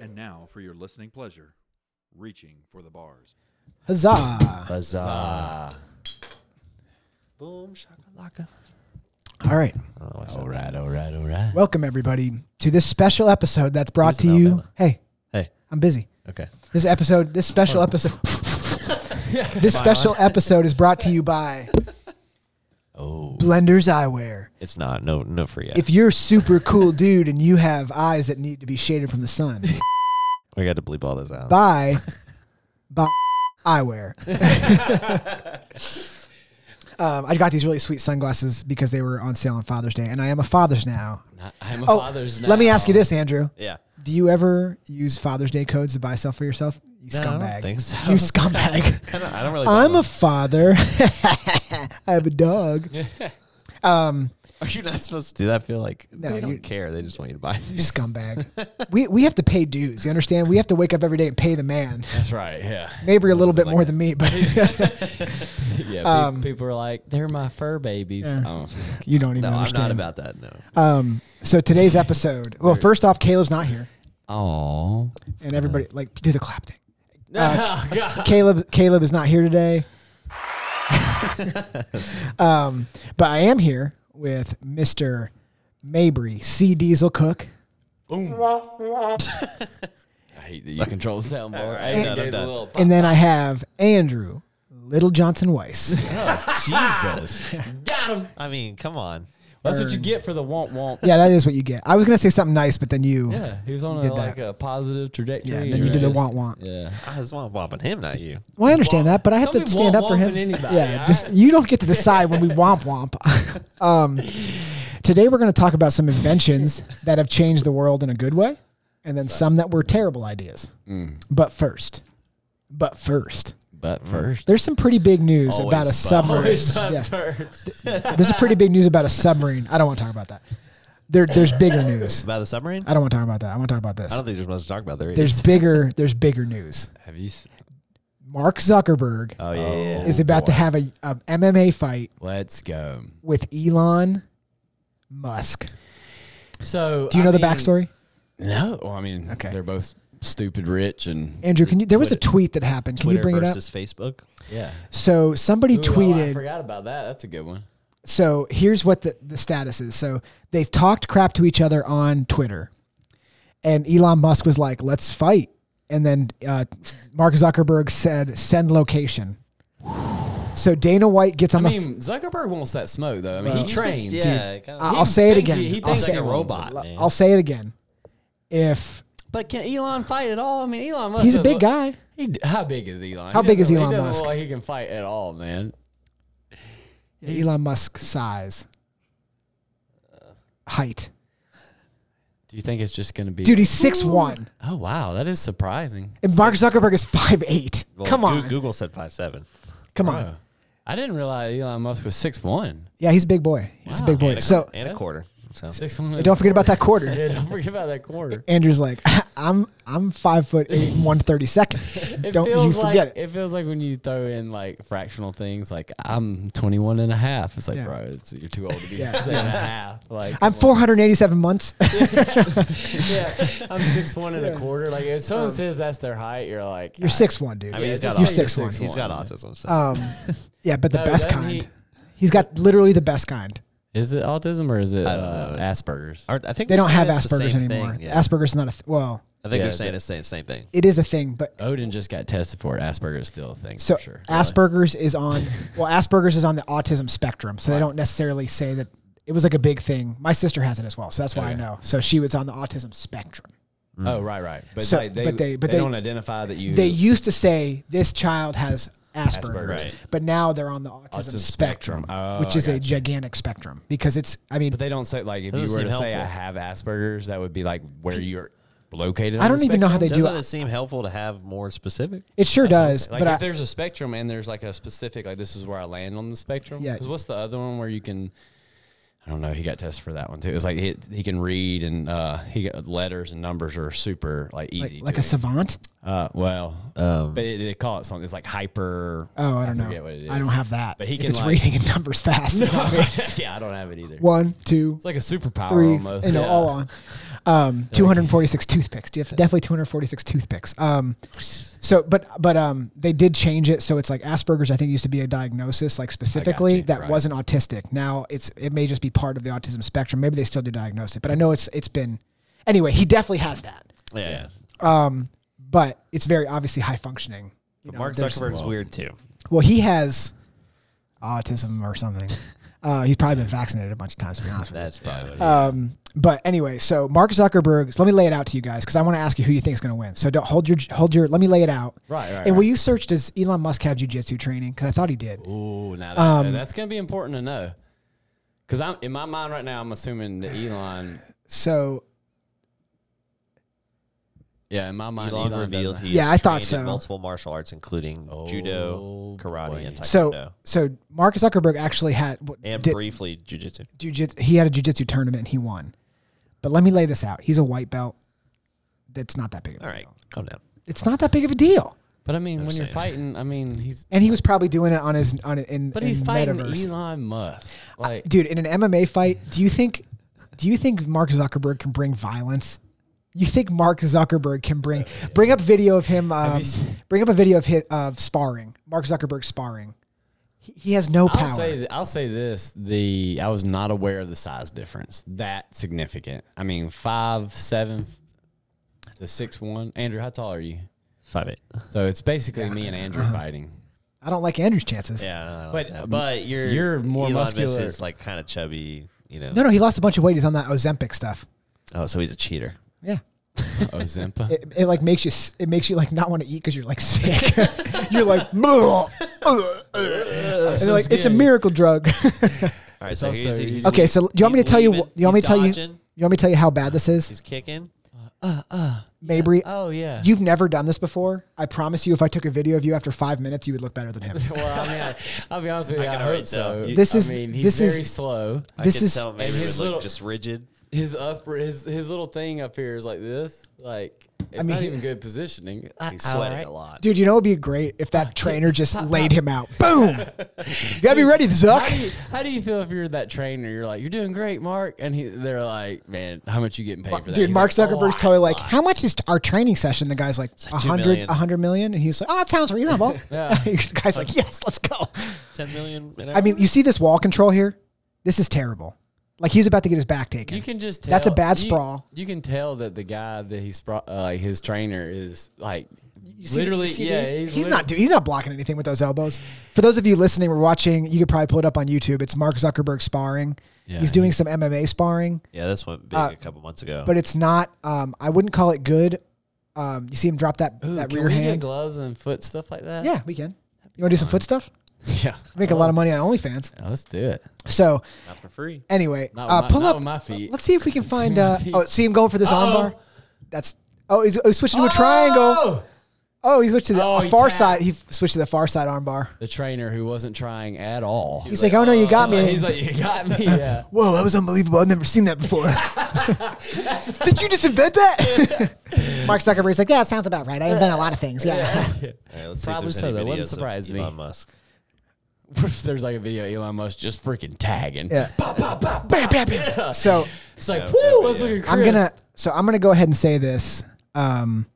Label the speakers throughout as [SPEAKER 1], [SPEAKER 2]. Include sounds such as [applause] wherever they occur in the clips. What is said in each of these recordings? [SPEAKER 1] And now, for your listening pleasure, reaching for the bars.
[SPEAKER 2] Huzzah!
[SPEAKER 3] Huzzah.
[SPEAKER 2] Boom shakalaka. All right.
[SPEAKER 3] All right, all right, all right.
[SPEAKER 2] Welcome everybody to this special episode that's brought to
[SPEAKER 3] Who's in
[SPEAKER 2] you.
[SPEAKER 3] Alabama?
[SPEAKER 2] Hey,
[SPEAKER 3] Hey,
[SPEAKER 2] I'm busy.
[SPEAKER 3] okay.
[SPEAKER 2] This episode, this
[SPEAKER 3] [laughs]
[SPEAKER 2] special episode, this special episode is brought to you by
[SPEAKER 3] Oh,
[SPEAKER 2] Blenders Eyewear.
[SPEAKER 3] it's not. No, no free ad.
[SPEAKER 2] If you're super cool dude and you have eyes that need to be shaded from the
[SPEAKER 3] [laughs]
[SPEAKER 2] sun,
[SPEAKER 3] we got to bleep all this [laughs] out.
[SPEAKER 2] buy, buy eyewear. um, I got these really sweet sunglasses because they were on sale on Father's Day, and I am a father's now.
[SPEAKER 3] I'm a
[SPEAKER 2] Oh, let me ask you this, Andrew.
[SPEAKER 3] Yeah.
[SPEAKER 2] Do you ever use Father's Day codes to buy stuff for yourself? You
[SPEAKER 3] No, I don't
[SPEAKER 2] scumbag.
[SPEAKER 3] think so.
[SPEAKER 2] You
[SPEAKER 3] [laughs]
[SPEAKER 2] scumbag.
[SPEAKER 3] I don't, I don't really.
[SPEAKER 2] I'm
[SPEAKER 3] bother.
[SPEAKER 2] a father. [laughs] I have a dog.
[SPEAKER 3] [laughs]
[SPEAKER 2] um,
[SPEAKER 3] Are you not supposed to do that? I feel like
[SPEAKER 2] No,
[SPEAKER 3] they
[SPEAKER 2] you-
[SPEAKER 3] don't care. They just want you [laughs] to buy.
[SPEAKER 2] you scumbag. we we have to pay dues. You understand? We have to wake up every day and pay the man.
[SPEAKER 4] That's right. Yeah.
[SPEAKER 2] Maybe a little bit
[SPEAKER 3] Something like
[SPEAKER 2] more
[SPEAKER 3] that.
[SPEAKER 2] than me, but
[SPEAKER 3] [laughs] yeah.
[SPEAKER 4] Pe-
[SPEAKER 2] Um,
[SPEAKER 4] people are like, they're my fur babies.
[SPEAKER 3] oh.
[SPEAKER 2] you don't even
[SPEAKER 3] No, I'm
[SPEAKER 2] understand.
[SPEAKER 3] not about that. No.
[SPEAKER 2] Um, so today's episode. Well, first off, Caleb's not here,
[SPEAKER 4] Oh.
[SPEAKER 2] and everybody like do the clap thing.
[SPEAKER 4] [laughs]
[SPEAKER 2] Uh,
[SPEAKER 4] No, God.
[SPEAKER 2] Caleb Caleb is not here
[SPEAKER 4] [laughs]
[SPEAKER 2] today. um, but I am here with Mr. Mabry C. Diesel Cook.
[SPEAKER 4] I hate that you control the soundboard. I
[SPEAKER 3] done,
[SPEAKER 4] hate
[SPEAKER 3] I'm
[SPEAKER 4] that
[SPEAKER 3] done.
[SPEAKER 4] little
[SPEAKER 2] And then I have Andrew Little Johnson
[SPEAKER 4] [laughs]
[SPEAKER 2] Weiss.
[SPEAKER 3] Jesus.
[SPEAKER 2] [laughs]
[SPEAKER 4] got him.
[SPEAKER 3] I mean, come on.
[SPEAKER 4] That's what you get for the want want.
[SPEAKER 2] yeah, that is what you get. I was gonna say something nice, but then you
[SPEAKER 4] [laughs] Yeah, he was on
[SPEAKER 2] did
[SPEAKER 4] a, like
[SPEAKER 2] that.
[SPEAKER 4] a positive trajectory.
[SPEAKER 2] Yeah, then
[SPEAKER 4] and
[SPEAKER 2] you did the
[SPEAKER 4] just-
[SPEAKER 2] want want.
[SPEAKER 4] Yeah,
[SPEAKER 3] I was womp womping him, not you.
[SPEAKER 2] Well I understand that, but I have
[SPEAKER 4] Don't
[SPEAKER 2] to
[SPEAKER 4] be
[SPEAKER 2] stand up for him.
[SPEAKER 4] womp-womping anybody,
[SPEAKER 2] yeah,
[SPEAKER 4] all
[SPEAKER 2] just
[SPEAKER 4] right?
[SPEAKER 2] you don't get to decide when we womp womp.
[SPEAKER 4] [laughs]
[SPEAKER 2] um, today we're gonna talk about some inventions that have changed the world in a good way, and then some that were terrible ideas. But first. But first.
[SPEAKER 4] Mm.
[SPEAKER 2] Mm.
[SPEAKER 4] but first,
[SPEAKER 2] There's some pretty big news
[SPEAKER 3] Always
[SPEAKER 2] about a
[SPEAKER 3] but
[SPEAKER 2] submarine.
[SPEAKER 4] always but
[SPEAKER 2] Yeah.
[SPEAKER 4] first.
[SPEAKER 2] There's a pretty big news about a submarine. I don't want to talk about that. There, there's bigger news.
[SPEAKER 3] About the submarine?
[SPEAKER 2] I don't want to talk about that. I want to talk about
[SPEAKER 3] I
[SPEAKER 2] this.
[SPEAKER 3] don't think there's much to talk about there.
[SPEAKER 2] Uh, There's bigger. There's bigger news.
[SPEAKER 4] Have you? s-
[SPEAKER 2] Mark Zuckerberg
[SPEAKER 3] oh yeah, yeah, yeah.
[SPEAKER 2] is about to have a, a MMA fight
[SPEAKER 4] Let's go.
[SPEAKER 2] with Elon Musk.
[SPEAKER 4] So,
[SPEAKER 2] Do you know
[SPEAKER 4] I
[SPEAKER 2] the
[SPEAKER 4] mean-
[SPEAKER 2] backstory,
[SPEAKER 4] No. Well, I mean,
[SPEAKER 2] Okay.
[SPEAKER 4] they're both stupid rich and
[SPEAKER 2] Andrew? Can you? There was a tweet that happened. Can
[SPEAKER 3] Twitter
[SPEAKER 2] you bring it up?
[SPEAKER 3] versus Facebook.
[SPEAKER 4] yeah.
[SPEAKER 2] So somebody
[SPEAKER 4] Ooh, oh, I
[SPEAKER 2] tweeted.
[SPEAKER 4] forgot about that. That's a good one.
[SPEAKER 2] so here's what the, the status is. So they talked crap to each other on Twitter, and Elon Musk was like, "Let's fight," and then uh, Mark Zuckerberg said, "Send location." So Dana White gets
[SPEAKER 4] I
[SPEAKER 2] on the. f-
[SPEAKER 4] mean, Zuckerberg wants that smoke though. I mean,
[SPEAKER 2] Oh.
[SPEAKER 4] he trained.
[SPEAKER 3] Yeah. it kinda-
[SPEAKER 2] I-
[SPEAKER 4] He
[SPEAKER 2] I'll say it
[SPEAKER 4] thinks
[SPEAKER 2] again.
[SPEAKER 4] He, he
[SPEAKER 2] I'll
[SPEAKER 4] thinks
[SPEAKER 2] say
[SPEAKER 4] he's a
[SPEAKER 3] it.
[SPEAKER 4] robot.
[SPEAKER 2] L-
[SPEAKER 3] man.
[SPEAKER 2] I'll say it again. If
[SPEAKER 4] But can Elon fight at all? I mean, Elon. Must
[SPEAKER 2] he's a
[SPEAKER 4] have
[SPEAKER 2] big
[SPEAKER 4] look-
[SPEAKER 2] guy,
[SPEAKER 4] He, d- how big is Elon?
[SPEAKER 2] How
[SPEAKER 4] He
[SPEAKER 2] big is
[SPEAKER 4] doesn't-
[SPEAKER 2] Elon
[SPEAKER 4] he doesn't
[SPEAKER 2] Musk?
[SPEAKER 4] Look like he can fight at all, man.
[SPEAKER 2] Elon Musk size,
[SPEAKER 3] Uh,
[SPEAKER 2] height,
[SPEAKER 4] Do you think it's just going to be?
[SPEAKER 2] dude, he's six one,
[SPEAKER 4] Oh wow, that is surprising.
[SPEAKER 2] and Mark Zuckerberg is five eight.
[SPEAKER 3] Well,
[SPEAKER 2] come
[SPEAKER 3] Goo-
[SPEAKER 2] on,
[SPEAKER 3] Google said five seven.
[SPEAKER 2] come on.
[SPEAKER 4] I didn't realize Elon Musk was six one.
[SPEAKER 2] Yeah, he's a big boy. He's a big boy. So
[SPEAKER 3] and a quarter. So
[SPEAKER 4] Six one.
[SPEAKER 2] and don't forget about that quarter.
[SPEAKER 4] Yeah, don't forget about that quarter.
[SPEAKER 2] Andrew's like, [laughs] I'm I'm five foot
[SPEAKER 3] [laughs]
[SPEAKER 2] eight and one thirty second.
[SPEAKER 4] It
[SPEAKER 2] Don't you
[SPEAKER 4] feels
[SPEAKER 2] forget
[SPEAKER 4] like,
[SPEAKER 2] it.
[SPEAKER 4] feels like when you throw in like fractional things, like I'm 21 and a half. It's like,
[SPEAKER 2] Yeah.
[SPEAKER 4] bro, it's, you're too old to be
[SPEAKER 2] Yeah.
[SPEAKER 4] saying a half. Like
[SPEAKER 2] I'm 487 months. [laughs]
[SPEAKER 4] [laughs] yeah, I'm six one and a quarter. Like if someone says that's their height, you're like
[SPEAKER 2] Um, You're six one, dude.
[SPEAKER 3] I mean, he's
[SPEAKER 4] just
[SPEAKER 3] got
[SPEAKER 2] You're
[SPEAKER 3] autism.
[SPEAKER 2] six one.
[SPEAKER 3] He's got autism.
[SPEAKER 2] [laughs]
[SPEAKER 3] So.
[SPEAKER 2] Um, yeah, but the
[SPEAKER 4] No,
[SPEAKER 2] best
[SPEAKER 4] doesn't
[SPEAKER 2] kind.
[SPEAKER 4] he-
[SPEAKER 2] He, has got literally the best kind.
[SPEAKER 4] Is it autism or is it
[SPEAKER 3] don't
[SPEAKER 4] uh,
[SPEAKER 3] know.
[SPEAKER 4] Asperger's?
[SPEAKER 3] Aren't- I think
[SPEAKER 2] They
[SPEAKER 3] they're
[SPEAKER 2] don't have
[SPEAKER 3] saying it's the
[SPEAKER 2] Asperger's
[SPEAKER 3] same
[SPEAKER 2] anymore.
[SPEAKER 3] thing, yeah.
[SPEAKER 2] Asperger's is not a th- well.
[SPEAKER 3] I think
[SPEAKER 4] Yeah,
[SPEAKER 3] they're saying
[SPEAKER 4] they-
[SPEAKER 3] it's the same same thing.
[SPEAKER 2] It is a thing, but
[SPEAKER 4] Odin just got tested for it. Asperger's still a thing.
[SPEAKER 2] so
[SPEAKER 4] for sure.
[SPEAKER 2] Asperger's is on. Well, Asperger's is on the autism spectrum, so they don't necessarily say that. It was like a big thing. My sister has it as well, so that's why I
[SPEAKER 4] Okay.
[SPEAKER 2] know. So she was on the autism spectrum.
[SPEAKER 4] Oh, right, right. But
[SPEAKER 2] So-
[SPEAKER 4] like, they,
[SPEAKER 2] but they-
[SPEAKER 4] they,
[SPEAKER 2] but they-
[SPEAKER 4] don't identify that you.
[SPEAKER 2] They used to say this child has Asperger's,
[SPEAKER 4] Asperger's.
[SPEAKER 3] Right.
[SPEAKER 2] but now they're on the autism,
[SPEAKER 4] Autism
[SPEAKER 2] spectrum,
[SPEAKER 4] spectrum. Oh,
[SPEAKER 2] which
[SPEAKER 4] I
[SPEAKER 2] is a
[SPEAKER 4] gotcha.
[SPEAKER 2] gigantic spectrum because it's. I mean,
[SPEAKER 4] But they don't say like if
[SPEAKER 3] Doesn't
[SPEAKER 4] you were
[SPEAKER 3] seem
[SPEAKER 4] to say I
[SPEAKER 3] helpful.
[SPEAKER 4] have Asperger's, that would be like where you're located.
[SPEAKER 2] I
[SPEAKER 4] on
[SPEAKER 2] don't
[SPEAKER 4] the
[SPEAKER 2] even know how they
[SPEAKER 4] spectrum?
[SPEAKER 2] do.
[SPEAKER 3] Doesn't
[SPEAKER 2] it.
[SPEAKER 3] it seem helpful to have more specific?
[SPEAKER 2] It sure does,
[SPEAKER 4] Like
[SPEAKER 2] but
[SPEAKER 4] if
[SPEAKER 2] I,
[SPEAKER 4] there's a spectrum and there's like a specific like this is where I land on the spectrum.
[SPEAKER 2] Yeah.
[SPEAKER 4] Because what's the other one where you can? I don't know. He got tested for that one too. It's like he, he can read and uh, he got letters and numbers are super like
[SPEAKER 2] like,
[SPEAKER 4] easy.
[SPEAKER 2] like
[SPEAKER 4] to
[SPEAKER 2] a
[SPEAKER 4] him.
[SPEAKER 2] savant.
[SPEAKER 4] uh, well,
[SPEAKER 3] Um,
[SPEAKER 4] but it, they call it something. It's like hyper.
[SPEAKER 2] Oh, I don't
[SPEAKER 4] forget
[SPEAKER 2] know.
[SPEAKER 4] what it
[SPEAKER 2] I don't
[SPEAKER 4] is. [laughs]
[SPEAKER 2] have that.
[SPEAKER 4] But he
[SPEAKER 2] If
[SPEAKER 4] can,
[SPEAKER 2] it's
[SPEAKER 4] like-
[SPEAKER 2] reading in numbers
[SPEAKER 4] [laughs]
[SPEAKER 2] fast. it's not me.
[SPEAKER 4] yeah, I don't have it
[SPEAKER 2] [laughs]
[SPEAKER 4] either.
[SPEAKER 2] One, two,
[SPEAKER 4] It's like a superpower
[SPEAKER 2] three,
[SPEAKER 4] almost.
[SPEAKER 2] you know,
[SPEAKER 4] yeah.
[SPEAKER 2] all on. Um, 246 toothpicks. Def- Definitely 246 toothpicks. Um, so, but, but, um, they did change it. So it's like Asperger's, I think used to be a diagnosis, like specifically
[SPEAKER 4] you,
[SPEAKER 2] that
[SPEAKER 4] right.
[SPEAKER 2] wasn't autistic. Now it's, it may just be part of the autism spectrum. Maybe they still do diagnose it, but I know it's, it's been, anyway, he definitely has that.
[SPEAKER 3] yeah. yeah.
[SPEAKER 2] Um, but it's very obviously high functioning. You
[SPEAKER 3] But
[SPEAKER 2] know,
[SPEAKER 3] Mark
[SPEAKER 2] there's-
[SPEAKER 3] Zuckerberg's weird too.
[SPEAKER 2] Well, he has autism or
[SPEAKER 4] [laughs]
[SPEAKER 2] something. Uh, he's probably been vaccinated a bunch of times, to be honest with you.
[SPEAKER 3] That's probably what it
[SPEAKER 2] Um, but anyway, so Mark Zuckerberg. Let me lay it out to you guys because I want to ask you who you think is going to win. So don't hold your hold your. Let me lay it out.
[SPEAKER 4] Right, right,
[SPEAKER 2] And will
[SPEAKER 4] right.
[SPEAKER 2] you search? Does Elon Musk have jujitsu training? Because I thought he did.
[SPEAKER 4] Ooh, now that,
[SPEAKER 2] Um,
[SPEAKER 4] that's gonna be important to know. Because I'm in my mind right now, I'm assuming that Elon.
[SPEAKER 2] So
[SPEAKER 4] Yeah, in my mind,
[SPEAKER 3] Elon,
[SPEAKER 4] Elon,
[SPEAKER 3] revealed
[SPEAKER 4] doesn't-
[SPEAKER 3] he
[SPEAKER 2] Yeah,
[SPEAKER 3] is
[SPEAKER 2] I thought
[SPEAKER 3] trained in
[SPEAKER 2] so.
[SPEAKER 3] multiple martial arts, including
[SPEAKER 4] Oh,
[SPEAKER 3] judo, karate,
[SPEAKER 4] boy.
[SPEAKER 3] and taekwondo,
[SPEAKER 2] so so Mark Zuckerberg actually had what-
[SPEAKER 3] and
[SPEAKER 2] did,
[SPEAKER 3] briefly jujitsu.
[SPEAKER 2] jujitsu. He had a jujitsu tournament. and He won. But let me lay this out. He's a white belt. That's not that big. Of a
[SPEAKER 3] All right,
[SPEAKER 2] Deal.
[SPEAKER 3] calm down.
[SPEAKER 2] It's not that big of a deal.
[SPEAKER 4] But I mean, when you're
[SPEAKER 3] saying.
[SPEAKER 4] fighting, I mean, he's
[SPEAKER 2] And he was probably doing it on his on in.
[SPEAKER 4] but he's
[SPEAKER 2] in
[SPEAKER 4] fighting
[SPEAKER 2] metaverse.
[SPEAKER 4] Elon Musk. Like,
[SPEAKER 2] Uh, dude in an mma fight do you think do you think mark zuckerberg can bring violence you think mark zuckerberg can bring bring up video of him um,
[SPEAKER 4] you seen-
[SPEAKER 2] bring up a video of his, of sparring mark zuckerberg sparring he, he has no
[SPEAKER 4] I'll
[SPEAKER 2] power
[SPEAKER 4] say th- I'll say this: the I was not aware of the size difference that significant. I mean, five seven to six one. Andrew, how tall are you?
[SPEAKER 3] Five eight.
[SPEAKER 4] So it's basically me and Andrew
[SPEAKER 2] Uh-huh.
[SPEAKER 4] fighting.
[SPEAKER 2] i don't like andrew's chances
[SPEAKER 3] Yeah,
[SPEAKER 4] But-
[SPEAKER 3] but but you're
[SPEAKER 4] you're more
[SPEAKER 3] Elon Musk
[SPEAKER 4] muscular.
[SPEAKER 3] is like kind of chubby, you know.
[SPEAKER 2] no no he lost a bunch of weight he's on that ozempic stuff
[SPEAKER 3] Oh, so he's a cheater.
[SPEAKER 2] yeah
[SPEAKER 4] Oh, Ozempa.
[SPEAKER 2] it, it like makes you s- it makes you like not want to eat because you're like sick [laughs] you're like
[SPEAKER 4] [laughs]
[SPEAKER 2] "Ugh, ugh, ugh." uh." and they're like it's a miracle drug [laughs]
[SPEAKER 3] All right, so
[SPEAKER 4] also-
[SPEAKER 3] he's, he's
[SPEAKER 2] okay so do you want me
[SPEAKER 3] he's
[SPEAKER 2] to tell you
[SPEAKER 3] leaving,
[SPEAKER 2] wh- do you want me
[SPEAKER 3] he's
[SPEAKER 2] to tell you
[SPEAKER 3] dodging,
[SPEAKER 2] you want me to tell you how bad this is
[SPEAKER 3] He's kicking.
[SPEAKER 2] mabry
[SPEAKER 4] [laughs] Oh yeah.
[SPEAKER 2] You've never done this before. I promise you, if I took a video of you after five minutes, you would look better than him.
[SPEAKER 4] [laughs] well, I mean, I, I'll be honest with you. I,
[SPEAKER 3] can
[SPEAKER 4] hope
[SPEAKER 3] already
[SPEAKER 4] so.
[SPEAKER 3] tell. You-
[SPEAKER 2] This is-
[SPEAKER 4] I mean, he's
[SPEAKER 2] this is-
[SPEAKER 4] very slow.
[SPEAKER 2] This
[SPEAKER 3] I can
[SPEAKER 2] is-
[SPEAKER 3] tell maybe
[SPEAKER 4] And
[SPEAKER 3] he
[SPEAKER 4] his
[SPEAKER 3] would look
[SPEAKER 4] little-
[SPEAKER 3] just rigid.
[SPEAKER 4] His upper, his his little thing up here is like this. Like it's
[SPEAKER 2] mean,
[SPEAKER 4] not
[SPEAKER 2] he-
[SPEAKER 4] even good positioning.
[SPEAKER 3] He's sweating a lot.
[SPEAKER 2] Dude, you know it'd be great if that trainer just laid him out. Boom! You gotta be ready,
[SPEAKER 4] How do,
[SPEAKER 2] Zuck.
[SPEAKER 4] you, how do you feel if you're that trainer? You're like, you're doing great, Mark, and he, they're like, man, how much you getting paid for that?
[SPEAKER 2] Dude,
[SPEAKER 4] He's
[SPEAKER 2] Mark
[SPEAKER 4] like, "Oh,
[SPEAKER 2] Zuckerberg's totally like, how much is our training session? The guy's like, a
[SPEAKER 3] like two
[SPEAKER 2] hundred,
[SPEAKER 3] million.
[SPEAKER 2] a hundred million, and he's like, oh, that sounds reasonable.
[SPEAKER 4] [laughs]
[SPEAKER 2] [laughs] the guy's like, yes, let's go.
[SPEAKER 3] Ten million. An hour?
[SPEAKER 2] I mean, you see this wall control here? This is terrible. Like he's about to get his back taken.
[SPEAKER 4] you can just tell,
[SPEAKER 2] That's a bad
[SPEAKER 4] you-
[SPEAKER 2] sprawl.
[SPEAKER 4] You can tell that the guy that he's spra- uh, like his trainer is like
[SPEAKER 2] You see-
[SPEAKER 4] literally
[SPEAKER 2] you see
[SPEAKER 4] yeah
[SPEAKER 2] these? he's,
[SPEAKER 4] lit-
[SPEAKER 2] not do, he's not blocking anything with those elbows. For those of you listening or watching, you could probably pull it up on YouTube. It's Mark Zuckerberg sparring.
[SPEAKER 4] Yeah,
[SPEAKER 2] he's doing some MMA sparring,
[SPEAKER 3] yeah, this went big a couple months ago.
[SPEAKER 2] uh, but it's not. Um, I wouldn't call it good. Um, you see him drop that
[SPEAKER 4] Ooh,
[SPEAKER 2] that
[SPEAKER 4] can
[SPEAKER 2] rear
[SPEAKER 4] we get
[SPEAKER 2] hand.
[SPEAKER 4] gloves and foot stuff like that.
[SPEAKER 2] Yeah, we can. You want to do some foot stuff?
[SPEAKER 4] yeah.
[SPEAKER 2] Make a lot of money on OnlyFans.
[SPEAKER 4] Yeah, let's do it.
[SPEAKER 2] So
[SPEAKER 3] not for free.
[SPEAKER 2] anyway,
[SPEAKER 4] Not with
[SPEAKER 2] uh,
[SPEAKER 4] my-
[SPEAKER 2] pull
[SPEAKER 4] not
[SPEAKER 2] up.
[SPEAKER 4] with my feet.
[SPEAKER 2] Let's see if we
[SPEAKER 4] [laughs]
[SPEAKER 2] can find.
[SPEAKER 4] my
[SPEAKER 2] Uh,
[SPEAKER 4] feet.
[SPEAKER 2] oh, see him going for this
[SPEAKER 4] Uh-oh.
[SPEAKER 2] armbar. That's oh, he's, oh, he's switching to a triangle.
[SPEAKER 4] Oh!
[SPEAKER 2] Oh, he switched to the
[SPEAKER 4] Oh,
[SPEAKER 2] uh,
[SPEAKER 4] he
[SPEAKER 2] far
[SPEAKER 4] tapped.
[SPEAKER 2] side. He switched to the far side armbar.
[SPEAKER 4] The trainer who wasn't trying at all.
[SPEAKER 2] He's like, oh no, you got
[SPEAKER 4] uh, He's like,
[SPEAKER 2] me.
[SPEAKER 4] he's like, you got me. Yeah.
[SPEAKER 2] Whoa, that was unbelievable. I've never seen that [laughs] before. Did you just invent that? [laughs] Mark Zuckerberg's like, yeah, it sounds about right. I invent a lot of things. Yeah.
[SPEAKER 3] All right, let's
[SPEAKER 4] Probably
[SPEAKER 3] see if there's
[SPEAKER 4] so, though.
[SPEAKER 3] any
[SPEAKER 4] Wouldn't
[SPEAKER 3] videos of
[SPEAKER 4] surprise me.
[SPEAKER 3] Elon Musk.
[SPEAKER 4] [laughs] There's like a video of Elon Musk just freaking
[SPEAKER 2] [laughs]
[SPEAKER 4] tagging.
[SPEAKER 2] Yeah.
[SPEAKER 4] Pop, pop, pop,
[SPEAKER 2] Bam, bam, bam. So
[SPEAKER 4] It's like,
[SPEAKER 3] Yeah,
[SPEAKER 4] woo,
[SPEAKER 3] yeah,
[SPEAKER 4] let's look
[SPEAKER 3] yeah.
[SPEAKER 4] at Chris.
[SPEAKER 2] I'm gonna so I'm gonna go ahead and say this. Um,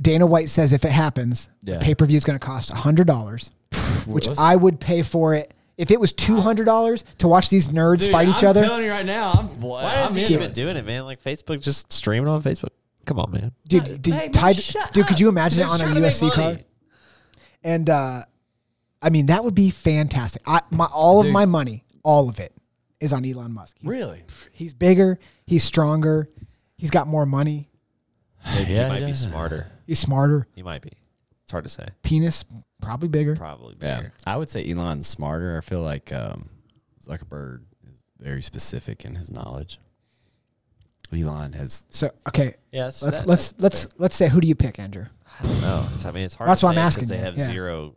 [SPEAKER 2] Dana White says if it happens,
[SPEAKER 4] Yeah.
[SPEAKER 2] the pay per view is gonna cost hundred dollars, which
[SPEAKER 4] Let's-
[SPEAKER 2] I would pay for it if it was two hundred dollars to watch these nerds
[SPEAKER 4] Dude,
[SPEAKER 2] fight each
[SPEAKER 4] I'm
[SPEAKER 2] other.
[SPEAKER 4] telling you right now, I'm what?
[SPEAKER 3] Why is
[SPEAKER 4] I'm
[SPEAKER 3] he
[SPEAKER 4] into
[SPEAKER 3] even
[SPEAKER 4] it.
[SPEAKER 3] doing it, man? Like Facebook, just streaming on Facebook. Come on, man.
[SPEAKER 2] dude, dude,
[SPEAKER 4] Hey, man,
[SPEAKER 2] tied-
[SPEAKER 4] shut
[SPEAKER 2] dude could
[SPEAKER 4] up.
[SPEAKER 2] you imagine it
[SPEAKER 3] Just
[SPEAKER 2] on a
[SPEAKER 3] trying to make
[SPEAKER 2] UFC
[SPEAKER 3] money.
[SPEAKER 2] card? And uh, I mean, that would be fantastic. I, my all of
[SPEAKER 4] Dude.
[SPEAKER 2] my money, all of it, is on Elon Musk. He-
[SPEAKER 4] Really?
[SPEAKER 2] he's bigger, he's stronger, he's got more money,
[SPEAKER 4] [laughs] Yeah,
[SPEAKER 3] he
[SPEAKER 4] it
[SPEAKER 3] might be
[SPEAKER 4] does.
[SPEAKER 3] smarter.
[SPEAKER 2] he's smarter.
[SPEAKER 3] He might be. It's hard to say.
[SPEAKER 2] Penis probably bigger.
[SPEAKER 3] Probably.
[SPEAKER 4] Yeah,
[SPEAKER 3] bigger.
[SPEAKER 4] I would say Elon's smarter. I feel like um, Zuckerberg is very specific in his knowledge. Elon has
[SPEAKER 2] So okay,
[SPEAKER 3] Yeah. so
[SPEAKER 2] let's
[SPEAKER 3] that-
[SPEAKER 2] let's
[SPEAKER 3] that's
[SPEAKER 2] let's let's say who do you pick, Andrew?
[SPEAKER 3] I don't know. It's- I mean, it's hard.
[SPEAKER 2] That's
[SPEAKER 3] to
[SPEAKER 2] why I'm
[SPEAKER 3] say 'cause
[SPEAKER 2] asking
[SPEAKER 3] They
[SPEAKER 2] you,
[SPEAKER 3] have
[SPEAKER 2] yeah.
[SPEAKER 3] zero.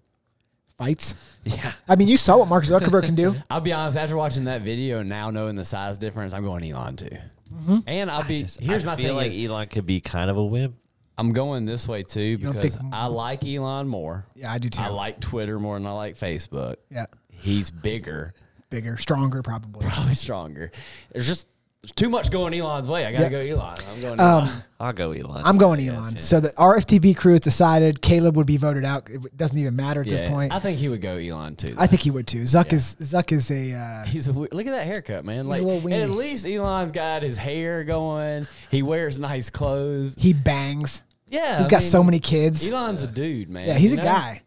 [SPEAKER 2] Fights.
[SPEAKER 3] Yeah.
[SPEAKER 2] I mean, you saw what Mark Zuckerberg can do.
[SPEAKER 4] I'll be honest. After watching that video, and now knowing the size difference, I'm going Elon too.
[SPEAKER 2] Mm-hmm.
[SPEAKER 4] And I'll be here's
[SPEAKER 3] I
[SPEAKER 4] my
[SPEAKER 3] feel
[SPEAKER 4] thing:
[SPEAKER 3] like
[SPEAKER 4] is
[SPEAKER 3] Elon could be kind of a wimp.
[SPEAKER 4] I'm going this way too
[SPEAKER 2] don't
[SPEAKER 4] because
[SPEAKER 2] think-
[SPEAKER 4] I like Elon more.
[SPEAKER 2] Yeah, I do too.
[SPEAKER 4] I like Twitter more than I like Facebook.
[SPEAKER 2] yeah,
[SPEAKER 4] He's bigger, [laughs]
[SPEAKER 2] bigger, stronger, probably.
[SPEAKER 4] probably stronger. There's just there's too much going Elon's way. I gotta
[SPEAKER 2] Yeah.
[SPEAKER 4] go Elon. I'm going. Elon.
[SPEAKER 2] Um,
[SPEAKER 3] I'll go Elon.
[SPEAKER 2] I'm going
[SPEAKER 3] Yes,
[SPEAKER 2] Elon.
[SPEAKER 3] yeah.
[SPEAKER 2] So the RFTB crew has decided Caleb would be voted out. It doesn't even matter at this
[SPEAKER 4] Yeah,
[SPEAKER 2] point.
[SPEAKER 4] I
[SPEAKER 2] I,
[SPEAKER 4] think he would go Elon too.
[SPEAKER 2] think he would too. Zuck is Zuck is a uh,
[SPEAKER 4] He's a weird, look at that haircut, man. Like
[SPEAKER 2] a little weenie.
[SPEAKER 4] at least Elon's got his hair going. He wears nice clothes.
[SPEAKER 2] he bangs.
[SPEAKER 4] Yeah,
[SPEAKER 2] He's
[SPEAKER 4] I
[SPEAKER 2] got so
[SPEAKER 4] mean,
[SPEAKER 2] many kids.
[SPEAKER 4] Elon's a dude, man.
[SPEAKER 2] yeah, he's a
[SPEAKER 4] you know?
[SPEAKER 2] guy.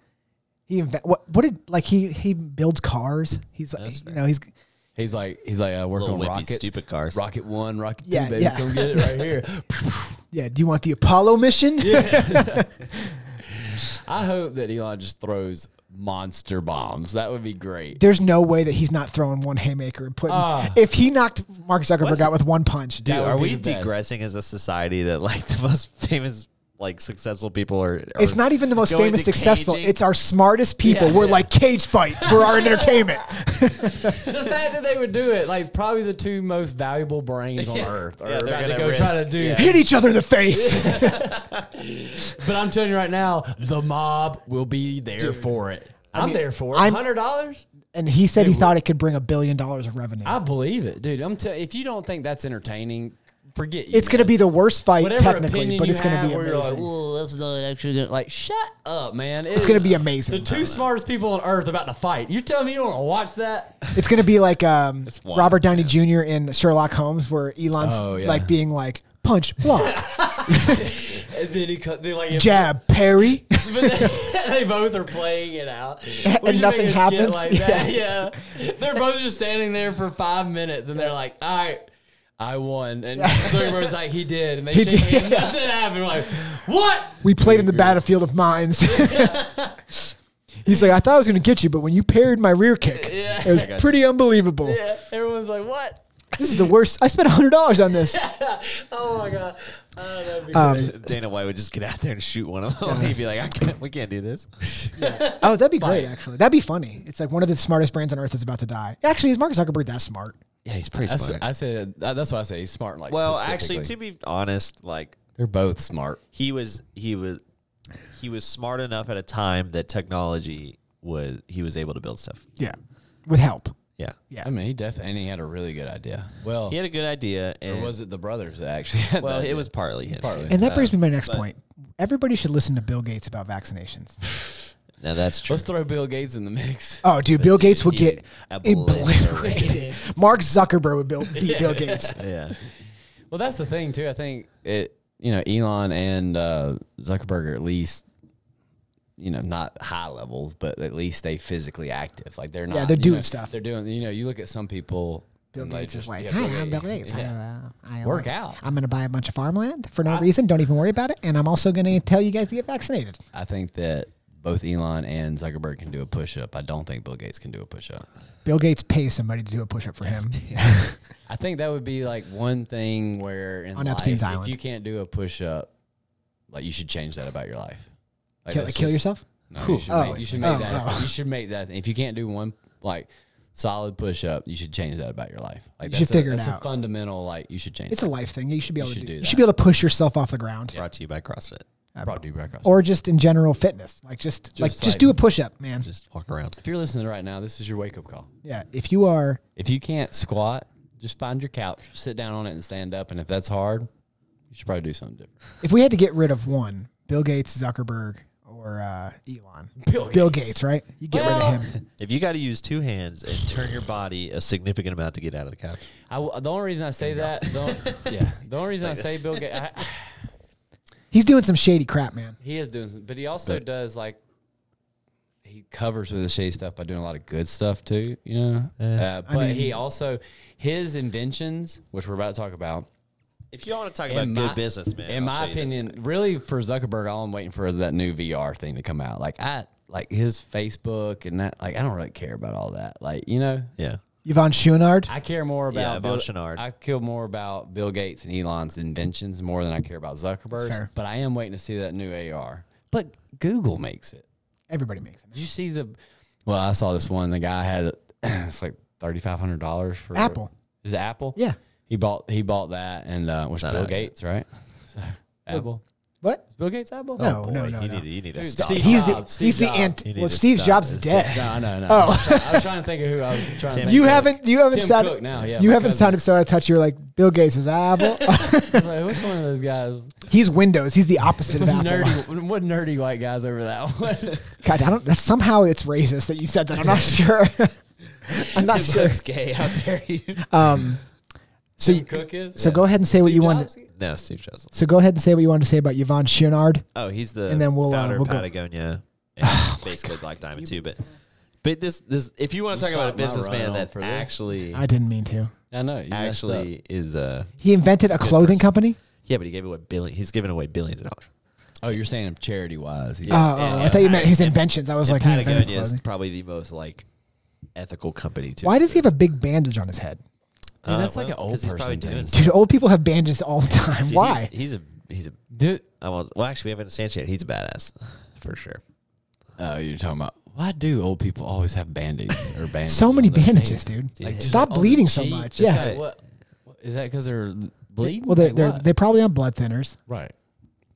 [SPEAKER 2] He inve- what what did like he he builds cars. He's like you know he's
[SPEAKER 4] He's like he's like I work
[SPEAKER 3] Little
[SPEAKER 4] on
[SPEAKER 3] wimpy,
[SPEAKER 4] rockets,
[SPEAKER 3] stupid cars.
[SPEAKER 4] Rocket one, rocket
[SPEAKER 2] Yeah,
[SPEAKER 4] two, baby,
[SPEAKER 2] yeah.
[SPEAKER 4] come get it right here.
[SPEAKER 2] [laughs] yeah. Do you want the Apollo mission?
[SPEAKER 4] I hope that Elon just throws monster bombs. That would be
[SPEAKER 2] [laughs]
[SPEAKER 4] great.
[SPEAKER 2] There's no way that he's not throwing one haymaker and putting.
[SPEAKER 4] Ah.
[SPEAKER 2] if he knocked Mark Zuckerberg
[SPEAKER 4] What's-
[SPEAKER 2] out with one punch,
[SPEAKER 3] Dude,
[SPEAKER 4] That would
[SPEAKER 3] are
[SPEAKER 4] be
[SPEAKER 3] we
[SPEAKER 4] the best.
[SPEAKER 3] digressing as a society that like [laughs] the most famous, like successful people are? are
[SPEAKER 2] it's not even the most
[SPEAKER 3] going
[SPEAKER 2] famous,
[SPEAKER 3] to
[SPEAKER 2] successful.
[SPEAKER 3] caging?
[SPEAKER 2] It's our smartest people.
[SPEAKER 4] Yeah.
[SPEAKER 2] We're like cage fight for
[SPEAKER 4] [laughs]
[SPEAKER 2] our entertainment.
[SPEAKER 4] [laughs] the fact that they would do it, like probably the two most valuable brains on earth, are
[SPEAKER 3] Yeah, they're
[SPEAKER 4] about to
[SPEAKER 3] gonna
[SPEAKER 4] go try
[SPEAKER 3] risk-
[SPEAKER 4] to do.
[SPEAKER 3] yeah.
[SPEAKER 2] Hit each other in the face.
[SPEAKER 4] But I'm telling you right now, the mob will be there for it. I'm there for it.
[SPEAKER 2] I'm-
[SPEAKER 4] Hundred dollars.
[SPEAKER 2] and he said he thought it could bring a billion dollars of revenue.
[SPEAKER 4] I believe it, dude. I'm tell if you don't think that's entertaining, forget you.
[SPEAKER 2] it's going to be the worst fight
[SPEAKER 4] Whatever
[SPEAKER 2] technically,
[SPEAKER 4] opinion
[SPEAKER 2] but
[SPEAKER 4] you
[SPEAKER 2] it's going to
[SPEAKER 4] have
[SPEAKER 2] be
[SPEAKER 4] where you're
[SPEAKER 2] amazing.
[SPEAKER 4] Like, "Whoa, that's not actually gonna-" like shut up, man. It
[SPEAKER 2] it's going
[SPEAKER 4] is
[SPEAKER 2] to be amazing.
[SPEAKER 4] The two smartest people on earth about to fight. You telling me you don't want to
[SPEAKER 2] [laughs]
[SPEAKER 4] watch that?
[SPEAKER 2] It's gonna be like um,
[SPEAKER 3] wild,
[SPEAKER 2] Robert Downey Jr. in Sherlock Holmes, where Elon's
[SPEAKER 4] Oh, yeah.
[SPEAKER 2] like being like punch,
[SPEAKER 4] [laughs]
[SPEAKER 2] block,
[SPEAKER 4] And then he cut. They like
[SPEAKER 2] jab, parry.
[SPEAKER 4] but [laughs] they, they both are playing it out, We should make
[SPEAKER 2] nothing
[SPEAKER 4] a skit
[SPEAKER 2] happens?
[SPEAKER 4] Like that. Yeah. they're both just standing there for five minutes, and they're like, "All right, I won." And [laughs] Zuckerberg's like, "He did," and they
[SPEAKER 2] He
[SPEAKER 4] shake
[SPEAKER 2] did.
[SPEAKER 4] hands. Nothing happened. We're like, what?
[SPEAKER 2] we played in the battlefield of
[SPEAKER 4] [laughs]
[SPEAKER 2] minds. He's like, I thought I was gonna get you, but when you parried my rear kick,
[SPEAKER 4] Yeah.
[SPEAKER 2] it was pretty unbelievable.
[SPEAKER 4] Yeah. Everyone's like, "What?"
[SPEAKER 2] This is the worst. I spent hundred dollars on this.
[SPEAKER 4] [laughs]
[SPEAKER 2] Um,
[SPEAKER 4] Oh my god. Oh, that'd be great.
[SPEAKER 3] Dana White would just get out there and shoot one of them. [laughs] He'd be like, I can't, we can't do this.
[SPEAKER 4] [laughs]
[SPEAKER 2] Oh, that'd be
[SPEAKER 4] Fight.
[SPEAKER 2] great. Actually, that'd be funny. It's like one of the smartest brands on earth is about to die. Actually, is Mark Zuckerberg that smart?
[SPEAKER 3] Yeah, he's pretty
[SPEAKER 4] That's
[SPEAKER 3] smart.
[SPEAKER 4] I said. That's what I say. He's smart. Like
[SPEAKER 3] well, actually, to be honest, like
[SPEAKER 4] they're both smart.
[SPEAKER 3] he was, he was, he was smart enough at a time that technology was, he was able to build stuff.
[SPEAKER 2] Yeah, with help.
[SPEAKER 3] Yeah,
[SPEAKER 4] I mean, he definitely and he had a really good idea. Well,
[SPEAKER 3] he had a good idea, and
[SPEAKER 4] or was it the brothers that actually? Had
[SPEAKER 3] well,
[SPEAKER 4] the
[SPEAKER 3] it
[SPEAKER 4] idea?
[SPEAKER 3] was partly him.
[SPEAKER 4] Partly.
[SPEAKER 3] too.
[SPEAKER 2] And that brings me to my next
[SPEAKER 3] but-
[SPEAKER 2] point. Everybody should listen to Bill Gates about vaccinations.
[SPEAKER 4] [laughs]
[SPEAKER 3] Now that's true.
[SPEAKER 4] Let's throw Bill Gates in the mix.
[SPEAKER 2] Oh, dude, Bill Gates would
[SPEAKER 3] he
[SPEAKER 2] get
[SPEAKER 3] obliterated.
[SPEAKER 4] [laughs]
[SPEAKER 2] obliterated. Mark Zuckerberg would Bill, beat Bill Gates.
[SPEAKER 3] yeah,
[SPEAKER 4] Well, that's the thing too. I think it, you know, Elon and uh, Zuckerberg are at least, you know, not high levels, but at least they physically active. Like they're not.
[SPEAKER 2] they're
[SPEAKER 4] you
[SPEAKER 2] doing
[SPEAKER 4] know,
[SPEAKER 2] stuff.
[SPEAKER 4] They're doing. You know, you look at some people.
[SPEAKER 2] Bill
[SPEAKER 4] and they
[SPEAKER 2] Gates is
[SPEAKER 4] just-
[SPEAKER 2] like,
[SPEAKER 4] yeah,
[SPEAKER 2] "Hi,
[SPEAKER 4] Bill
[SPEAKER 2] I'm Bill
[SPEAKER 4] Gates."
[SPEAKER 2] Gates. I, uh, I, uh,
[SPEAKER 4] Work out.
[SPEAKER 2] I'm going to buy a bunch of farmland for no reason. Don't even worry about it. And I'm also going to tell you guys to get vaccinated.
[SPEAKER 4] I think that both Elon and Zuckerberg can do a push up. I don't think Bill Gates can do a push up.
[SPEAKER 2] Bill Gates pays somebody to do a push-up for
[SPEAKER 4] [laughs]
[SPEAKER 2] him.
[SPEAKER 4] I think that would be like one thing where in
[SPEAKER 2] On
[SPEAKER 4] life,
[SPEAKER 2] Epstein's
[SPEAKER 4] if
[SPEAKER 2] Island.
[SPEAKER 4] you can't do a push up, like you should change that about your life. Like,
[SPEAKER 2] kill,
[SPEAKER 4] that's
[SPEAKER 2] kill
[SPEAKER 4] just-
[SPEAKER 2] yourself?
[SPEAKER 4] No, you should,
[SPEAKER 2] Oh.
[SPEAKER 4] make, you should make
[SPEAKER 2] Oh,
[SPEAKER 4] that.
[SPEAKER 2] oh.
[SPEAKER 4] You should make that. If you can't do one like solid push up, you should change that about your life. Like
[SPEAKER 2] You should
[SPEAKER 4] that's
[SPEAKER 2] figure
[SPEAKER 4] a,
[SPEAKER 2] it
[SPEAKER 4] that's
[SPEAKER 2] out.
[SPEAKER 4] a fundamental. Like you should change.
[SPEAKER 2] It's a life thing. You should be able to
[SPEAKER 4] should
[SPEAKER 2] do,
[SPEAKER 4] do
[SPEAKER 2] You
[SPEAKER 4] that.
[SPEAKER 2] should be able to push yourself off the ground.
[SPEAKER 3] brought to you by CrossFit.
[SPEAKER 4] that. Brought to you by CrossFit.
[SPEAKER 2] Or just in general fitness. Like just, like
[SPEAKER 4] Just
[SPEAKER 2] just
[SPEAKER 4] like-
[SPEAKER 2] do a push-up, man.
[SPEAKER 3] Just walk around.
[SPEAKER 4] if you're listening right now, this is your wake up call.
[SPEAKER 2] yeah, if you are
[SPEAKER 4] If you can't squat, just find your couch, sit down on it, and stand up. And if that's hard, you should probably do something different.
[SPEAKER 2] If we had to get rid of one, Bill Gates, Zuckerberg, or uh, Elon,
[SPEAKER 4] Bill
[SPEAKER 2] Gates.
[SPEAKER 4] Gates.
[SPEAKER 2] right? You get rid
[SPEAKER 4] Well-
[SPEAKER 2] of him.
[SPEAKER 3] If you got to use two hands and turn your body a significant amount to get out of the couch,
[SPEAKER 4] I w the only reason I say that, the only, yeah, the only reason I say Bill Gates,
[SPEAKER 2] He's doing some shady crap, man.
[SPEAKER 4] he is doing, some, but he also
[SPEAKER 3] But-
[SPEAKER 4] does like he covers with the shady stuff by doing a lot of good stuff too, you know. Uh, but
[SPEAKER 2] mean-
[SPEAKER 4] he also his inventions, which we're about to talk about,
[SPEAKER 3] If you don't want to talk about
[SPEAKER 4] In my-
[SPEAKER 3] good business, man.
[SPEAKER 4] In
[SPEAKER 3] I'll
[SPEAKER 4] my
[SPEAKER 3] show you this.
[SPEAKER 4] opinion, really for Zuckerberg, all I'm waiting for is that new VR thing to come out. Like I like his Facebook and that. Like I don't really care about all that. Like you know,
[SPEAKER 3] yeah,
[SPEAKER 2] Yvonne Chouinard.
[SPEAKER 4] I care more about
[SPEAKER 3] Yeah, Von
[SPEAKER 4] Bill,
[SPEAKER 3] Schenard.
[SPEAKER 4] I care more about Bill Gates and Elon's inventions more than I care about Zuckerberg's.
[SPEAKER 2] fair.
[SPEAKER 4] But I am waiting to see that new AR. But Google makes it.
[SPEAKER 2] Everybody makes it.
[SPEAKER 4] Did you see the? Well, I saw this one. The guy had [clears throat] it's like thirty five hundred dollars for
[SPEAKER 2] Apple.
[SPEAKER 4] Is it Apple?
[SPEAKER 2] Yeah.
[SPEAKER 4] He bought he bought that and uh, which
[SPEAKER 3] Not
[SPEAKER 4] Bill
[SPEAKER 3] out yet.
[SPEAKER 4] Gates, right? [laughs] So, Apple.
[SPEAKER 2] What? Oh.
[SPEAKER 4] Is Bill Gates Apple?
[SPEAKER 2] No, no,
[SPEAKER 3] Oh, Boy,
[SPEAKER 2] no,
[SPEAKER 3] you
[SPEAKER 2] no.
[SPEAKER 3] need to- you need to
[SPEAKER 4] Dude,
[SPEAKER 3] stop.
[SPEAKER 4] Steve
[SPEAKER 2] he's the [laughs]
[SPEAKER 4] Jobs,
[SPEAKER 2] he's
[SPEAKER 4] Steve
[SPEAKER 2] the
[SPEAKER 4] Jobs.
[SPEAKER 2] ant.
[SPEAKER 3] You need
[SPEAKER 2] Well,
[SPEAKER 3] to
[SPEAKER 2] Steve
[SPEAKER 3] stop
[SPEAKER 2] Jobs
[SPEAKER 3] this.
[SPEAKER 2] is dead. [laughs]
[SPEAKER 4] No, no, no.
[SPEAKER 2] Oh.
[SPEAKER 4] I, was trying, I was trying to think of who I was trying to think
[SPEAKER 2] You
[SPEAKER 4] of.
[SPEAKER 2] haven't you haven't
[SPEAKER 4] Tim
[SPEAKER 2] sounded
[SPEAKER 4] Cook now, yeah.
[SPEAKER 2] you
[SPEAKER 4] my
[SPEAKER 2] haven't
[SPEAKER 4] cousin.
[SPEAKER 2] sounded so out of touch. You're like Bill Gates [laughs] is Apple.
[SPEAKER 4] I was like, which one of
[SPEAKER 2] [laughs]
[SPEAKER 4] those guys?
[SPEAKER 2] he's Windows. He's the opposite
[SPEAKER 4] [laughs]
[SPEAKER 2] of Apple.
[SPEAKER 4] nerdy, what nerdy white guys over that one?
[SPEAKER 2] God, I don't. That's somehow it's racist that you said that. I'm not sure. [laughs] [laughs]
[SPEAKER 4] [laughs]
[SPEAKER 2] I'm not
[SPEAKER 3] Tim
[SPEAKER 2] sure.
[SPEAKER 3] Cook's gay. How dare you?
[SPEAKER 2] Um, so you,
[SPEAKER 4] Cook is.
[SPEAKER 2] so go ahead and say what you wanted.
[SPEAKER 3] no, Steve Jobs.
[SPEAKER 2] So go ahead and say what you wanted to say about Yvonne Chouinard.
[SPEAKER 3] Oh, he's the
[SPEAKER 2] And then we'll, uh,
[SPEAKER 3] founder
[SPEAKER 2] we'll
[SPEAKER 3] of
[SPEAKER 2] go- Oh
[SPEAKER 3] Patagonia,
[SPEAKER 2] [sighs]
[SPEAKER 3] and basically Black Diamond too. But but this this if you want
[SPEAKER 4] You
[SPEAKER 3] to talk about a
[SPEAKER 4] stopped my
[SPEAKER 3] businessman
[SPEAKER 4] run on
[SPEAKER 3] that
[SPEAKER 4] for this.
[SPEAKER 3] actually
[SPEAKER 2] I didn't mean to.
[SPEAKER 4] I know. You messed up.
[SPEAKER 3] actually is uh
[SPEAKER 2] He invented a clothing
[SPEAKER 3] person.
[SPEAKER 2] company.
[SPEAKER 3] yeah, but he gave away billion. He's giving away billions of dollars.
[SPEAKER 4] Oh, you're saying charity wise.
[SPEAKER 2] Oh, oh,
[SPEAKER 3] yeah,
[SPEAKER 2] I thought you
[SPEAKER 3] yeah.
[SPEAKER 4] [laughs]
[SPEAKER 2] meant his inventions. I was
[SPEAKER 3] And
[SPEAKER 2] like, he invented
[SPEAKER 3] Patagonia is
[SPEAKER 2] clothing.
[SPEAKER 3] probably the most like ethical company too.
[SPEAKER 2] Why does he have a big bandage on his
[SPEAKER 4] [laughs]
[SPEAKER 2] head?
[SPEAKER 4] Dude,
[SPEAKER 3] Uh,
[SPEAKER 4] that's like an old person thing.
[SPEAKER 2] Dude, old people have bandages all the time. Why?
[SPEAKER 3] He's, he's a he's a.
[SPEAKER 4] Dude.
[SPEAKER 3] I was, well, actually, we haven't instantiated. He's a badass for sure.
[SPEAKER 4] Oh, you're talking about. Why do old people always have band-aids
[SPEAKER 2] [laughs]
[SPEAKER 4] or bandages?
[SPEAKER 2] So many
[SPEAKER 4] on their
[SPEAKER 2] bandages,
[SPEAKER 4] face?
[SPEAKER 2] dude.
[SPEAKER 3] Dude,
[SPEAKER 4] just
[SPEAKER 2] Stop
[SPEAKER 4] on the
[SPEAKER 2] bleeding so
[SPEAKER 4] cheek,
[SPEAKER 2] much.
[SPEAKER 4] just
[SPEAKER 2] Yes.
[SPEAKER 4] kinda- What, what, is that because they're bleeding?
[SPEAKER 2] Well, they're
[SPEAKER 4] Like
[SPEAKER 2] they're
[SPEAKER 4] what?
[SPEAKER 2] they're probably on blood thinners,
[SPEAKER 4] right.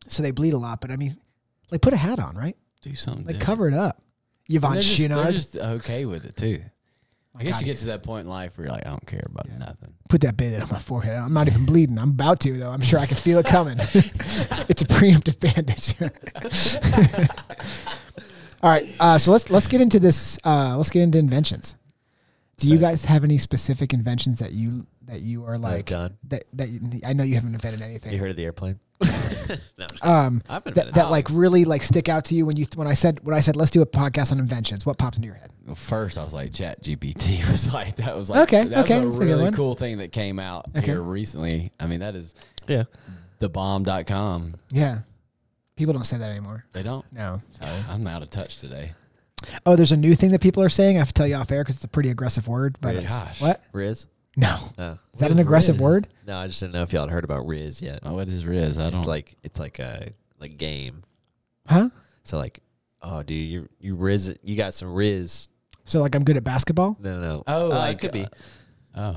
[SPEAKER 2] so they bleed a lot. But I mean, like, put a hat on, right?
[SPEAKER 4] Do something.
[SPEAKER 2] Like,
[SPEAKER 4] different.
[SPEAKER 2] cover it up. Yvonne
[SPEAKER 4] And they're, just, they're
[SPEAKER 2] Chouinard.
[SPEAKER 4] just okay with it too. I
[SPEAKER 2] Oh My
[SPEAKER 4] guess
[SPEAKER 2] God,
[SPEAKER 4] you get to that point in life where you're like, I don't care about nothing.
[SPEAKER 2] put that bandage on my forehead. I'm not even bleeding. I'm about to though. I'm sure I can feel it coming. [laughs] it's a preemptive bandage. [laughs] All right, uh, so let's let's get into this. Uh, let's get into inventions. Do you
[SPEAKER 3] So-
[SPEAKER 2] guys have any specific inventions that you that you are like
[SPEAKER 3] done.
[SPEAKER 2] that that you, I know you haven't invented
[SPEAKER 3] You
[SPEAKER 2] anything.
[SPEAKER 3] heard of
[SPEAKER 2] [laughs]
[SPEAKER 3] the airplane? no,
[SPEAKER 2] Um,
[SPEAKER 3] I've been
[SPEAKER 2] that, that like really like stick out to you when you when I said when I said let's do a podcast on inventions. What popped into your head?
[SPEAKER 4] [laughs] Well, First, I was like, Chat GPT [laughs] was like that was like
[SPEAKER 2] Okay,
[SPEAKER 4] that
[SPEAKER 2] okay,
[SPEAKER 4] was
[SPEAKER 2] that's
[SPEAKER 4] a
[SPEAKER 2] a good
[SPEAKER 4] really
[SPEAKER 2] one.
[SPEAKER 4] cool thing that came out
[SPEAKER 2] Okay.
[SPEAKER 4] here recently. I mean, that is
[SPEAKER 3] yeah.
[SPEAKER 4] the bomb.com.
[SPEAKER 2] Yeah, people don't say that anymore.
[SPEAKER 4] They don't.
[SPEAKER 2] No.
[SPEAKER 4] So I'm out of touch today.
[SPEAKER 2] Oh, there's a new thing that people are saying. I have to tell you off air because it's a pretty aggressive word. But
[SPEAKER 3] Riz.
[SPEAKER 4] Gosh.
[SPEAKER 2] what?
[SPEAKER 3] Riz.
[SPEAKER 2] No.
[SPEAKER 3] No.
[SPEAKER 2] Is that
[SPEAKER 4] What
[SPEAKER 2] an
[SPEAKER 4] is
[SPEAKER 2] aggressive
[SPEAKER 4] Riz?
[SPEAKER 2] word?
[SPEAKER 3] No, I just didn't know if y'all had heard about Riz yet.
[SPEAKER 4] Oh, what is Riz? I don't
[SPEAKER 3] It's like it's like a like game.
[SPEAKER 2] Huh?
[SPEAKER 3] So like, oh, dude, you you Riz, you got some Riz.
[SPEAKER 2] So like I'm good at basketball?
[SPEAKER 3] No, no, no.
[SPEAKER 4] Oh,
[SPEAKER 3] Uh,
[SPEAKER 4] like,
[SPEAKER 3] it could be.
[SPEAKER 4] oh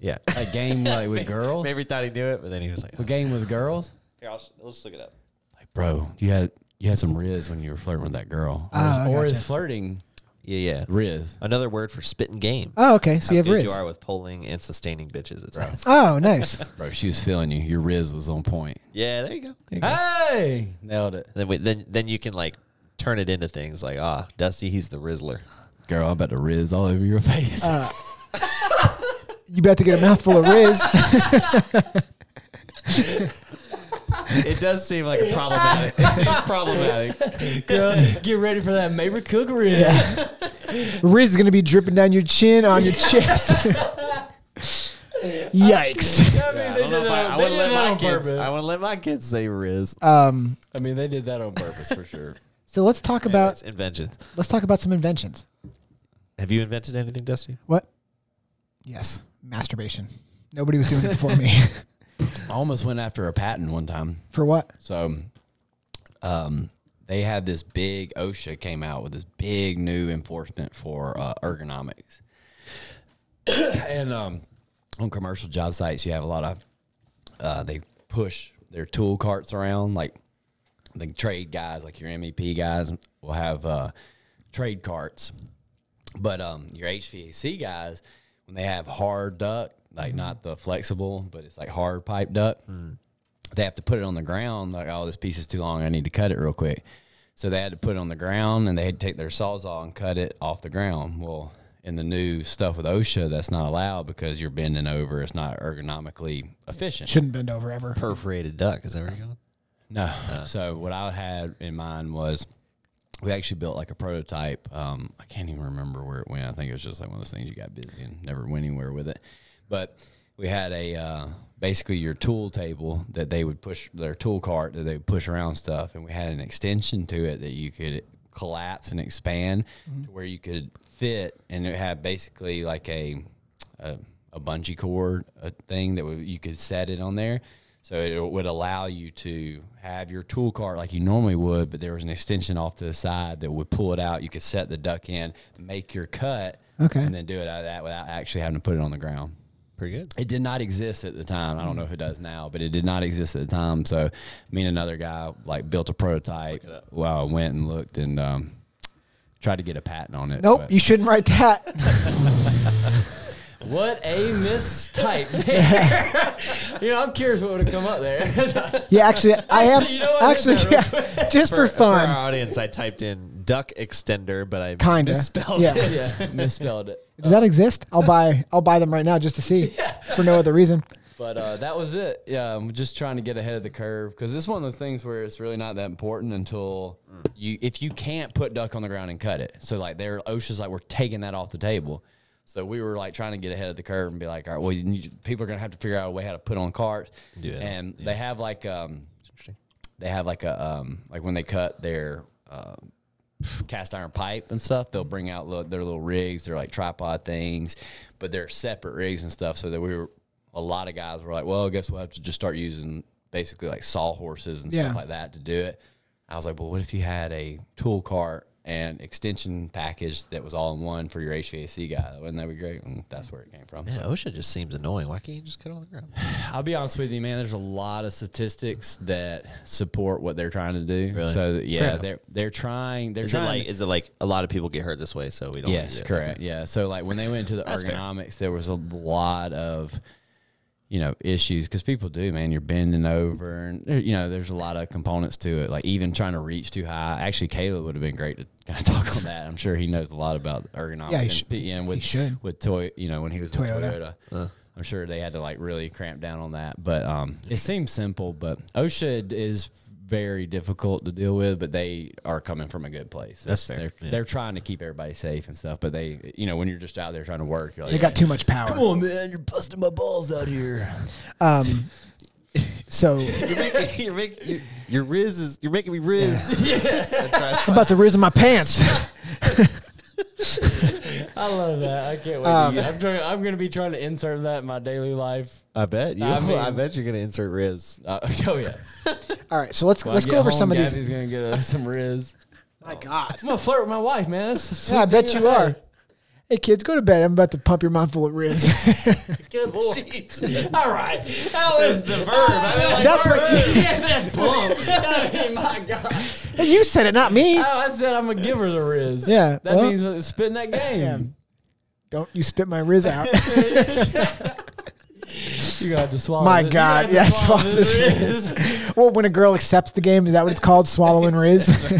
[SPEAKER 3] Yeah.
[SPEAKER 4] a game like [laughs] with girls.
[SPEAKER 3] [laughs] Maybe he thought he knew it, but then he was like,
[SPEAKER 4] a game with girls.
[SPEAKER 3] here, I'll, let's look it up.
[SPEAKER 4] Like, bro, you had you had some Riz when you were flirting with that girl, or,
[SPEAKER 2] Oh, I
[SPEAKER 4] is, or
[SPEAKER 2] gotcha.
[SPEAKER 4] is flirting
[SPEAKER 3] Yeah, yeah.
[SPEAKER 4] Riz?
[SPEAKER 3] Another word for spitting game.
[SPEAKER 2] Oh, okay. So you have
[SPEAKER 3] good
[SPEAKER 2] Riz.
[SPEAKER 3] you are with polling and sustaining bitches. It's
[SPEAKER 2] [laughs] Oh, nice.
[SPEAKER 4] Bro, she was feeling you. Your Riz was on point.
[SPEAKER 3] yeah, there you go. There you go.
[SPEAKER 4] Hey, nailed it,
[SPEAKER 3] Then, we, then then you can like turn it into things like ah, Dusty, he's the Rizzler.
[SPEAKER 4] girl. I'm about to Riz all over your face. [laughs]
[SPEAKER 2] you about to get a mouthful of Riz.
[SPEAKER 3] it does seem like
[SPEAKER 4] [laughs]
[SPEAKER 3] a problematic. It seems problematic.
[SPEAKER 4] girl, get ready for that Maverick Cook Riz.
[SPEAKER 2] Riz is gonna be dripping down your chin on your chest. Yikes.
[SPEAKER 4] I mean,
[SPEAKER 3] I
[SPEAKER 4] they
[SPEAKER 3] don't know
[SPEAKER 4] did
[SPEAKER 3] if I,
[SPEAKER 4] that-
[SPEAKER 3] I wouldn't
[SPEAKER 4] they did
[SPEAKER 3] let
[SPEAKER 4] that
[SPEAKER 3] my
[SPEAKER 4] on
[SPEAKER 3] kids. I
[SPEAKER 4] purpose.
[SPEAKER 3] wouldn't let my kids say Riz.
[SPEAKER 2] Um,
[SPEAKER 4] I mean, they did that on purpose for sure.
[SPEAKER 2] so let's talk
[SPEAKER 3] Anyways,
[SPEAKER 2] about
[SPEAKER 3] inventions.
[SPEAKER 2] let's talk about some inventions.
[SPEAKER 3] Have you invented anything, Dusty?
[SPEAKER 2] What? Yes, masturbation. Nobody was doing it before me.
[SPEAKER 4] [laughs] I almost went after a patent one time.
[SPEAKER 2] For what?
[SPEAKER 4] So, um, they had this big OSHA came out with this big new enforcement for uh, ergonomics, [coughs] and um, on commercial job sites, you have a lot of uh, they push their tool carts around. Like the trade guys, like your MEP guys, will have uh, trade carts, but um, your HVAC guys when they have hard duct, like not the flexible, but it's like hard pipe duct they have to put it on the ground. Like, oh, this piece is too long. I need to cut it real quick. So they had to put it on the ground and they had to take their sawzall and cut it off the ground. Well, in the new stuff with OSHA, that's not allowed because you're bending over. It's not ergonomically efficient.
[SPEAKER 2] Shouldn't bend over ever.
[SPEAKER 3] Perforated duck. Is that where you're going?
[SPEAKER 4] No. so what I had in mind was we actually built like a prototype. Um, I can't even remember where it went. I think it was just like one of those things you got busy and never went anywhere with it. But we had a uh, basically your tool table that they would push their tool cart that they would push around stuff, and we had an extension to it that you could collapse and expand to where you could fit, and it had basically like a a, a bungee cord a thing that would, you could set it on there. So it would allow you to have your tool cart like you normally would, but there was an extension off to the side that would pull it out. You could set the duck in, make your cut,
[SPEAKER 2] Okay.
[SPEAKER 4] and then do it out of that without actually having to put it on the ground.
[SPEAKER 3] Pretty good.
[SPEAKER 4] It did not exist at the time.
[SPEAKER 2] Mm.
[SPEAKER 4] I don't know if it does now, but it did not exist at the time. So me and another guy like built a prototype. Well, I went and looked and um, tried to get a patent on it.
[SPEAKER 2] Nope,
[SPEAKER 4] but-
[SPEAKER 2] you shouldn't write that.
[SPEAKER 4] what a [laughs] mistype there. you know, I'm curious what would have come up
[SPEAKER 3] [laughs]
[SPEAKER 4] there.
[SPEAKER 2] Yeah, actually, I am.
[SPEAKER 4] Actually, you know what?
[SPEAKER 2] actually,
[SPEAKER 4] That
[SPEAKER 2] yeah, just for, fun.
[SPEAKER 3] our audience, I typed in duck extender, but I
[SPEAKER 2] Kinda.
[SPEAKER 3] misspelled
[SPEAKER 2] Yeah.
[SPEAKER 3] it. [laughs]
[SPEAKER 4] yeah, misspelled it.
[SPEAKER 2] Does that exist? I'll buy. I'll buy them right now just to
[SPEAKER 4] [laughs]
[SPEAKER 2] see, for no other reason.
[SPEAKER 4] But uh, that was it. Yeah, I'm just trying to get ahead of the curve because it's one of those things where it's really not that important until you if you can't put duck on the ground and cut it. So like their OSHA's like we're taking that off the table. So we were like trying to get ahead of the curve and be like, all right, well, you need, people are gonna have to figure out a way how to put on carts.
[SPEAKER 3] Yeah,
[SPEAKER 4] and they have like um, they have like a um, like when they cut their uh, cast iron pipe and stuff. They'll bring out lo- their little rigs, their like tripod things, but they're separate rigs and stuff. So that we were a lot of guys were like, well, I guess we'll have to just start using basically like saw horses and
[SPEAKER 2] Yeah.
[SPEAKER 4] stuff like that to do it. I was like, well, what if you had a tool cart and extension package that was all in one for your HVAC guy? Wouldn't that be great? And that's where it came from.
[SPEAKER 3] Man, OSHA just seems annoying. Why can't you just cut on the ground?
[SPEAKER 4] I'll be honest with you, man. There's a lot of statistics that support what they're trying to do.
[SPEAKER 3] Really?
[SPEAKER 4] So
[SPEAKER 3] Fair
[SPEAKER 4] yeah,
[SPEAKER 3] enough.
[SPEAKER 4] they're they're trying. They're
[SPEAKER 3] Is it
[SPEAKER 4] trying.
[SPEAKER 3] like
[SPEAKER 4] to-
[SPEAKER 3] is it like a lot of people get hurt this way, so we don't?
[SPEAKER 4] yes,
[SPEAKER 3] do it?
[SPEAKER 4] correct. Yeah. So like when they went to the
[SPEAKER 3] fair.
[SPEAKER 4] ergonomics, there was a lot of you know issues because people do, man. You're bending over, and there- you know there's a lot of components to it. Like even trying to reach too high. Actually, Caleb would have been great to kind of [laughs] talk on that. I'm sure he knows a lot about ergonomics.
[SPEAKER 2] Yeah, he
[SPEAKER 4] and,
[SPEAKER 2] should-
[SPEAKER 4] P- and with
[SPEAKER 2] he should.
[SPEAKER 4] with toy. You know when he was with
[SPEAKER 2] Toyota.
[SPEAKER 4] Toyota.
[SPEAKER 3] Uh.
[SPEAKER 4] I'm sure they had to like really cramp down on that, but um, it seems simple. But OSHA is very difficult to deal with, but they are coming from a good place.
[SPEAKER 3] That's fair.
[SPEAKER 4] They're,
[SPEAKER 3] Yeah.
[SPEAKER 4] they're trying to keep everybody safe and stuff, but they, you know, when you're just out there trying to work, you're like,
[SPEAKER 2] They got too much power.
[SPEAKER 4] "Come on, Oh, man, you're busting my balls out here."
[SPEAKER 2] Um, so
[SPEAKER 3] [laughs] you're, making, you're, your Riz is you're making me Riz.
[SPEAKER 2] I'm about to riz in my
[SPEAKER 4] [laughs]
[SPEAKER 2] pants.
[SPEAKER 4] I love that. I can't wait.
[SPEAKER 2] Um,
[SPEAKER 4] I'm, trying, I'm going to be trying to insert that in my daily life.
[SPEAKER 3] [laughs] I bet you. [laughs]
[SPEAKER 4] I
[SPEAKER 3] I,
[SPEAKER 4] mean-
[SPEAKER 3] bet you're gonna insert Riz.
[SPEAKER 4] Uh, [laughs] oh yeah.
[SPEAKER 2] All right, so let's
[SPEAKER 4] When I
[SPEAKER 2] let's go
[SPEAKER 4] get
[SPEAKER 2] over
[SPEAKER 4] home,
[SPEAKER 2] some of these.
[SPEAKER 4] Gabby's going to get us some Riz.
[SPEAKER 2] My God.
[SPEAKER 4] I'm going to flirt with my wife, man. That's the
[SPEAKER 2] Yeah, I
[SPEAKER 4] sweet
[SPEAKER 2] bet
[SPEAKER 4] thing
[SPEAKER 2] you
[SPEAKER 4] to
[SPEAKER 2] are.
[SPEAKER 4] say.
[SPEAKER 2] Hey kids, go to bed. I'm about to pump your mouth full of
[SPEAKER 4] [laughs]
[SPEAKER 2] Riz. [laughs]
[SPEAKER 4] Good lord. All right. That was the verb. I mean, like,
[SPEAKER 2] That's what-
[SPEAKER 4] [laughs] verb. Yes, that bump. I mean, my God. Oh,
[SPEAKER 2] hey, you said it, not me.
[SPEAKER 4] I, I said I'm going to give her the Riz.
[SPEAKER 2] Yeah,
[SPEAKER 4] That
[SPEAKER 2] well-
[SPEAKER 4] means uh, spitting that game.
[SPEAKER 2] Don't you spit my Riz
[SPEAKER 4] [laughs]
[SPEAKER 2] out.
[SPEAKER 4] You're going to have to swallow
[SPEAKER 2] My
[SPEAKER 4] it. You're gonna [laughs]
[SPEAKER 2] God,
[SPEAKER 4] have to
[SPEAKER 2] yeah,
[SPEAKER 4] swallow
[SPEAKER 2] swallow
[SPEAKER 4] this
[SPEAKER 2] this
[SPEAKER 4] Riz.
[SPEAKER 2] well, when a girl accepts the game, is that what it's called?
[SPEAKER 4] [laughs]
[SPEAKER 2] Swallowing Riz?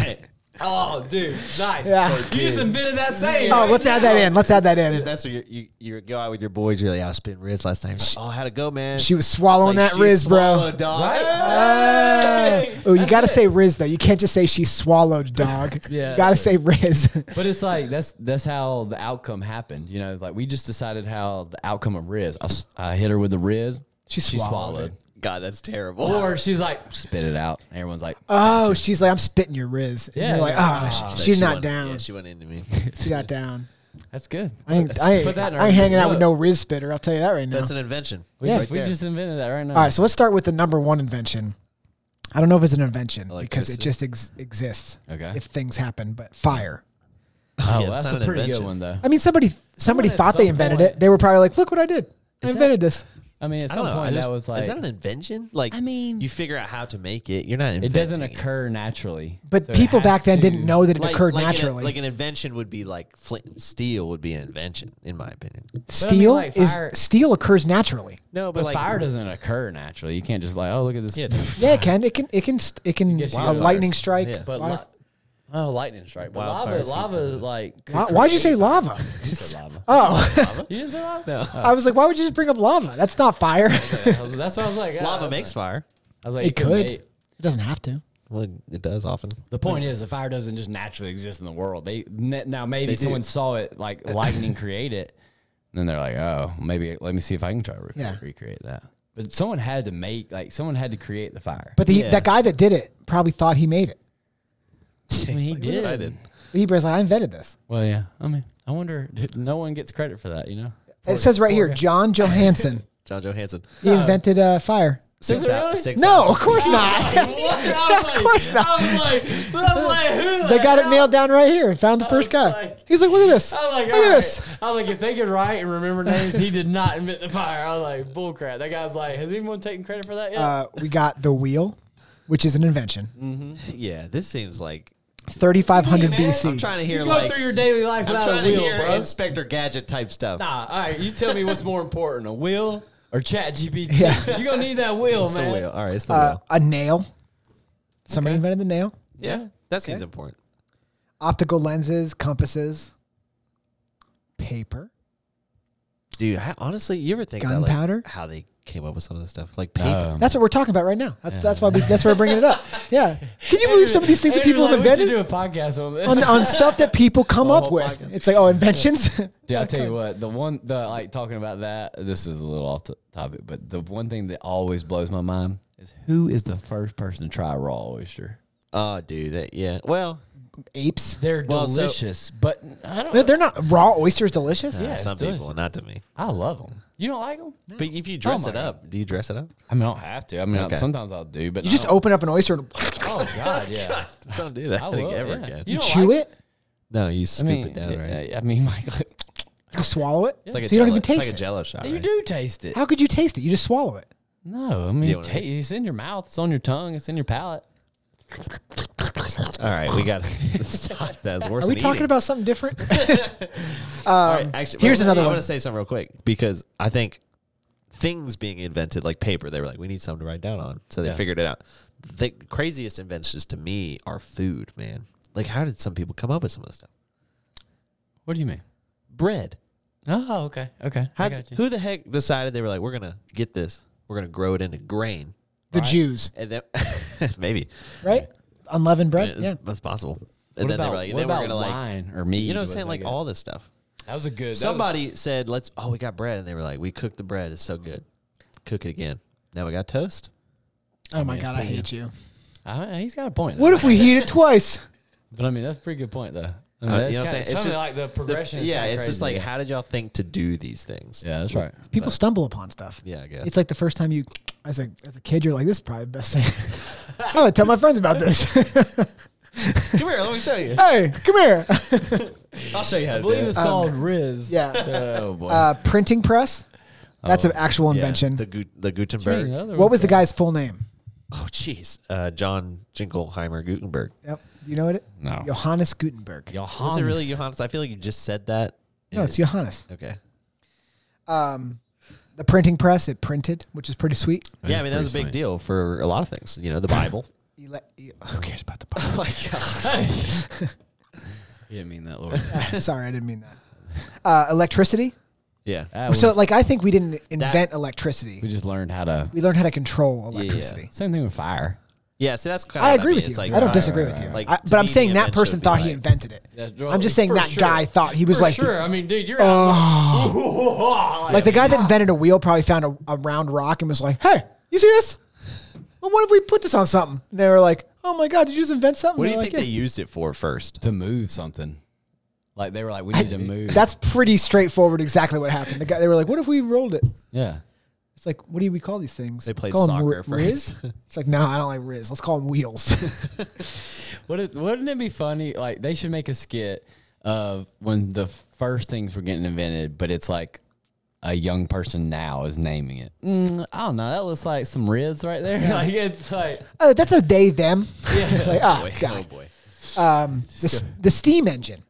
[SPEAKER 4] Oh, dude. Nice.
[SPEAKER 2] Yeah.
[SPEAKER 4] You just invented that saying.
[SPEAKER 2] oh,
[SPEAKER 4] right
[SPEAKER 2] let's add
[SPEAKER 4] now.
[SPEAKER 2] that in. Let's add that in.
[SPEAKER 3] That's what you, you you go out with your boys. You're like, I was spitting Riz last night. You're like, oh, how'd it go, man?
[SPEAKER 2] She was swallowing
[SPEAKER 3] It's
[SPEAKER 2] that
[SPEAKER 3] like, she
[SPEAKER 2] Riz, bro.
[SPEAKER 3] swallowed, dog.
[SPEAKER 2] Oh, you got to say Riz though. You can't just say she swallowed, dog.
[SPEAKER 4] Yeah.
[SPEAKER 2] you got to say Riz. [laughs]
[SPEAKER 4] But it's like that's that's how the outcome happened. You know, like we just decided how the outcome of Riz. I, s- I hit her with the Riz.
[SPEAKER 2] She swallowed
[SPEAKER 3] God, that's terrible. [laughs]
[SPEAKER 4] Or she's like, spit it out. Everyone's like,
[SPEAKER 2] oh, she's like, I'm spitting your Riz. And
[SPEAKER 4] Yeah,
[SPEAKER 2] you're like,
[SPEAKER 4] yeah.
[SPEAKER 2] oh,
[SPEAKER 3] Like,
[SPEAKER 2] she, she's not
[SPEAKER 3] went-
[SPEAKER 2] down.
[SPEAKER 3] Yeah, she went into [laughs] me.
[SPEAKER 2] She not down.
[SPEAKER 4] that's good.
[SPEAKER 2] I ain't, I ain't,
[SPEAKER 4] put that in
[SPEAKER 2] I ain't
[SPEAKER 4] our-
[SPEAKER 2] hanging out
[SPEAKER 4] no.
[SPEAKER 2] with no Riz spitter. I'll tell you that right now.
[SPEAKER 3] That's an invention.
[SPEAKER 4] We,
[SPEAKER 2] Yeah,
[SPEAKER 4] just, we just invented that right now.
[SPEAKER 2] All right, so let's start with the number one invention. I don't know if it's an invention because it
[SPEAKER 3] Electricity.
[SPEAKER 2] just ex- exists.
[SPEAKER 4] Okay.
[SPEAKER 2] If things happen, but fire.
[SPEAKER 3] Yeah,
[SPEAKER 4] Oh,
[SPEAKER 3] it's
[SPEAKER 4] that's
[SPEAKER 3] not
[SPEAKER 4] a
[SPEAKER 3] an
[SPEAKER 4] pretty
[SPEAKER 3] invention.
[SPEAKER 4] good one though.
[SPEAKER 2] I mean, somebody somebody
[SPEAKER 4] at
[SPEAKER 2] thought they
[SPEAKER 4] some
[SPEAKER 2] invented
[SPEAKER 4] point-
[SPEAKER 2] it. They were probably like, "Look what I did! I
[SPEAKER 3] Is that-
[SPEAKER 2] invented this."
[SPEAKER 4] I mean, at
[SPEAKER 3] I
[SPEAKER 4] some
[SPEAKER 3] don't know. I
[SPEAKER 4] point
[SPEAKER 3] just-
[SPEAKER 4] that was like
[SPEAKER 3] is that an invention? Like,
[SPEAKER 2] I mean-
[SPEAKER 3] you figure out how to make it. You're not.
[SPEAKER 4] it doesn't
[SPEAKER 3] inventing
[SPEAKER 4] occur naturally.
[SPEAKER 2] But
[SPEAKER 4] So it
[SPEAKER 2] people
[SPEAKER 4] has
[SPEAKER 2] back then
[SPEAKER 4] to-
[SPEAKER 2] didn't know that it
[SPEAKER 3] Like-
[SPEAKER 2] occurred
[SPEAKER 3] like an-
[SPEAKER 2] naturally.
[SPEAKER 3] like an invention would be like flint and steel would be an invention, in my opinion.
[SPEAKER 4] I mean,
[SPEAKER 2] steel
[SPEAKER 4] like, fire-
[SPEAKER 2] is steel occurs naturally.
[SPEAKER 3] No,
[SPEAKER 4] But fire doesn't occur naturally. You can't just like, oh, look at this.
[SPEAKER 3] Yeah,
[SPEAKER 2] Yeah, it can. It can. It can. st- It can.
[SPEAKER 4] guess you
[SPEAKER 2] A
[SPEAKER 4] could-
[SPEAKER 2] lightning strike.
[SPEAKER 3] [laughs] Yeah.
[SPEAKER 4] But
[SPEAKER 2] fire-
[SPEAKER 4] li- oh, lightning strike. But lava,
[SPEAKER 3] Wildfires
[SPEAKER 4] lava, like. could
[SPEAKER 2] Why, why'd you say
[SPEAKER 4] create-
[SPEAKER 2] lava?
[SPEAKER 4] You said lava?
[SPEAKER 2] [laughs] Oh,
[SPEAKER 4] [laughs]
[SPEAKER 2] [laughs]
[SPEAKER 4] You didn't say lava.
[SPEAKER 3] [laughs]
[SPEAKER 4] No,
[SPEAKER 2] I was like, why would you just bring up lava? That's not fire.
[SPEAKER 4] that's what I was like. yeah,
[SPEAKER 3] lava
[SPEAKER 4] I
[SPEAKER 3] makes fire.
[SPEAKER 4] was like,
[SPEAKER 2] [laughs] it could.
[SPEAKER 4] make-
[SPEAKER 2] It doesn't have to.
[SPEAKER 3] Well, it does [laughs] often.
[SPEAKER 4] The point is, the fire doesn't just naturally exist in the world. They n- now maybe
[SPEAKER 3] They
[SPEAKER 2] [laughs]
[SPEAKER 3] do.
[SPEAKER 4] someone saw it like lightning create it, And then they're like, oh, maybe let me see if I can try to rec-
[SPEAKER 2] Yeah.
[SPEAKER 4] recreate that. But someone had to make, like, someone had to create the fire.
[SPEAKER 2] But the,
[SPEAKER 3] Yeah.
[SPEAKER 2] that guy that did it probably thought he made it.
[SPEAKER 4] I mean, he
[SPEAKER 3] Look
[SPEAKER 4] did.
[SPEAKER 3] what I did.
[SPEAKER 2] Hebrew's like, I invented this.
[SPEAKER 4] Well, yeah. I mean, I wonder. No one gets credit for that, you know.
[SPEAKER 2] it says right here, John
[SPEAKER 4] [laughs]
[SPEAKER 2] Johansson.
[SPEAKER 3] John Johansson.
[SPEAKER 2] he invented uh, fire.
[SPEAKER 3] Six,
[SPEAKER 4] it
[SPEAKER 3] hou-
[SPEAKER 4] really?
[SPEAKER 3] six
[SPEAKER 2] No, [laughs]
[SPEAKER 3] hours.
[SPEAKER 2] of course not. [laughs]
[SPEAKER 4] [laughs] of
[SPEAKER 2] course not.
[SPEAKER 4] I was like, I was like, who?
[SPEAKER 2] they got it nailed down right here and found the first guy.
[SPEAKER 4] like-
[SPEAKER 2] He's like, look at this.
[SPEAKER 4] I was like,
[SPEAKER 2] look
[SPEAKER 4] all
[SPEAKER 2] at
[SPEAKER 4] right.
[SPEAKER 2] this.
[SPEAKER 4] I was like, if they could write and remember names, he did not invent the fire. I was like, bullcrap. That guy's like, has anyone taken credit for that yet?
[SPEAKER 2] Uh, we got the wheel, which is an invention.
[SPEAKER 3] Yeah, this seems like
[SPEAKER 2] 3500
[SPEAKER 4] Mm. Hey, man,
[SPEAKER 3] I'm
[SPEAKER 2] BC.
[SPEAKER 3] trying to hear
[SPEAKER 4] you go
[SPEAKER 3] like
[SPEAKER 4] through your daily life
[SPEAKER 3] I'm
[SPEAKER 4] without
[SPEAKER 3] trying
[SPEAKER 4] a
[SPEAKER 3] to
[SPEAKER 4] wheel,
[SPEAKER 3] hear
[SPEAKER 4] bro.
[SPEAKER 3] Inspector Gadget type stuff.
[SPEAKER 4] Nah, all right. You tell me what's more important, a wheel or Chat GPT?
[SPEAKER 2] Yeah.
[SPEAKER 4] You're gonna need that wheel,
[SPEAKER 3] it's the
[SPEAKER 4] man.
[SPEAKER 3] wheel. All right, it's the
[SPEAKER 2] uh,
[SPEAKER 3] wheel.
[SPEAKER 2] a nail. Somebody invented the nail.
[SPEAKER 3] Yeah, that seems important.
[SPEAKER 2] Optical lenses, compasses, paper.
[SPEAKER 3] Dude, I, honestly, you ever think
[SPEAKER 2] Gunpowder?
[SPEAKER 3] about like, how they came up with some of this stuff, like paper?
[SPEAKER 4] Um,
[SPEAKER 2] That's what we're talking about right now. That's that's why we, that's why we're bringing it
[SPEAKER 3] [laughs]
[SPEAKER 2] up. Yeah. Can you believe some of these things that
[SPEAKER 4] Andrew,
[SPEAKER 2] people have
[SPEAKER 4] like,
[SPEAKER 2] invented
[SPEAKER 4] We should do a podcast on this.
[SPEAKER 2] on, on stuff that people
[SPEAKER 3] [laughs]
[SPEAKER 2] come up
[SPEAKER 4] whole
[SPEAKER 2] with? It's like oh inventions. [laughs]
[SPEAKER 4] Dude, I'll tell you what, the one, the like talking about that, this is a little off to- topic, but the one thing that always blows my mind is who is the first person to try raw oyster?
[SPEAKER 3] Oh, dude, that, yeah. Well,
[SPEAKER 2] Apes.
[SPEAKER 4] They're
[SPEAKER 3] Well, so-
[SPEAKER 4] delicious, but I don't.
[SPEAKER 2] They're, they're not raw oysters delicious.
[SPEAKER 4] Yeah. it's
[SPEAKER 3] some
[SPEAKER 4] delicious.
[SPEAKER 3] people, not to me.
[SPEAKER 4] I love them. You don't like them?
[SPEAKER 3] But if you dress
[SPEAKER 2] Oh
[SPEAKER 4] my
[SPEAKER 3] it up, do you dress [laughs] it up?
[SPEAKER 4] I mean, I don't have to. I mean,
[SPEAKER 3] Okay.
[SPEAKER 4] sometimes I'll do, but
[SPEAKER 2] You
[SPEAKER 4] I
[SPEAKER 2] just
[SPEAKER 4] don't-
[SPEAKER 2] open up an oyster and
[SPEAKER 4] Oh
[SPEAKER 2] [laughs]
[SPEAKER 4] God, yeah.
[SPEAKER 3] Don't do that
[SPEAKER 4] I will,
[SPEAKER 3] ever
[SPEAKER 4] yeah.
[SPEAKER 3] again.
[SPEAKER 4] You don't
[SPEAKER 2] chew
[SPEAKER 4] like
[SPEAKER 2] it.
[SPEAKER 3] no, you scoop
[SPEAKER 4] I mean,
[SPEAKER 3] it down,
[SPEAKER 4] yeah,
[SPEAKER 3] right?
[SPEAKER 4] yeah, I mean, [laughs] like,
[SPEAKER 2] You swallow it.
[SPEAKER 3] It's like a
[SPEAKER 2] so you don't
[SPEAKER 3] jello-
[SPEAKER 2] even taste
[SPEAKER 3] It's like a
[SPEAKER 2] it.
[SPEAKER 3] Jello shot.
[SPEAKER 4] you
[SPEAKER 3] right?
[SPEAKER 4] do taste it.
[SPEAKER 2] How could you taste it? You just swallow it.
[SPEAKER 4] No, I mean,
[SPEAKER 3] You don't
[SPEAKER 4] it ta- it's in your mouth, it's on your tongue, it's in your palate.
[SPEAKER 3] All right,
[SPEAKER 2] [laughs]
[SPEAKER 3] we got to stop that. It's worse
[SPEAKER 2] Are we
[SPEAKER 3] than
[SPEAKER 2] talking
[SPEAKER 3] eating.
[SPEAKER 2] about something
[SPEAKER 3] [laughs]
[SPEAKER 2] different? [laughs] Um,
[SPEAKER 3] All right, actually,
[SPEAKER 2] here's another
[SPEAKER 3] I
[SPEAKER 2] one.
[SPEAKER 3] want to say something real quick because I think things being invented, like paper, they were like, we need something to write down on, so they
[SPEAKER 4] Yeah.
[SPEAKER 3] figured it out. The craziest inventions to me are food, man. Like, how did some people come up with some of this stuff?
[SPEAKER 4] What do you mean?
[SPEAKER 3] Bread.
[SPEAKER 4] Oh, okay, okay.
[SPEAKER 3] How,
[SPEAKER 4] I got you.
[SPEAKER 3] who the heck decided they were like, we're gonna get this, we're gonna grow it into grain,
[SPEAKER 2] the Jews,
[SPEAKER 3] and then [laughs] maybe
[SPEAKER 2] right? Unleavened bread.
[SPEAKER 3] It's-
[SPEAKER 2] Yeah.
[SPEAKER 3] that's possible.
[SPEAKER 4] What
[SPEAKER 3] And then
[SPEAKER 4] about,
[SPEAKER 3] they were like,
[SPEAKER 4] what
[SPEAKER 3] then we're
[SPEAKER 4] about
[SPEAKER 3] gonna like,
[SPEAKER 4] wine or meat?
[SPEAKER 3] you know, what I'm
[SPEAKER 4] Was
[SPEAKER 3] saying
[SPEAKER 4] that
[SPEAKER 3] like
[SPEAKER 4] good?
[SPEAKER 3] all this stuff.
[SPEAKER 4] that was a good that was-
[SPEAKER 3] Somebody said, "Let's." Oh, we got bread, and they were like, "We cooked the bread. It's so good. Cook it again. Now we got toast.
[SPEAKER 2] Oh my god, I hate you.
[SPEAKER 4] I- he's got a point.
[SPEAKER 2] What
[SPEAKER 4] though.
[SPEAKER 3] [laughs]
[SPEAKER 2] if we heat it twice?
[SPEAKER 4] But I mean, that's a pretty good point, though. I mean,
[SPEAKER 3] Uh,
[SPEAKER 4] that's
[SPEAKER 3] you know what I'm
[SPEAKER 4] kinda-
[SPEAKER 3] saying? It's
[SPEAKER 4] something
[SPEAKER 3] just
[SPEAKER 4] the
[SPEAKER 3] The- yeah, it's just like, how did y'all think to do these things?
[SPEAKER 4] yeah, that's right.
[SPEAKER 2] People stumble upon stuff.
[SPEAKER 3] Yeah, I guess.
[SPEAKER 2] It's like the first time you, as a as a kid, you're like, "This is probably the best thing." [laughs] I would tell my friends about this. [laughs]
[SPEAKER 3] Come here, let me show you.
[SPEAKER 2] hey, come here. [laughs]
[SPEAKER 3] I'll show you how to
[SPEAKER 4] believe it's called Riz. [laughs]
[SPEAKER 2] yeah.
[SPEAKER 4] Oh boy.
[SPEAKER 2] Uh, printing press. That's an actual invention.
[SPEAKER 3] Oh, [laughs] The Gu- the Gutenberg.
[SPEAKER 2] what was the guy's full name?
[SPEAKER 3] Oh, jeez, uh, John Jingleheimer Gutenberg.
[SPEAKER 2] Yep. Do you know it?
[SPEAKER 4] No.
[SPEAKER 2] Johannes Gutenberg.
[SPEAKER 4] Johannes.
[SPEAKER 3] Was it really Johannes? I feel like you just said that.
[SPEAKER 2] No, it's Johannes.
[SPEAKER 3] Okay.
[SPEAKER 2] Um, the printing press. It printed, which is pretty sweet.
[SPEAKER 3] yeah, I mean that was a big deal for a lot of things. You know, the Bible.
[SPEAKER 2] Ele- e- who cares about
[SPEAKER 3] [laughs]
[SPEAKER 2] the Bible?
[SPEAKER 3] Oh my God.
[SPEAKER 4] You didn't mean that, Lord.
[SPEAKER 2] [laughs] Sorry, I didn't mean that. Uh, electricity.
[SPEAKER 3] [laughs] Yeah.
[SPEAKER 4] That was-
[SPEAKER 2] So, like, I think we didn't invent electricity.
[SPEAKER 4] we just learned
[SPEAKER 3] [laughs]
[SPEAKER 4] how to.
[SPEAKER 2] we learned how to control electricity.
[SPEAKER 4] Same thing with fire.
[SPEAKER 3] Yeah. So that's kind of.
[SPEAKER 2] I agree with you.
[SPEAKER 3] It's like,
[SPEAKER 2] I don't
[SPEAKER 3] uh,
[SPEAKER 2] disagree
[SPEAKER 4] right,
[SPEAKER 2] with you.
[SPEAKER 3] right.
[SPEAKER 2] I,
[SPEAKER 3] Like, to
[SPEAKER 2] but I'm
[SPEAKER 3] me, the
[SPEAKER 2] saying that
[SPEAKER 3] invention
[SPEAKER 2] person
[SPEAKER 3] would be
[SPEAKER 2] thought he
[SPEAKER 3] like-
[SPEAKER 2] invented it.
[SPEAKER 4] Yeah,
[SPEAKER 2] I'm just saying
[SPEAKER 4] for
[SPEAKER 2] that
[SPEAKER 4] sure.
[SPEAKER 2] guy thought he was like,
[SPEAKER 4] I mean, dude, you're
[SPEAKER 3] Oh,
[SPEAKER 2] like the guy
[SPEAKER 3] [laughs]
[SPEAKER 2] that invented a wheel probably found a, a round rock and was like, "Hey, you see this? Well, what if we put this on something?" And they were like, "Oh my god, did you just invent something?"
[SPEAKER 3] What do
[SPEAKER 2] They're
[SPEAKER 3] you
[SPEAKER 2] like,
[SPEAKER 3] think they used it for first?
[SPEAKER 4] to move something. Like they were like, we need to move.
[SPEAKER 2] "Yeah." That's pretty straightforward. Exactly what happened. The guy they were like, "What if we rolled it?"
[SPEAKER 4] yeah.
[SPEAKER 2] It's like, what do we call these things?
[SPEAKER 3] They
[SPEAKER 2] Let's
[SPEAKER 3] played
[SPEAKER 2] call 'em
[SPEAKER 3] soccer
[SPEAKER 2] ri- Riz?
[SPEAKER 3] [laughs]
[SPEAKER 2] It's like, no, I don't like Riz. Let's call them wheels. [laughs]
[SPEAKER 4] Would it, wouldn't it be funny? Like they should make a skit of when the first things were getting invented, but it's like a young person now is naming it. Mm, I don't know. That looks like some riz right there. [laughs] like it's like
[SPEAKER 2] oh, that's a they
[SPEAKER 3] [laughs]
[SPEAKER 2] them. It's like, oh, god.
[SPEAKER 3] boy.
[SPEAKER 2] Um, the, s- the steam engine.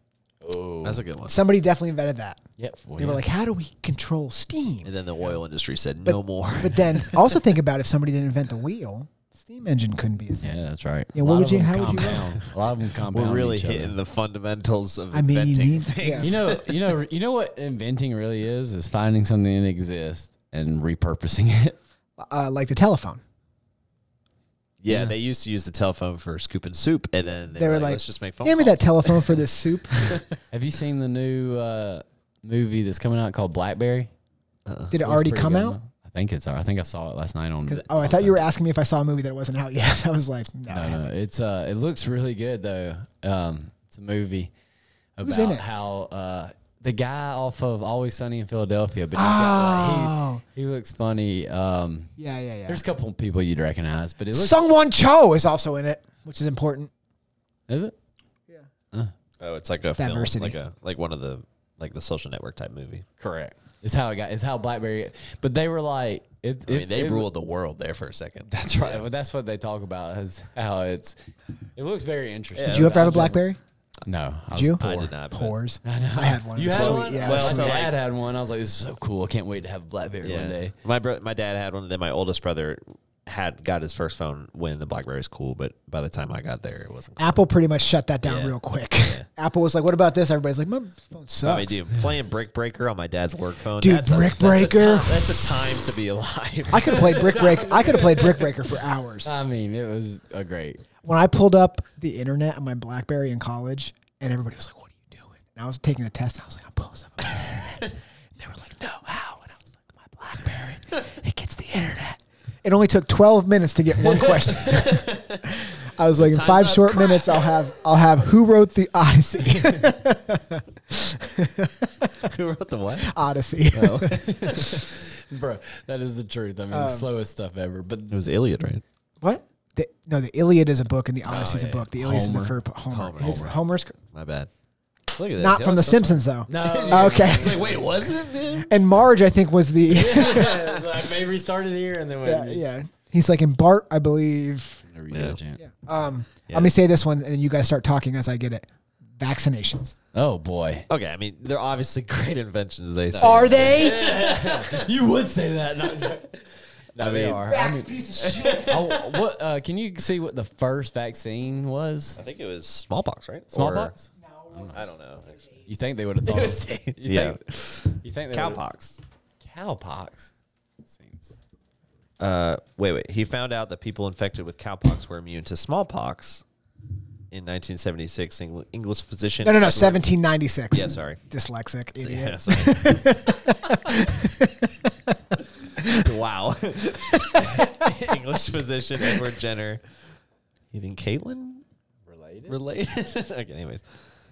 [SPEAKER 3] That's a good one.
[SPEAKER 2] Somebody definitely invented that.
[SPEAKER 4] yep. well,
[SPEAKER 2] They were like, how do we control steam?
[SPEAKER 3] And then the oil industry said no more.
[SPEAKER 2] But then also think about if somebody didn't invent the wheel, steam engine couldn't be a thing.
[SPEAKER 4] yeah, that's right.
[SPEAKER 2] Yeah,
[SPEAKER 4] A
[SPEAKER 2] what
[SPEAKER 4] lot
[SPEAKER 2] would
[SPEAKER 4] of
[SPEAKER 2] you-
[SPEAKER 4] them
[SPEAKER 2] how would you
[SPEAKER 4] compound- A lot of them
[SPEAKER 3] [laughs]
[SPEAKER 4] compound.
[SPEAKER 3] We're really
[SPEAKER 4] each other.
[SPEAKER 3] hitting the fundamentals of
[SPEAKER 2] I mean,
[SPEAKER 3] inventing
[SPEAKER 2] you-
[SPEAKER 3] things.
[SPEAKER 2] yeah.
[SPEAKER 4] You know, you know, you know what inventing really is is finding something that exists and repurposing [laughs] it.
[SPEAKER 2] Uh, like the telephone.
[SPEAKER 3] [laughs] Yeah, they used to use the telephone for scooping soup, and then they, were like, "Let's just make phone
[SPEAKER 2] hand me
[SPEAKER 3] [laughs] calls."
[SPEAKER 2] that telephone for this soup.
[SPEAKER 4] Have you seen the new uh, movie that's coming out called Blackberry.
[SPEAKER 3] Uh-uh.
[SPEAKER 2] Did it
[SPEAKER 4] was
[SPEAKER 2] already
[SPEAKER 4] pretty
[SPEAKER 2] come
[SPEAKER 4] good,
[SPEAKER 2] out?
[SPEAKER 4] huh? I think it's. I think I saw it last night on.
[SPEAKER 2] 'Cause- Oh, I thought you were asking me if I saw a movie that wasn't out yet. [laughs] I was like, no.
[SPEAKER 4] No, no, it's uh, it looks really good though. Um, it's a movie
[SPEAKER 2] Who's
[SPEAKER 4] about
[SPEAKER 2] in it?
[SPEAKER 4] how uh, the guy off of Always Sunny in Philadelphia, but he's got, like,
[SPEAKER 2] Oh,
[SPEAKER 4] he, he looks funny. Um,
[SPEAKER 2] yeah, yeah, yeah.
[SPEAKER 4] there's a couple people you'd recognize, but it looks
[SPEAKER 2] Someone Cho is also in it, which is important.
[SPEAKER 4] is it?
[SPEAKER 3] Oh, it's like a
[SPEAKER 2] film,
[SPEAKER 3] film,
[SPEAKER 2] Diversity.
[SPEAKER 3] like
[SPEAKER 2] like
[SPEAKER 3] a like one of the like the social network type movie.
[SPEAKER 4] Correct. It's how it got. It's how BlackBerry. But they were like, it's.
[SPEAKER 3] I mean,
[SPEAKER 4] it's-
[SPEAKER 3] they
[SPEAKER 4] it-
[SPEAKER 3] ruled the world there for a second.
[SPEAKER 4] That's right. Well, that's what they talk about is how it's. It looks very interesting.
[SPEAKER 2] Did you ever have a BlackBerry?
[SPEAKER 4] No, Oh, I was
[SPEAKER 2] you?
[SPEAKER 4] poor.
[SPEAKER 3] I did not. but-
[SPEAKER 2] Pores. I, had one. It
[SPEAKER 4] You
[SPEAKER 2] was
[SPEAKER 4] had
[SPEAKER 2] sweet.
[SPEAKER 4] one.
[SPEAKER 2] Yeah,
[SPEAKER 4] well,
[SPEAKER 2] it was
[SPEAKER 4] my
[SPEAKER 2] sweet.
[SPEAKER 3] so, like-
[SPEAKER 4] dad had one. I was like, "This is so cool! I can't wait to have a BlackBerry
[SPEAKER 3] Yeah.
[SPEAKER 4] one day."
[SPEAKER 3] My bro- my dad had one. Then my oldest brother had got his first phone when the BlackBerry was cool, but by the time I got there, it wasn't. Cool.
[SPEAKER 2] Apple pretty much shut that down
[SPEAKER 3] Yeah.
[SPEAKER 2] real quick. [laughs] Apple was like, "What about this?" Everybody's like, "My phone
[SPEAKER 3] I mean,
[SPEAKER 2] sucks."
[SPEAKER 3] dude, playing Brick Breaker on my dad's work phone.
[SPEAKER 2] Dude,
[SPEAKER 3] that's a-
[SPEAKER 2] Brick
[SPEAKER 3] that's a ti-
[SPEAKER 2] Breaker.
[SPEAKER 3] That's a, time to be alive.
[SPEAKER 2] I could have played Brick Break. I could have played Brick Breaker for hours.
[SPEAKER 4] I mean, it was a great.
[SPEAKER 2] When I pulled up the internet on my BlackBerry in college, and everybody was like, "What are you doing?" And I was taking a test. And I was like, "I'm pulling stuff." Up. [laughs] And they were like, "No, how?" And I was like, "My BlackBerry, it gets the internet." It only took 12 minutes to get one
[SPEAKER 3] [laughs]
[SPEAKER 2] question. I was like, in
[SPEAKER 3] Time's
[SPEAKER 2] five
[SPEAKER 3] up.
[SPEAKER 2] short minutes, I'll have I'll have who wrote the Odyssey. [laughs]
[SPEAKER 3] Who wrote the [laughs] what?
[SPEAKER 2] Odyssey.
[SPEAKER 3] Oh.
[SPEAKER 4] Bro, that is the truth. I mean,
[SPEAKER 2] Um,
[SPEAKER 4] the slowest stuff ever.
[SPEAKER 3] [laughs]
[SPEAKER 4] But
[SPEAKER 3] It was Iliad, right?
[SPEAKER 2] What? The, no, the Iliad is a book and the Odyssey is
[SPEAKER 3] Oh, yeah,
[SPEAKER 2] a book. The Iliad is the
[SPEAKER 4] Homer.
[SPEAKER 2] first Homer.
[SPEAKER 3] Homer.
[SPEAKER 2] It's
[SPEAKER 3] Homer.
[SPEAKER 2] Homer's
[SPEAKER 3] My bad. Look at that.
[SPEAKER 2] not from The Simpsons though.
[SPEAKER 4] [laughs] no,
[SPEAKER 2] Okay.
[SPEAKER 3] Like, wait, was
[SPEAKER 2] [laughs]
[SPEAKER 3] it? Dude?
[SPEAKER 2] And Marge, I think, was the
[SPEAKER 4] [laughs] I may restart it here and then
[SPEAKER 2] yeah, yeah. He's like in Bart, I believe.
[SPEAKER 4] There we
[SPEAKER 3] Yeah.
[SPEAKER 4] go, champ.
[SPEAKER 2] Um,
[SPEAKER 3] Yeah.
[SPEAKER 2] Let me say this one, and you guys start talking as I get it. Vaccinations
[SPEAKER 4] Oh boy, [laughs]
[SPEAKER 3] Okay, I mean, they're obviously [laughs] great inventions. They say.
[SPEAKER 2] are they?
[SPEAKER 4] you would say that.
[SPEAKER 3] [laughs]
[SPEAKER 4] No,
[SPEAKER 3] I mean,
[SPEAKER 4] I mean, [laughs] oh, what? Uh, can you see what the first vaccine was?
[SPEAKER 3] I think it was smallpox, right?
[SPEAKER 4] Smallpox.
[SPEAKER 3] Or- I don't know.
[SPEAKER 4] You think they would [laughs] have thought? you
[SPEAKER 3] Yeah,
[SPEAKER 4] Think, you think they would've-
[SPEAKER 3] cowpox.
[SPEAKER 4] Cowpox. Seems.
[SPEAKER 3] Uh, wait, wait. He found out that people infected with cowpox were immune to smallpox in 1976. Eng- English physician.
[SPEAKER 2] No, no, no.
[SPEAKER 3] Edward-
[SPEAKER 2] 1796.
[SPEAKER 3] Yeah, sorry.
[SPEAKER 2] Dyslexic idiot.
[SPEAKER 3] [laughs]
[SPEAKER 2] [laughs]
[SPEAKER 3] Yeah, sorry. wow. [laughs] English physician Edward Jenner. You think Caitlin
[SPEAKER 4] Related.
[SPEAKER 3] related? [laughs] okay, anyways.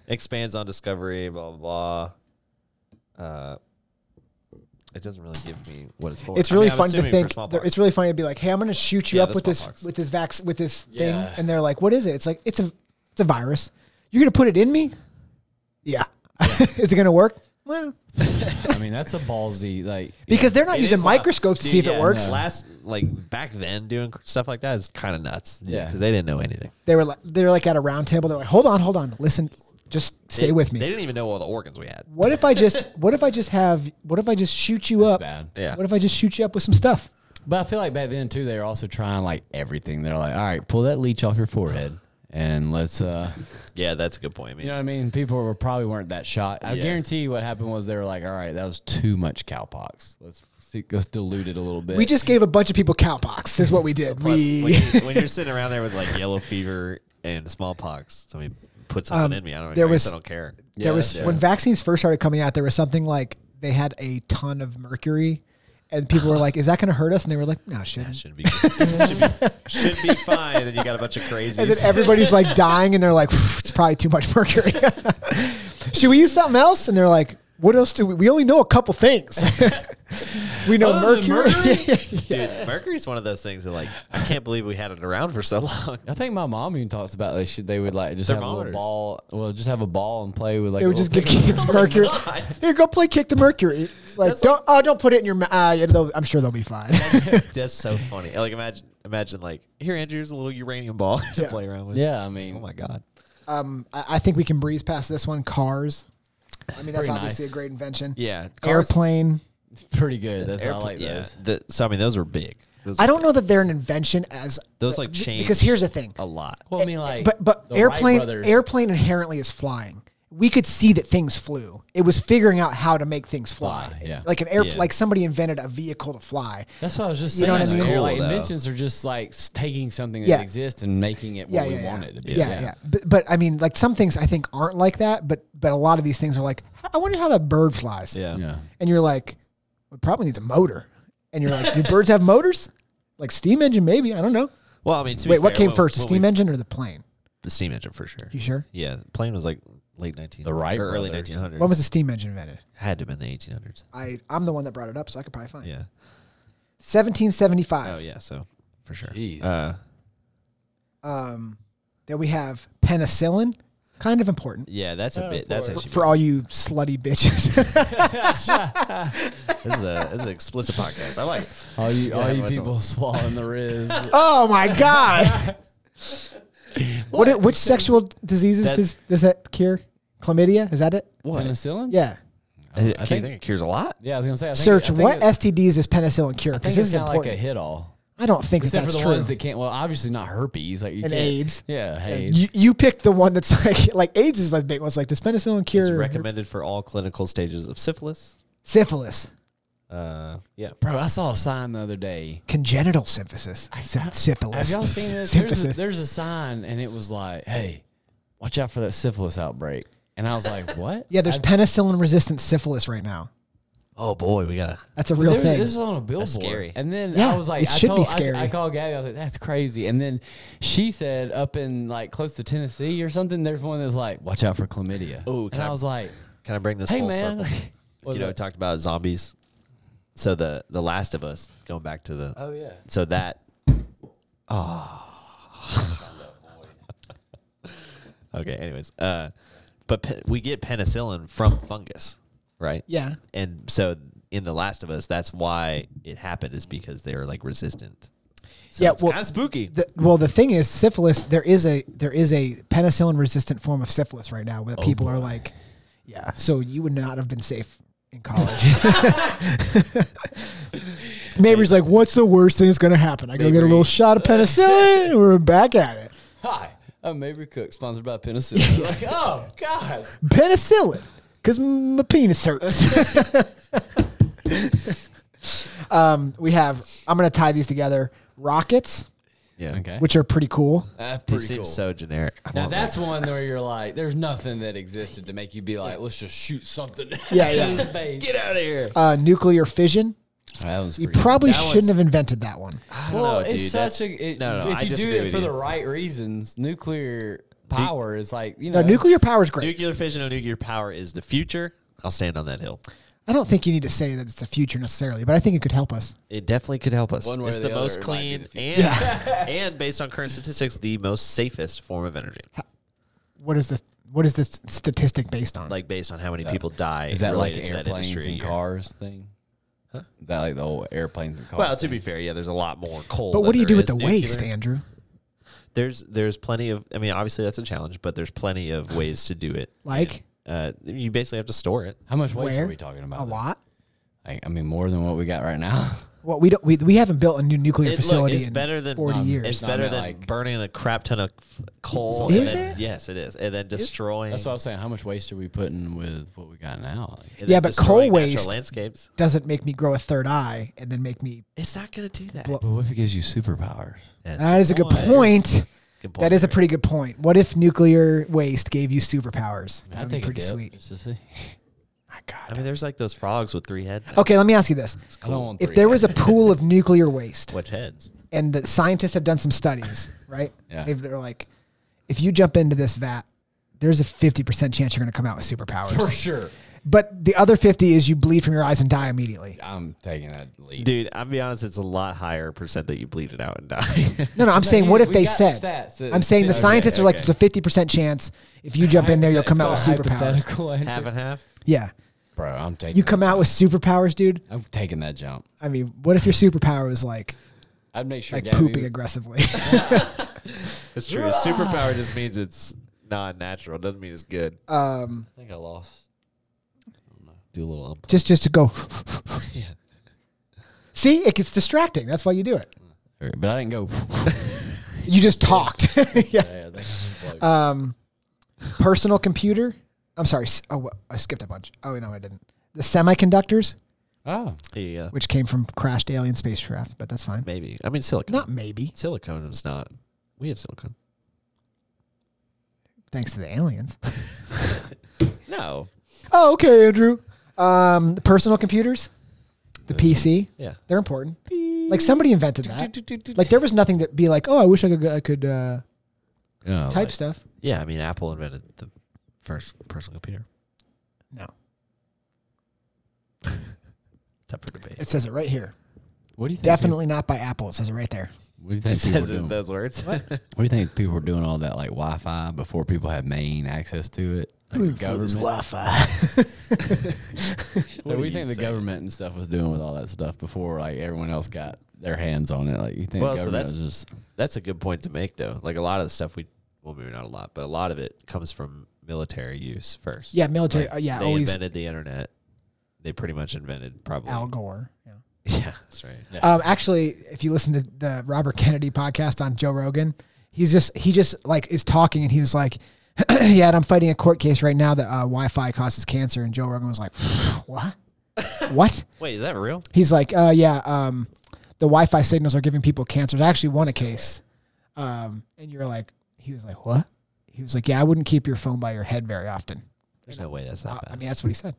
[SPEAKER 3] Expands on discovery, blah, blah, blah. Uh, it doesn't really give me what it's for.
[SPEAKER 2] It's
[SPEAKER 3] I
[SPEAKER 2] really
[SPEAKER 3] mean, I'm
[SPEAKER 2] fun to
[SPEAKER 3] assuming for
[SPEAKER 2] think.
[SPEAKER 3] smallpox.
[SPEAKER 2] It's really funny to be like, "Hey, I'm going to shoot you
[SPEAKER 3] Yeah,
[SPEAKER 2] up
[SPEAKER 3] the
[SPEAKER 2] with this
[SPEAKER 3] smallpox.
[SPEAKER 2] with this vax with this
[SPEAKER 4] Yeah.
[SPEAKER 2] thing," and they're like, "What is it?" It's like it's a it's a virus. You're going to put it in me? Yeah. [laughs] is it going to work? Well,
[SPEAKER 4] I mean, that's a ballsy like
[SPEAKER 2] because they're not
[SPEAKER 3] It
[SPEAKER 2] using
[SPEAKER 3] is wild.
[SPEAKER 2] microscopes to
[SPEAKER 3] Dude,
[SPEAKER 2] see if
[SPEAKER 3] yeah,
[SPEAKER 2] it works.
[SPEAKER 4] no.
[SPEAKER 3] Last, like back then, doing cr- stuff like that is kind of nuts.
[SPEAKER 4] Yeah.
[SPEAKER 3] because they didn't know anything.
[SPEAKER 2] They were like, they were like at a round table. They're like, "Hold on, hold on, listen, just stay
[SPEAKER 3] They-
[SPEAKER 2] with me."
[SPEAKER 3] They didn't even know all the organs we had.
[SPEAKER 2] what if I just what if I just have what if I just shoot you up?
[SPEAKER 4] bad.
[SPEAKER 3] Yeah.
[SPEAKER 2] What if I just shoot you up with some stuff?
[SPEAKER 4] But I feel like back then too, they were also trying like everything. They're like, all right, pull that leech off your forehead. And let's, uh,
[SPEAKER 3] Yeah, that's a good point. I mean,
[SPEAKER 4] you know what I mean? People were, probably weren't that shocked. I
[SPEAKER 3] Yeah.
[SPEAKER 4] guarantee what happened was they were like, all right, that was too much cowpox. Let's see, let's dilute it a little bit.
[SPEAKER 2] We just gave a bunch of people cowpox. Is what we did.
[SPEAKER 3] [laughs] plus,
[SPEAKER 2] we
[SPEAKER 3] when, you're,
[SPEAKER 2] [laughs]
[SPEAKER 3] when you're sitting around there with like yellow fever and smallpox, somebody put something
[SPEAKER 2] Um,
[SPEAKER 3] in me. I don't.
[SPEAKER 2] there
[SPEAKER 3] There was, I
[SPEAKER 2] was-
[SPEAKER 3] don't care.
[SPEAKER 2] there was when vaccines first started coming out there was something like they had a ton of mercury and people were like is that going to hurt us and they were like no it
[SPEAKER 3] That
[SPEAKER 2] shouldn't
[SPEAKER 3] should be, should be should be fine. And then you got a bunch of crazies.
[SPEAKER 2] and then
[SPEAKER 3] [laughs]
[SPEAKER 2] everybody's like dying and they're like "Phew, it's probably too much mercury [laughs] should we use something else and they're like what else do we we only know a couple things [laughs] we know
[SPEAKER 4] Other than
[SPEAKER 2] mercury,
[SPEAKER 3] Oh,
[SPEAKER 2] [laughs]
[SPEAKER 3] Dude, mercury's one of those things that like I can't believe we had it around for so long.
[SPEAKER 4] I think my mom even talks about this. She, they would like just have a little
[SPEAKER 3] Thermometers.
[SPEAKER 4] ball. Well, just have a ball and play with like.
[SPEAKER 2] they
[SPEAKER 4] a
[SPEAKER 2] would just
[SPEAKER 4] little [laughs]
[SPEAKER 2] give
[SPEAKER 4] thing.
[SPEAKER 2] kids mercury here go play kick the mercury it's like
[SPEAKER 3] That's
[SPEAKER 2] don't oh don't put it in your mouth uh, yeah, they'll- i'm sure they'll be fine [laughs]
[SPEAKER 3] That's so funny. Like imagine, imagine like here, Andrew's a little uranium ball [laughs] to
[SPEAKER 2] Yeah.
[SPEAKER 3] play around with.
[SPEAKER 4] Yeah, I mean,
[SPEAKER 3] Oh my god.
[SPEAKER 2] um, I, I think we can breeze past this one cars i mean that's
[SPEAKER 4] Pretty
[SPEAKER 2] obviously
[SPEAKER 4] nice.
[SPEAKER 2] a great invention
[SPEAKER 3] Yeah.
[SPEAKER 2] airplane.
[SPEAKER 4] pretty good. That's how I
[SPEAKER 3] Airpl-
[SPEAKER 4] like
[SPEAKER 3] yeah.
[SPEAKER 4] those.
[SPEAKER 3] The- so I mean, those were big. Those
[SPEAKER 2] I
[SPEAKER 3] were
[SPEAKER 2] don't
[SPEAKER 3] big.
[SPEAKER 2] know that they're an invention as
[SPEAKER 3] Those like
[SPEAKER 2] th-
[SPEAKER 3] changed
[SPEAKER 2] because here's the thing.
[SPEAKER 3] a lot.
[SPEAKER 4] Well, Oh, I mean, like,
[SPEAKER 2] but but
[SPEAKER 4] the Wright
[SPEAKER 2] airplane
[SPEAKER 4] brothers-
[SPEAKER 2] airplane inherently is flying. we could see that things flew. It was figuring out how to make things fly.
[SPEAKER 4] Fly, yeah.
[SPEAKER 2] Like an air,
[SPEAKER 3] Yeah.
[SPEAKER 2] like somebody invented a vehicle to fly.
[SPEAKER 4] That's what I was just
[SPEAKER 2] You
[SPEAKER 4] saying.
[SPEAKER 2] know what I
[SPEAKER 4] earlier,
[SPEAKER 2] mean?
[SPEAKER 4] like,
[SPEAKER 3] Cool, though.
[SPEAKER 4] inventions are just like s- taking something that
[SPEAKER 2] Yeah.
[SPEAKER 4] exists and making it
[SPEAKER 2] Yeah,
[SPEAKER 4] what
[SPEAKER 2] yeah,
[SPEAKER 4] we
[SPEAKER 2] yeah.
[SPEAKER 4] want it to be.
[SPEAKER 2] yeah, yeah. But, but I mean, like some things I think aren't like that, but but a lot of these things are like, I wonder how that bird flies.
[SPEAKER 3] Yeah.
[SPEAKER 4] Yeah.
[SPEAKER 2] And you're like, it probably needs a motor. And you're like, do birds have motors? Like steam engine, maybe. I don't know.
[SPEAKER 3] Well, I mean, to be
[SPEAKER 2] Wait, what
[SPEAKER 3] fair,
[SPEAKER 2] came first, the
[SPEAKER 3] when
[SPEAKER 2] steam
[SPEAKER 3] we-
[SPEAKER 2] engine or the plane?
[SPEAKER 3] The steam engine for sure.
[SPEAKER 2] You sure?
[SPEAKER 3] Yeah, the plane was like late 1900s.
[SPEAKER 4] The Wright
[SPEAKER 3] or early
[SPEAKER 4] brothers.
[SPEAKER 3] 1900s.
[SPEAKER 2] When was the steam engine invented?
[SPEAKER 3] Had to have been the 1800s.
[SPEAKER 2] I I'm the one that brought it up, so I could probably find. it.
[SPEAKER 3] Yeah.
[SPEAKER 2] 1775.
[SPEAKER 3] Oh yeah, so for sure.
[SPEAKER 4] Jeez.
[SPEAKER 3] Uh,
[SPEAKER 2] Um, then we have penicillin, kind of important
[SPEAKER 3] yeah, that's
[SPEAKER 4] Oh,
[SPEAKER 3] a bit. That's
[SPEAKER 2] for,
[SPEAKER 3] actually
[SPEAKER 2] for all you slutty bitches. [laughs]
[SPEAKER 3] this is a this is an explicit podcast. I like. It.
[SPEAKER 4] All you, all
[SPEAKER 3] Yeah,
[SPEAKER 4] you
[SPEAKER 3] let's-
[SPEAKER 4] [laughs] people swallowing the [laughs] riz.
[SPEAKER 2] oh my
[SPEAKER 4] [laughs]
[SPEAKER 2] god! what? it- which sexual diseases
[SPEAKER 3] That-
[SPEAKER 2] does does that cure? Chlamydia is that it?
[SPEAKER 3] What?
[SPEAKER 4] Penicillin?
[SPEAKER 2] Yeah.
[SPEAKER 3] I,
[SPEAKER 4] I
[SPEAKER 3] Uh, think,
[SPEAKER 4] think-
[SPEAKER 3] it cures a lot.
[SPEAKER 4] Yeah, I was gonna say. I think,
[SPEAKER 2] Search
[SPEAKER 4] I think
[SPEAKER 2] what
[SPEAKER 4] it-
[SPEAKER 2] STDs does penicillin cure?
[SPEAKER 4] I
[SPEAKER 2] Because
[SPEAKER 4] think
[SPEAKER 2] this is
[SPEAKER 4] it's kind of
[SPEAKER 2] important.
[SPEAKER 4] like a hit all,
[SPEAKER 2] I don't think that
[SPEAKER 4] except
[SPEAKER 2] that's
[SPEAKER 4] for the
[SPEAKER 2] true.
[SPEAKER 4] ones that can't. Well, obviously not herpes. Like you
[SPEAKER 2] And
[SPEAKER 4] can't-
[SPEAKER 2] AIDS.
[SPEAKER 4] Yeah,
[SPEAKER 2] Yeah,
[SPEAKER 4] hey.
[SPEAKER 2] you, you picked the one that's [laughs] like like AIDS is like big one. It's like does penicillin
[SPEAKER 3] It's
[SPEAKER 2] cure
[SPEAKER 3] recommended for all clinical stages of syphilis.
[SPEAKER 2] syphilis,
[SPEAKER 3] Uh, yeah.
[SPEAKER 4] Bro, I saw a sign the other day.
[SPEAKER 2] congenital syphilis, Syph-
[SPEAKER 4] Have
[SPEAKER 2] syphilis? [laughs]
[SPEAKER 4] y'all seen this? There's a,
[SPEAKER 2] Syphilis.
[SPEAKER 4] there's a sign, and it was like, "Hey, watch out for that syphilis outbreak." And I was like, "What?"
[SPEAKER 2] Yeah, there's
[SPEAKER 4] I,
[SPEAKER 2] penicillin resistant syphilis right now.
[SPEAKER 3] Oh boy, we gotta.
[SPEAKER 2] That's a
[SPEAKER 4] but
[SPEAKER 2] real
[SPEAKER 4] there was-
[SPEAKER 2] thing.
[SPEAKER 4] This is on a billboard.
[SPEAKER 3] scary.
[SPEAKER 4] And then
[SPEAKER 2] Yeah,
[SPEAKER 4] I was like,
[SPEAKER 2] it
[SPEAKER 4] I
[SPEAKER 2] should be
[SPEAKER 4] told, I-
[SPEAKER 2] scary.
[SPEAKER 4] I, called Gabby. I was like, "That's crazy." And then she said, up in like close to Tennessee or something, there's one that's like, "Watch out for chlamydia."
[SPEAKER 3] Ooh,
[SPEAKER 4] and
[SPEAKER 3] can
[SPEAKER 4] I
[SPEAKER 3] I-
[SPEAKER 4] was like,
[SPEAKER 3] Can I bring this?
[SPEAKER 4] "Hey,
[SPEAKER 3] full
[SPEAKER 4] man." [laughs]
[SPEAKER 3] circle? [laughs]
[SPEAKER 4] What
[SPEAKER 3] you know, we
[SPEAKER 4] about-
[SPEAKER 3] talked about zombies. So the the Last of Us, going back to the.
[SPEAKER 4] oh yeah.
[SPEAKER 3] So that. ah. Oh. [laughs] okay. Anyways, uh, but pe- we get penicillin from fungus, right?
[SPEAKER 2] yeah.
[SPEAKER 3] And so in the Last of Us, that's why it happened is because they were like resistant. So
[SPEAKER 2] Yeah,
[SPEAKER 3] It's
[SPEAKER 2] well,
[SPEAKER 3] kind of spooky.
[SPEAKER 2] The, well, the thing is, syphilis. There is a there is a penicillin resistant form of syphilis right now where people are like, yeah. So you would not have been safe in college. Neighbor's like, what's the worst thing that's gonna happen? I go get a little shot of penicillin. and we're back at it.
[SPEAKER 4] Hi, I'm Avery Cook, sponsored
[SPEAKER 2] [laughs]
[SPEAKER 4] by penicillin. like, oh God.
[SPEAKER 2] penicillin because my penis hurts. [laughs] um, we have. I'm gonna tie these together. Rockets,
[SPEAKER 3] yeah.
[SPEAKER 4] Okay.
[SPEAKER 2] which are pretty cool.
[SPEAKER 4] That's
[SPEAKER 3] It
[SPEAKER 4] pretty
[SPEAKER 3] seems
[SPEAKER 4] cool.
[SPEAKER 3] so generic. I
[SPEAKER 4] Now
[SPEAKER 3] want
[SPEAKER 4] that's one where you're like, there's nothing that existed to make you be like, let's just shoot something.
[SPEAKER 2] Yeah, yeah.
[SPEAKER 4] [laughs] in space.
[SPEAKER 3] that. get out of here.
[SPEAKER 2] Uh, nuclear fission.
[SPEAKER 4] That was
[SPEAKER 2] You probably
[SPEAKER 3] That
[SPEAKER 2] shouldn't
[SPEAKER 3] one's-
[SPEAKER 2] have invented that one.
[SPEAKER 3] I don't
[SPEAKER 4] Well,
[SPEAKER 3] know,
[SPEAKER 4] it's
[SPEAKER 3] dude.
[SPEAKER 4] such
[SPEAKER 3] That's-
[SPEAKER 4] a it,
[SPEAKER 3] no, no.
[SPEAKER 4] If
[SPEAKER 3] I
[SPEAKER 4] you
[SPEAKER 3] disagree
[SPEAKER 4] do it
[SPEAKER 3] with
[SPEAKER 4] for
[SPEAKER 3] you.
[SPEAKER 4] the right reasons, nuclear power is like you know.
[SPEAKER 2] No, nuclear power is great.
[SPEAKER 3] nuclear fission or nuclear power is the future. I'll stand on that hill.
[SPEAKER 2] I don't think you need to say that it's the future necessarily, but I think it could help us.
[SPEAKER 3] It definitely could help us.
[SPEAKER 4] One way
[SPEAKER 3] it's
[SPEAKER 4] or
[SPEAKER 3] the,
[SPEAKER 4] the other,
[SPEAKER 3] most
[SPEAKER 4] it might be
[SPEAKER 3] clean
[SPEAKER 4] the
[SPEAKER 3] and
[SPEAKER 4] [laughs]
[SPEAKER 3] and based on current statistics, the most safest form of energy.
[SPEAKER 2] What is this? What is this statistic based on?
[SPEAKER 3] Like based on how many people die.
[SPEAKER 4] is that like
[SPEAKER 3] related to that
[SPEAKER 4] airplanes
[SPEAKER 3] industry a
[SPEAKER 4] and
[SPEAKER 3] year.
[SPEAKER 4] cars thing? Is that like the whole airplanes and cars?
[SPEAKER 3] Well, to be fair, yeah, there's a lot more coal.
[SPEAKER 2] but what do
[SPEAKER 3] than
[SPEAKER 2] you do
[SPEAKER 3] there
[SPEAKER 2] with
[SPEAKER 3] is
[SPEAKER 2] the
[SPEAKER 3] nuclear.
[SPEAKER 2] waste, Andrew?
[SPEAKER 3] There's there's plenty of. I mean, obviously that's a challenge, but there's plenty of ways to do it.
[SPEAKER 2] Like
[SPEAKER 3] Uh, you basically have to store it.
[SPEAKER 4] how much waste
[SPEAKER 2] where?
[SPEAKER 4] are we talking about?
[SPEAKER 2] a
[SPEAKER 4] then?
[SPEAKER 2] lot.
[SPEAKER 4] Like, I mean, more than what we got right now.
[SPEAKER 2] Well, we don't. We, we haven't built a new nuclear
[SPEAKER 3] It- look,
[SPEAKER 2] facility
[SPEAKER 3] it's
[SPEAKER 2] in
[SPEAKER 3] better than
[SPEAKER 2] forty
[SPEAKER 3] um,
[SPEAKER 2] years.
[SPEAKER 3] It's
[SPEAKER 4] No, I
[SPEAKER 3] better
[SPEAKER 4] meant
[SPEAKER 3] than
[SPEAKER 4] like-
[SPEAKER 3] burning a crap ton of f- coal.
[SPEAKER 2] Is
[SPEAKER 3] and then-
[SPEAKER 2] it?
[SPEAKER 3] Yes, it is, and then destroying.
[SPEAKER 4] [laughs] That's what I was saying. How much waste are we putting with what we got now? Like,
[SPEAKER 3] and
[SPEAKER 2] Yeah,
[SPEAKER 3] then
[SPEAKER 2] but coal
[SPEAKER 3] destroying natural
[SPEAKER 2] waste-
[SPEAKER 3] landscapes.
[SPEAKER 2] Doesn't make me grow a third eye and then make me
[SPEAKER 3] It's not going to do that.
[SPEAKER 2] Well,
[SPEAKER 4] but what if it gives you superpowers?
[SPEAKER 3] That's
[SPEAKER 2] That is a good point.
[SPEAKER 3] Good point,
[SPEAKER 2] That is a
[SPEAKER 3] Eric.
[SPEAKER 2] pretty good point. What if nuclear waste gave you superpowers?
[SPEAKER 4] I
[SPEAKER 2] That would be
[SPEAKER 4] think
[SPEAKER 2] pretty sweet. My
[SPEAKER 3] I
[SPEAKER 2] God.
[SPEAKER 3] mean, there's like those frogs with three heads.
[SPEAKER 2] Okay, let me ask you this.
[SPEAKER 4] [laughs] I don't want
[SPEAKER 2] If
[SPEAKER 4] three
[SPEAKER 2] there was a pool of nuclear waste,
[SPEAKER 3] Which heads?
[SPEAKER 2] and the scientists have done some
[SPEAKER 4] [laughs]
[SPEAKER 2] studies, right?
[SPEAKER 4] Yeah.
[SPEAKER 2] They've, they're like, if you jump into this vat, there's a 50% chance you're going to come out with superpowers.
[SPEAKER 4] [laughs] for sure.
[SPEAKER 2] But the other 50 is you bleed from your eyes and die
[SPEAKER 4] [laughs]
[SPEAKER 2] immediately.
[SPEAKER 4] I'm taking that lead.
[SPEAKER 3] Dude, I'll be honest. It's a lot higher percent that you bleed it out
[SPEAKER 2] [laughs]
[SPEAKER 3] and die.
[SPEAKER 2] No, no, I'm saying,
[SPEAKER 4] you-
[SPEAKER 2] what if
[SPEAKER 4] we
[SPEAKER 2] they
[SPEAKER 4] got
[SPEAKER 2] said?
[SPEAKER 4] stats that-
[SPEAKER 2] I'm saying the
[SPEAKER 4] okay,
[SPEAKER 2] scientists are like,
[SPEAKER 3] okay.
[SPEAKER 2] there's a 50% chance if you jump in there, you'll come out with
[SPEAKER 4] It's not
[SPEAKER 2] superpowers.
[SPEAKER 4] hypothetical, Andrew.
[SPEAKER 3] half and half.
[SPEAKER 2] Yeah.
[SPEAKER 4] Bro, I'm taking.
[SPEAKER 2] You come out with superpowers, dude.
[SPEAKER 4] I'm taking that jump.
[SPEAKER 2] I mean, what if your superpower was
[SPEAKER 4] [laughs]
[SPEAKER 2] like
[SPEAKER 4] I'd make sure.
[SPEAKER 2] like
[SPEAKER 4] Gabby
[SPEAKER 2] pooping
[SPEAKER 4] would-
[SPEAKER 2] aggressively? [laughs]
[SPEAKER 3] It's true. A superpower just means it's not natural. Doesn't mean it's good.
[SPEAKER 2] um,
[SPEAKER 4] I think I lost. I don't know.
[SPEAKER 3] Do a little ump.
[SPEAKER 2] just just to go.
[SPEAKER 4] [laughs]
[SPEAKER 3] Yeah.
[SPEAKER 2] See, it gets distracting. That's why you do it.
[SPEAKER 4] Alright, But I didn't [laughs] go.
[SPEAKER 2] You just talked. [laughs] yeah.
[SPEAKER 4] [laughs] Yeah, I think I was like-
[SPEAKER 2] Um, personal computer. I'm sorry. s- Oh, wha- I skipped a bunch. Oh no, I didn't. The semiconductors,
[SPEAKER 4] Oh,
[SPEAKER 3] Yeah,
[SPEAKER 2] which came from crashed alien spacecraft, but that's fine.
[SPEAKER 3] maybe. I mean, silicon.
[SPEAKER 2] Not maybe.
[SPEAKER 3] Silicone is not. We have silicone.
[SPEAKER 2] Thanks to the aliens. [laughs]
[SPEAKER 3] No.
[SPEAKER 2] oh, okay, Andrew. Um, the personal computers, the PC,
[SPEAKER 3] Yeah.
[SPEAKER 2] they're important. Like somebody invented that. Like there was nothing that be like, oh, I wish I could I could uh,
[SPEAKER 4] Oh,
[SPEAKER 3] Yeah,
[SPEAKER 2] type
[SPEAKER 3] like-
[SPEAKER 2] stuff.
[SPEAKER 3] yeah, I mean, Apple invented the first personal computer. [laughs]
[SPEAKER 2] No,
[SPEAKER 3] It's up for debate. [laughs]
[SPEAKER 2] it says it right here.
[SPEAKER 4] what do you think?
[SPEAKER 2] Definitely not by Apple. It says it right there.
[SPEAKER 4] People, what do you [laughs] think people were doing?
[SPEAKER 3] those words. [laughs]
[SPEAKER 2] [laughs]
[SPEAKER 4] What do you think people were doing all that like Wi-Fi before people had main access to it? Like
[SPEAKER 2] Who
[SPEAKER 4] the
[SPEAKER 2] the fuck is
[SPEAKER 3] What
[SPEAKER 4] government. What do
[SPEAKER 3] are
[SPEAKER 4] you think
[SPEAKER 3] you
[SPEAKER 4] the
[SPEAKER 3] saying?
[SPEAKER 4] government and stuff was doing with all that stuff before like everyone else got their hands on it? Like you think
[SPEAKER 3] Well,
[SPEAKER 4] the
[SPEAKER 3] so
[SPEAKER 4] government
[SPEAKER 3] that's-
[SPEAKER 4] was just
[SPEAKER 3] That's a good point to make, though. Like a lot of the stuff we, well, maybe not a lot, but a lot of it comes from military use first.
[SPEAKER 2] Yeah, military.
[SPEAKER 3] Like,
[SPEAKER 2] uh, yeah,
[SPEAKER 3] they
[SPEAKER 2] always
[SPEAKER 3] invented the internet. They pretty much invented probably.
[SPEAKER 2] Al Gore. Yeah.
[SPEAKER 3] [laughs] yeah, that's right.
[SPEAKER 2] Um, actually, if you listen to the Robert Kennedy podcast on Joe Rogan, he's just he just like is talking and he was like, [clears throat] "Yeah, and I'm fighting a court case right now that uh, Wi-Fi causes cancer." And Joe Rogan was like, [sighs] [laughs] "What? what?"
[SPEAKER 3] Wait, is that real?
[SPEAKER 2] He's like, uh, "Yeah, um, the Wi-Fi signals are giving people cancers." I actually won a case, um, and you're like, he was like, "What?" He was like, "Yeah, I wouldn't keep your phone by your head very often."
[SPEAKER 3] There's no way that's
[SPEAKER 2] Uh,
[SPEAKER 3] not
[SPEAKER 2] I
[SPEAKER 3] bad.
[SPEAKER 2] mean, that's what he said.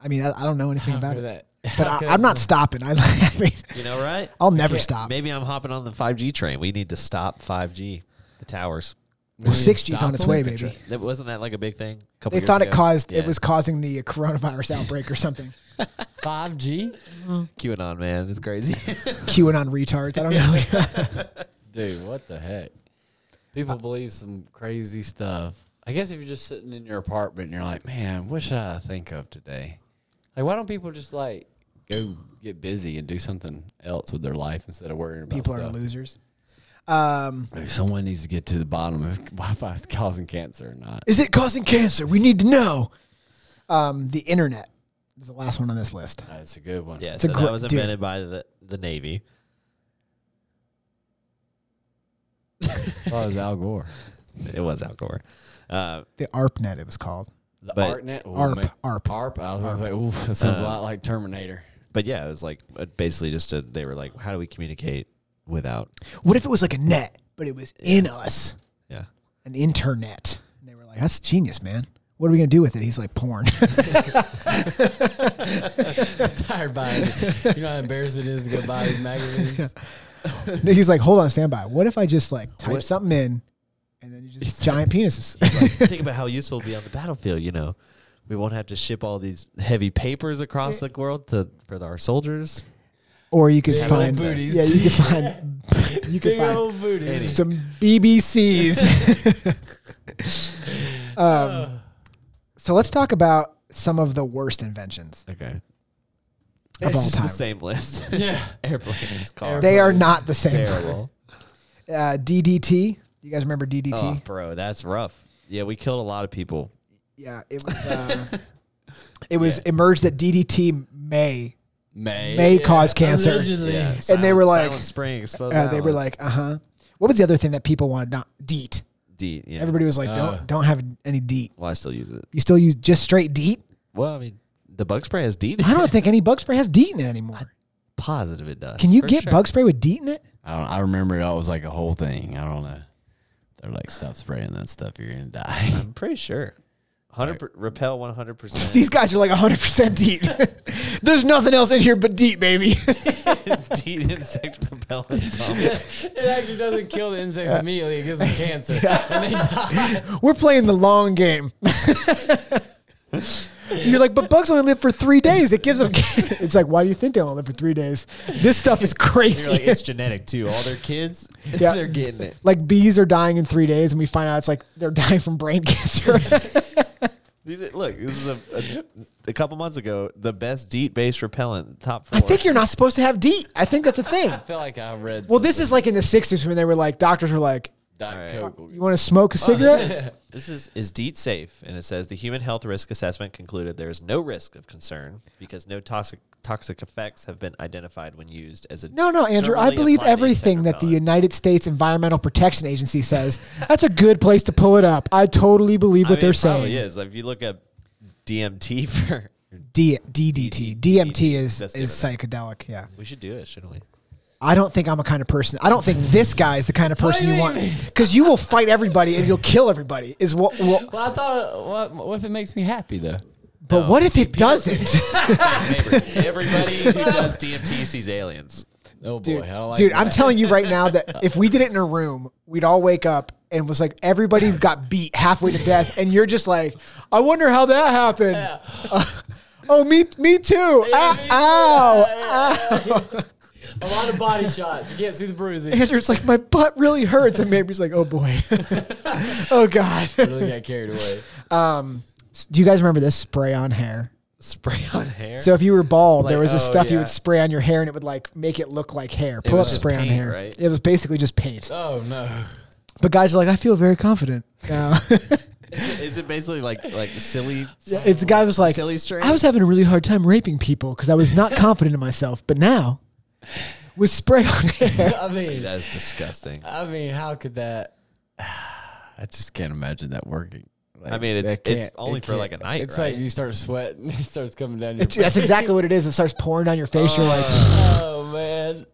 [SPEAKER 2] I mean, I, I don't know anything about it, but I, I'm not stopping. I, [laughs] I mean,
[SPEAKER 3] You know, right?
[SPEAKER 2] I'll never
[SPEAKER 3] Can't-
[SPEAKER 2] stop.
[SPEAKER 3] Maybe I'm hopping on the 5G train. We need to stop 5G, the towers.
[SPEAKER 2] Well, 6G is on its way, baby.
[SPEAKER 3] That wasn't that like a big thing. A couple
[SPEAKER 2] They
[SPEAKER 3] years
[SPEAKER 2] thought it
[SPEAKER 3] ago?
[SPEAKER 2] caused it
[SPEAKER 3] Yeah.
[SPEAKER 2] was causing the coronavirus outbreak or something. [laughs]
[SPEAKER 4] five G,
[SPEAKER 3] [laughs] QAnon, man. It's
[SPEAKER 4] [laughs]
[SPEAKER 3] crazy.
[SPEAKER 2] QAnon retards. I don't know.
[SPEAKER 4] dude. What the heck?
[SPEAKER 2] Uh,
[SPEAKER 4] People believe some crazy stuff. I guess if you're just sitting in your apartment and you're like, man, what should I think of today? Like, why don't people just like go get busy and do something else with their life instead of worrying
[SPEAKER 2] [laughs]
[SPEAKER 4] about
[SPEAKER 2] People are
[SPEAKER 4] stuff?
[SPEAKER 2] losers. Um,
[SPEAKER 4] Like, Someone needs to get to the bottom of [laughs] Wi-Fi is causing cancer or not.
[SPEAKER 2] is it causing cancer? We need to know. Um, the internet is the last one on this list.
[SPEAKER 4] That's a good one.
[SPEAKER 3] yeah,
[SPEAKER 2] It's
[SPEAKER 3] so
[SPEAKER 2] a gr-
[SPEAKER 3] that was
[SPEAKER 2] dude.
[SPEAKER 3] invented by the, the Navy.
[SPEAKER 4] Oh, it's Al Gore.
[SPEAKER 3] [laughs] It was Al Gore. Uh,
[SPEAKER 2] The ARPNet it was called.
[SPEAKER 4] The
[SPEAKER 3] But-
[SPEAKER 4] ARPNet. Ooh,
[SPEAKER 2] ARP.
[SPEAKER 4] Oh,
[SPEAKER 2] Uh,
[SPEAKER 4] man.
[SPEAKER 2] ARP.
[SPEAKER 4] ARP. I was going to say, oof, that sounds a lot like Terminator.
[SPEAKER 3] but yeah, it was like uh, basically just a, they were like, how do we communicate without?
[SPEAKER 2] What if it was like a net, but it was in us,
[SPEAKER 4] [laughs]
[SPEAKER 3] Yeah. [laughs]
[SPEAKER 2] an internet? And they were like, "That's genius, man. What are we gonna do with it?" He's like, "Porn." [laughs]
[SPEAKER 4] Tired by it. You know how embarrassing it is to go buy these magazines?
[SPEAKER 2] He's like, "Hold on, stand by. What if I just like type
[SPEAKER 3] What-
[SPEAKER 2] something in, and then you just giant
[SPEAKER 4] [laughs]
[SPEAKER 2] penises?"
[SPEAKER 3] Think about how useful it'll be on the battlefield, you know. We won't have to ship all these heavy papers across the world to for our soldiers.
[SPEAKER 2] or you could
[SPEAKER 4] Big
[SPEAKER 2] find
[SPEAKER 4] old booties.
[SPEAKER 2] yeah
[SPEAKER 4] [laughs]
[SPEAKER 2] you could find you could
[SPEAKER 4] Big
[SPEAKER 2] find
[SPEAKER 4] old booties.
[SPEAKER 2] some BBCs.
[SPEAKER 4] [laughs]
[SPEAKER 2] [laughs] um, so let's talk about some of the worst inventions
[SPEAKER 3] Okay.
[SPEAKER 2] of
[SPEAKER 3] It's
[SPEAKER 2] all
[SPEAKER 3] just
[SPEAKER 2] time.
[SPEAKER 3] the same list.
[SPEAKER 4] Yeah.
[SPEAKER 3] [laughs] Airplanes, cars.
[SPEAKER 2] They are not the same.
[SPEAKER 3] terrible.
[SPEAKER 2] [laughs] Uh, DDT. You guys remember DDT?
[SPEAKER 3] oh, bro, that's rough. Yeah, we killed a lot of people.
[SPEAKER 2] Yeah, it was. Uh,
[SPEAKER 3] [laughs]
[SPEAKER 2] it was emerged that DDT may,
[SPEAKER 4] May.
[SPEAKER 2] may cause cancer.
[SPEAKER 4] Allegedly.
[SPEAKER 3] Yeah,
[SPEAKER 2] And they were like-
[SPEAKER 3] Silent Spring exposed.
[SPEAKER 2] Uh,
[SPEAKER 3] that
[SPEAKER 2] they were
[SPEAKER 3] one.
[SPEAKER 2] like, uh huh. What was the other thing that people wanted? Not DEET.
[SPEAKER 3] Deet. Yeah.
[SPEAKER 2] Everybody was like,
[SPEAKER 4] Uh.
[SPEAKER 2] don't don't have any DEET.
[SPEAKER 3] Well, I still use it.
[SPEAKER 2] You still use just straight DEET?
[SPEAKER 3] Well, I mean, the bug spray has DEET.
[SPEAKER 2] I don't think any bug spray has DEET in it anymore.
[SPEAKER 3] [laughs] positive it does.
[SPEAKER 2] Can you
[SPEAKER 3] for
[SPEAKER 2] get
[SPEAKER 3] sure.
[SPEAKER 2] bug spray with DEET in it?
[SPEAKER 4] I, don't, I remember it all was like a whole thing. I don't know. They're like, stop spraying that stuff. You're going to die.
[SPEAKER 3] I'm pretty sure. Hundred per- repel one hundred
[SPEAKER 2] [laughs]
[SPEAKER 3] percent. [laughs]
[SPEAKER 2] These guys are like 100% DEET. [laughs] There's nothing else in here but DEET, baby. [laughs]
[SPEAKER 3] DEET insect repellent. bomb.
[SPEAKER 4] [laughs] it actually doesn't kill the insects immediately. It gives [laughs] them cancer. And they die.
[SPEAKER 2] We're playing the long game. [laughs] You're like, but bugs only live for three days. It gives them. [laughs] It's like, why do you think they only live for three days? This stuff is crazy.
[SPEAKER 3] [laughs] You're like
[SPEAKER 2] [laughs]
[SPEAKER 3] it's genetic too. All their kids,
[SPEAKER 2] Yeah.
[SPEAKER 3] [laughs] they're getting it.
[SPEAKER 2] like bees are dying in three days, and we find out it's like they're dying from brain [laughs] cancer.
[SPEAKER 3] These are, look, this is a, a, a couple months ago. The best DEET based repellent, top four.
[SPEAKER 2] I think you're not supposed to have DEET. I think that's a thing.
[SPEAKER 4] I feel like I read.
[SPEAKER 2] Well, this is like in the 60s when they were like, doctors were like,
[SPEAKER 4] Dot
[SPEAKER 3] All right.
[SPEAKER 4] co- Google.
[SPEAKER 2] You want to smoke a cigarette?
[SPEAKER 3] Oh, This is is DEET safe, and it says the human health risk assessment concluded there is no risk of concern because no toxic toxic effects have been identified when used as a
[SPEAKER 2] No, no, Andrew. I
[SPEAKER 3] generally
[SPEAKER 2] believe
[SPEAKER 3] applied insect
[SPEAKER 2] everything that the
[SPEAKER 3] repellent.
[SPEAKER 2] United States Environmental Protection Agency says. That's a good place to pull it up. I totally believe
[SPEAKER 3] I
[SPEAKER 2] what
[SPEAKER 3] mean,
[SPEAKER 2] they're
[SPEAKER 3] it probably
[SPEAKER 2] saying.
[SPEAKER 3] is. Like, if you look up DMT [laughs] for,
[SPEAKER 2] D- DDT. DMT is
[SPEAKER 3] That's
[SPEAKER 2] is psychedelic. Yeah.
[SPEAKER 3] we should do it, shouldn't [laughs] we?
[SPEAKER 2] I don't think I'm a kind of person. I don't think this guy is the kind of person you want because you will fight everybody and you'll kill everybody. Is what. Well,
[SPEAKER 4] Well, I thought, what, what if it makes me happy though?
[SPEAKER 2] but what if it doesn't?
[SPEAKER 3] [laughs] Everybody who does DMT sees aliens.
[SPEAKER 4] Oh boy,
[SPEAKER 2] Dude,
[SPEAKER 4] I don't like
[SPEAKER 2] dude,
[SPEAKER 3] [laughs]
[SPEAKER 4] that.
[SPEAKER 2] I'm telling you right now that if we did it in a room, we'd all wake up and was like, everybody got beat halfway to death, and you're just like, I wonder how that happened. Uh, [laughs] oh, me, me too. Ah, ow, Ah.
[SPEAKER 5] A lot of body shots. You can't see the
[SPEAKER 4] [laughs]
[SPEAKER 5] bruising.
[SPEAKER 2] ow. Andrew's like, my butt really hurts, and Mabry's like, oh boy, [laughs] oh god.
[SPEAKER 5] really got carried away.
[SPEAKER 2] Um, [laughs] do you guys remember this spray on hair?
[SPEAKER 3] Spray on hair.
[SPEAKER 2] So if you were bald, there
[SPEAKER 3] Like,
[SPEAKER 2] was this
[SPEAKER 3] oh,
[SPEAKER 2] stuff you
[SPEAKER 3] yeah.
[SPEAKER 2] would spray on your hair, and it would like make it look like hair. Pull
[SPEAKER 3] was
[SPEAKER 2] up
[SPEAKER 3] just
[SPEAKER 2] spray on
[SPEAKER 3] paint,
[SPEAKER 2] hair.
[SPEAKER 3] right?
[SPEAKER 2] It was basically just paint.
[SPEAKER 4] Oh [laughs] no.
[SPEAKER 2] But guys are like, I feel very confident. [laughs] now."
[SPEAKER 3] is it basically like like silly?
[SPEAKER 2] Yeah, it's the guy was like,
[SPEAKER 3] Silly string?
[SPEAKER 2] I was having a really hard time raping people because I was
[SPEAKER 3] [laughs]
[SPEAKER 2] not confident in myself, but now with spray on [laughs] hair,
[SPEAKER 5] I
[SPEAKER 3] [laughs]
[SPEAKER 5] mean,
[SPEAKER 3] That is disgusting.
[SPEAKER 5] I mean, how could that?
[SPEAKER 4] [sighs] I just can't imagine that working. Like,
[SPEAKER 3] I mean, it's-
[SPEAKER 4] that
[SPEAKER 3] it's
[SPEAKER 4] can't-
[SPEAKER 3] only
[SPEAKER 4] it
[SPEAKER 3] for, like,
[SPEAKER 4] can't-
[SPEAKER 3] a night,
[SPEAKER 4] It's
[SPEAKER 5] It's
[SPEAKER 4] like
[SPEAKER 5] like you start
[SPEAKER 4] [laughs]
[SPEAKER 5] sweating. It starts coming down. Your
[SPEAKER 2] It's- that's exactly what it is. It starts pouring down your face. You're
[SPEAKER 3] Uh.
[SPEAKER 2] like,
[SPEAKER 5] Oh man.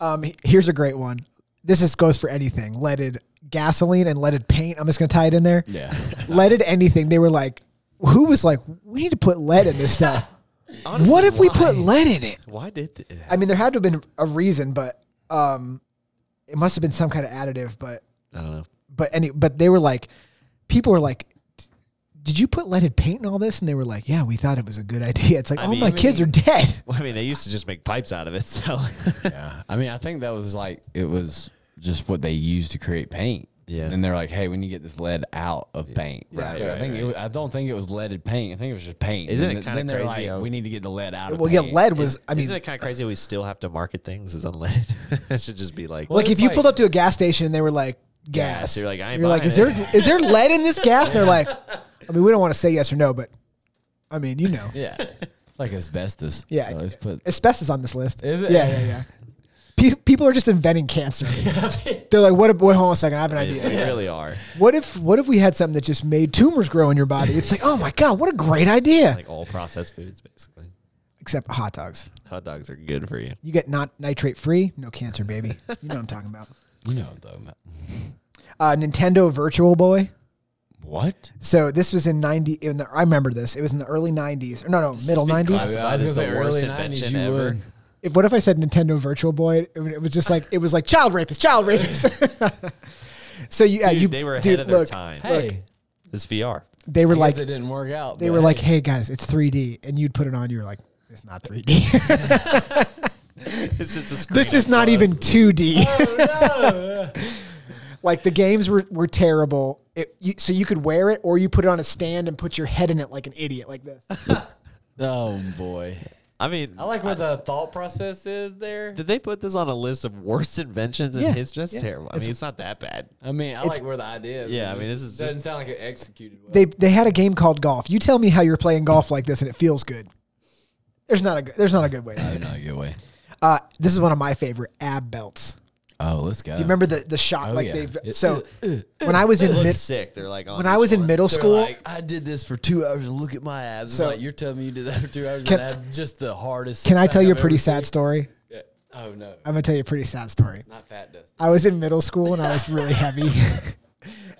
[SPEAKER 2] um, he- here's a great one. This is goes for anything leaded gasoline and leaded paint. I'm just gonna tie it in there.
[SPEAKER 4] yeah.
[SPEAKER 2] Leaded anything. They were like, who was like, we need to put lead in this stuff.
[SPEAKER 3] [laughs] Honestly,
[SPEAKER 2] what if we
[SPEAKER 3] why?
[SPEAKER 2] put lead in it?
[SPEAKER 3] Why did? th-
[SPEAKER 2] I mean, there had to have been a reason, but um, it must have been some kind of additive. But
[SPEAKER 3] I don't know. [laughs]
[SPEAKER 2] but any but they were like people were like did you put leaded paint in all this and they were like yeah we thought it was a good [laughs] idea it's like
[SPEAKER 3] I
[SPEAKER 2] all
[SPEAKER 3] mean-
[SPEAKER 2] my kids are dead
[SPEAKER 3] Well, I mean, they used to just make pipes out of it. [laughs] So
[SPEAKER 4] yeah. I mean, I think that was like it was just what they used to create paint.
[SPEAKER 3] Yeah.
[SPEAKER 4] And they're like, hey, we need to get this lead out of paint.
[SPEAKER 3] Right,
[SPEAKER 4] So I
[SPEAKER 3] right,
[SPEAKER 4] think it was, I don't think it was leaded paint. I think it was just paint.
[SPEAKER 3] Isn't
[SPEAKER 4] And
[SPEAKER 3] it
[SPEAKER 4] th-
[SPEAKER 3] kinda
[SPEAKER 4] then they're
[SPEAKER 3] crazy
[SPEAKER 4] like,
[SPEAKER 3] how-
[SPEAKER 4] we need to get the lead out
[SPEAKER 2] [laughs]
[SPEAKER 4] of
[SPEAKER 2] well yeah
[SPEAKER 4] paint.
[SPEAKER 2] lead was i mean
[SPEAKER 3] isn't it kind of crazy? We still have to market things as unleaded. [laughs] it should just be like.
[SPEAKER 2] like if
[SPEAKER 5] it's
[SPEAKER 2] you
[SPEAKER 5] like-
[SPEAKER 2] pulled up to a gas station and they were like gas
[SPEAKER 3] Gas, you're like, I ain't
[SPEAKER 2] you're like
[SPEAKER 3] buying
[SPEAKER 2] is there
[SPEAKER 3] it.
[SPEAKER 2] is there lead in this gas and they're
[SPEAKER 3] [laughs]
[SPEAKER 2] like i mean we don't want to say yes or no but i mean you
[SPEAKER 3] [laughs]
[SPEAKER 2] know
[SPEAKER 4] Yeah. like asbestos.
[SPEAKER 2] Yeah.
[SPEAKER 4] So let's put
[SPEAKER 2] asbestos on this list
[SPEAKER 5] Is it?
[SPEAKER 2] yeah yeah yeah Pe- People are just inventing
[SPEAKER 3] [laughs]
[SPEAKER 2] cancer. They're like, what? If, what? Hold on a second. I have an
[SPEAKER 3] we
[SPEAKER 2] idea.
[SPEAKER 3] really are
[SPEAKER 2] What if what if we had something that just made tumors grow in your body? It's like, oh my god, what a great idea!
[SPEAKER 3] like all processed foods, basically.
[SPEAKER 2] Except hot dogs.
[SPEAKER 3] Hot dogs are good for you.
[SPEAKER 2] You get not nitrate free, no cancer, baby. You know what I'm talking about. [laughs]
[SPEAKER 4] you know though. man.
[SPEAKER 2] Uh, Nintendo Virtual Boy.
[SPEAKER 4] What?
[SPEAKER 2] So this was in ninety. In the I remember this. It was in the early nineties, or no, no, middle
[SPEAKER 3] because-
[SPEAKER 2] nineties.
[SPEAKER 3] Classified as the worst invention ever.
[SPEAKER 2] If what if I said Nintendo Virtual Boy? It, would- it was just like it was like child rapist, child rapist. [laughs] so you, uh,
[SPEAKER 3] Dude,
[SPEAKER 2] you
[SPEAKER 3] they were ahead
[SPEAKER 2] dude,
[SPEAKER 3] of their
[SPEAKER 2] look,
[SPEAKER 3] time.
[SPEAKER 5] Hey,
[SPEAKER 3] This VR.
[SPEAKER 2] They were
[SPEAKER 5] I guess
[SPEAKER 2] like
[SPEAKER 5] it didn't work out.
[SPEAKER 2] they
[SPEAKER 5] but
[SPEAKER 2] were like,
[SPEAKER 5] hey.
[SPEAKER 2] hey guys, it's three D, and you'd put it on. You were like, it's not three D. [laughs]
[SPEAKER 3] [laughs] It's just a screen
[SPEAKER 2] this is
[SPEAKER 3] up
[SPEAKER 2] not
[SPEAKER 3] close.
[SPEAKER 2] even two D.
[SPEAKER 5] Oh, no.
[SPEAKER 2] [laughs] like the games were, were terrible. It, you, so you could wear it or you put it on a stand and put your head in it like an idiot, like
[SPEAKER 4] [laughs]
[SPEAKER 2] this.
[SPEAKER 4] Oh boy.
[SPEAKER 3] I mean,
[SPEAKER 5] I like what the thought process is there.
[SPEAKER 3] did they put this on a list of worst inventions in
[SPEAKER 2] Yeah,
[SPEAKER 3] history? That's
[SPEAKER 2] yeah.
[SPEAKER 3] terrible. I mean, it's not that bad.
[SPEAKER 5] I mean, I like where the idea is.
[SPEAKER 3] Yeah,
[SPEAKER 5] It
[SPEAKER 3] I mean,
[SPEAKER 5] just
[SPEAKER 3] this is
[SPEAKER 5] doesn't
[SPEAKER 3] just-
[SPEAKER 5] sound like it executed well.
[SPEAKER 2] They they had a game called golf. You tell me how you're playing golf like this and it feels good. There's not a good, there's not a good way. to do it.
[SPEAKER 4] No, good way.
[SPEAKER 2] Uh, this is one of my favorite ab belts.
[SPEAKER 4] Oh, let's go.
[SPEAKER 2] Do you remember the the shot
[SPEAKER 4] Oh,
[SPEAKER 2] like
[SPEAKER 4] yeah.
[SPEAKER 2] they
[SPEAKER 4] It-
[SPEAKER 2] so when I was in
[SPEAKER 3] It
[SPEAKER 2] mid,
[SPEAKER 3] looks sick. They're like, oh, on
[SPEAKER 2] when I was in middle
[SPEAKER 4] They're
[SPEAKER 2] school,
[SPEAKER 4] like, I did this for two hours and look at my abs. It's
[SPEAKER 2] So-
[SPEAKER 4] like you're telling me you did that for two hours
[SPEAKER 2] Can-
[SPEAKER 4] and I have just the hardest.
[SPEAKER 2] can I
[SPEAKER 4] six-pack
[SPEAKER 2] tell you a
[SPEAKER 4] I've
[SPEAKER 2] pretty
[SPEAKER 4] ever
[SPEAKER 2] sad story?
[SPEAKER 4] seen. Yeah. Oh no.
[SPEAKER 2] I'm gonna tell you a pretty sad story.
[SPEAKER 5] Not fat dust.
[SPEAKER 2] I was in middle school and I was really heavy. [laughs]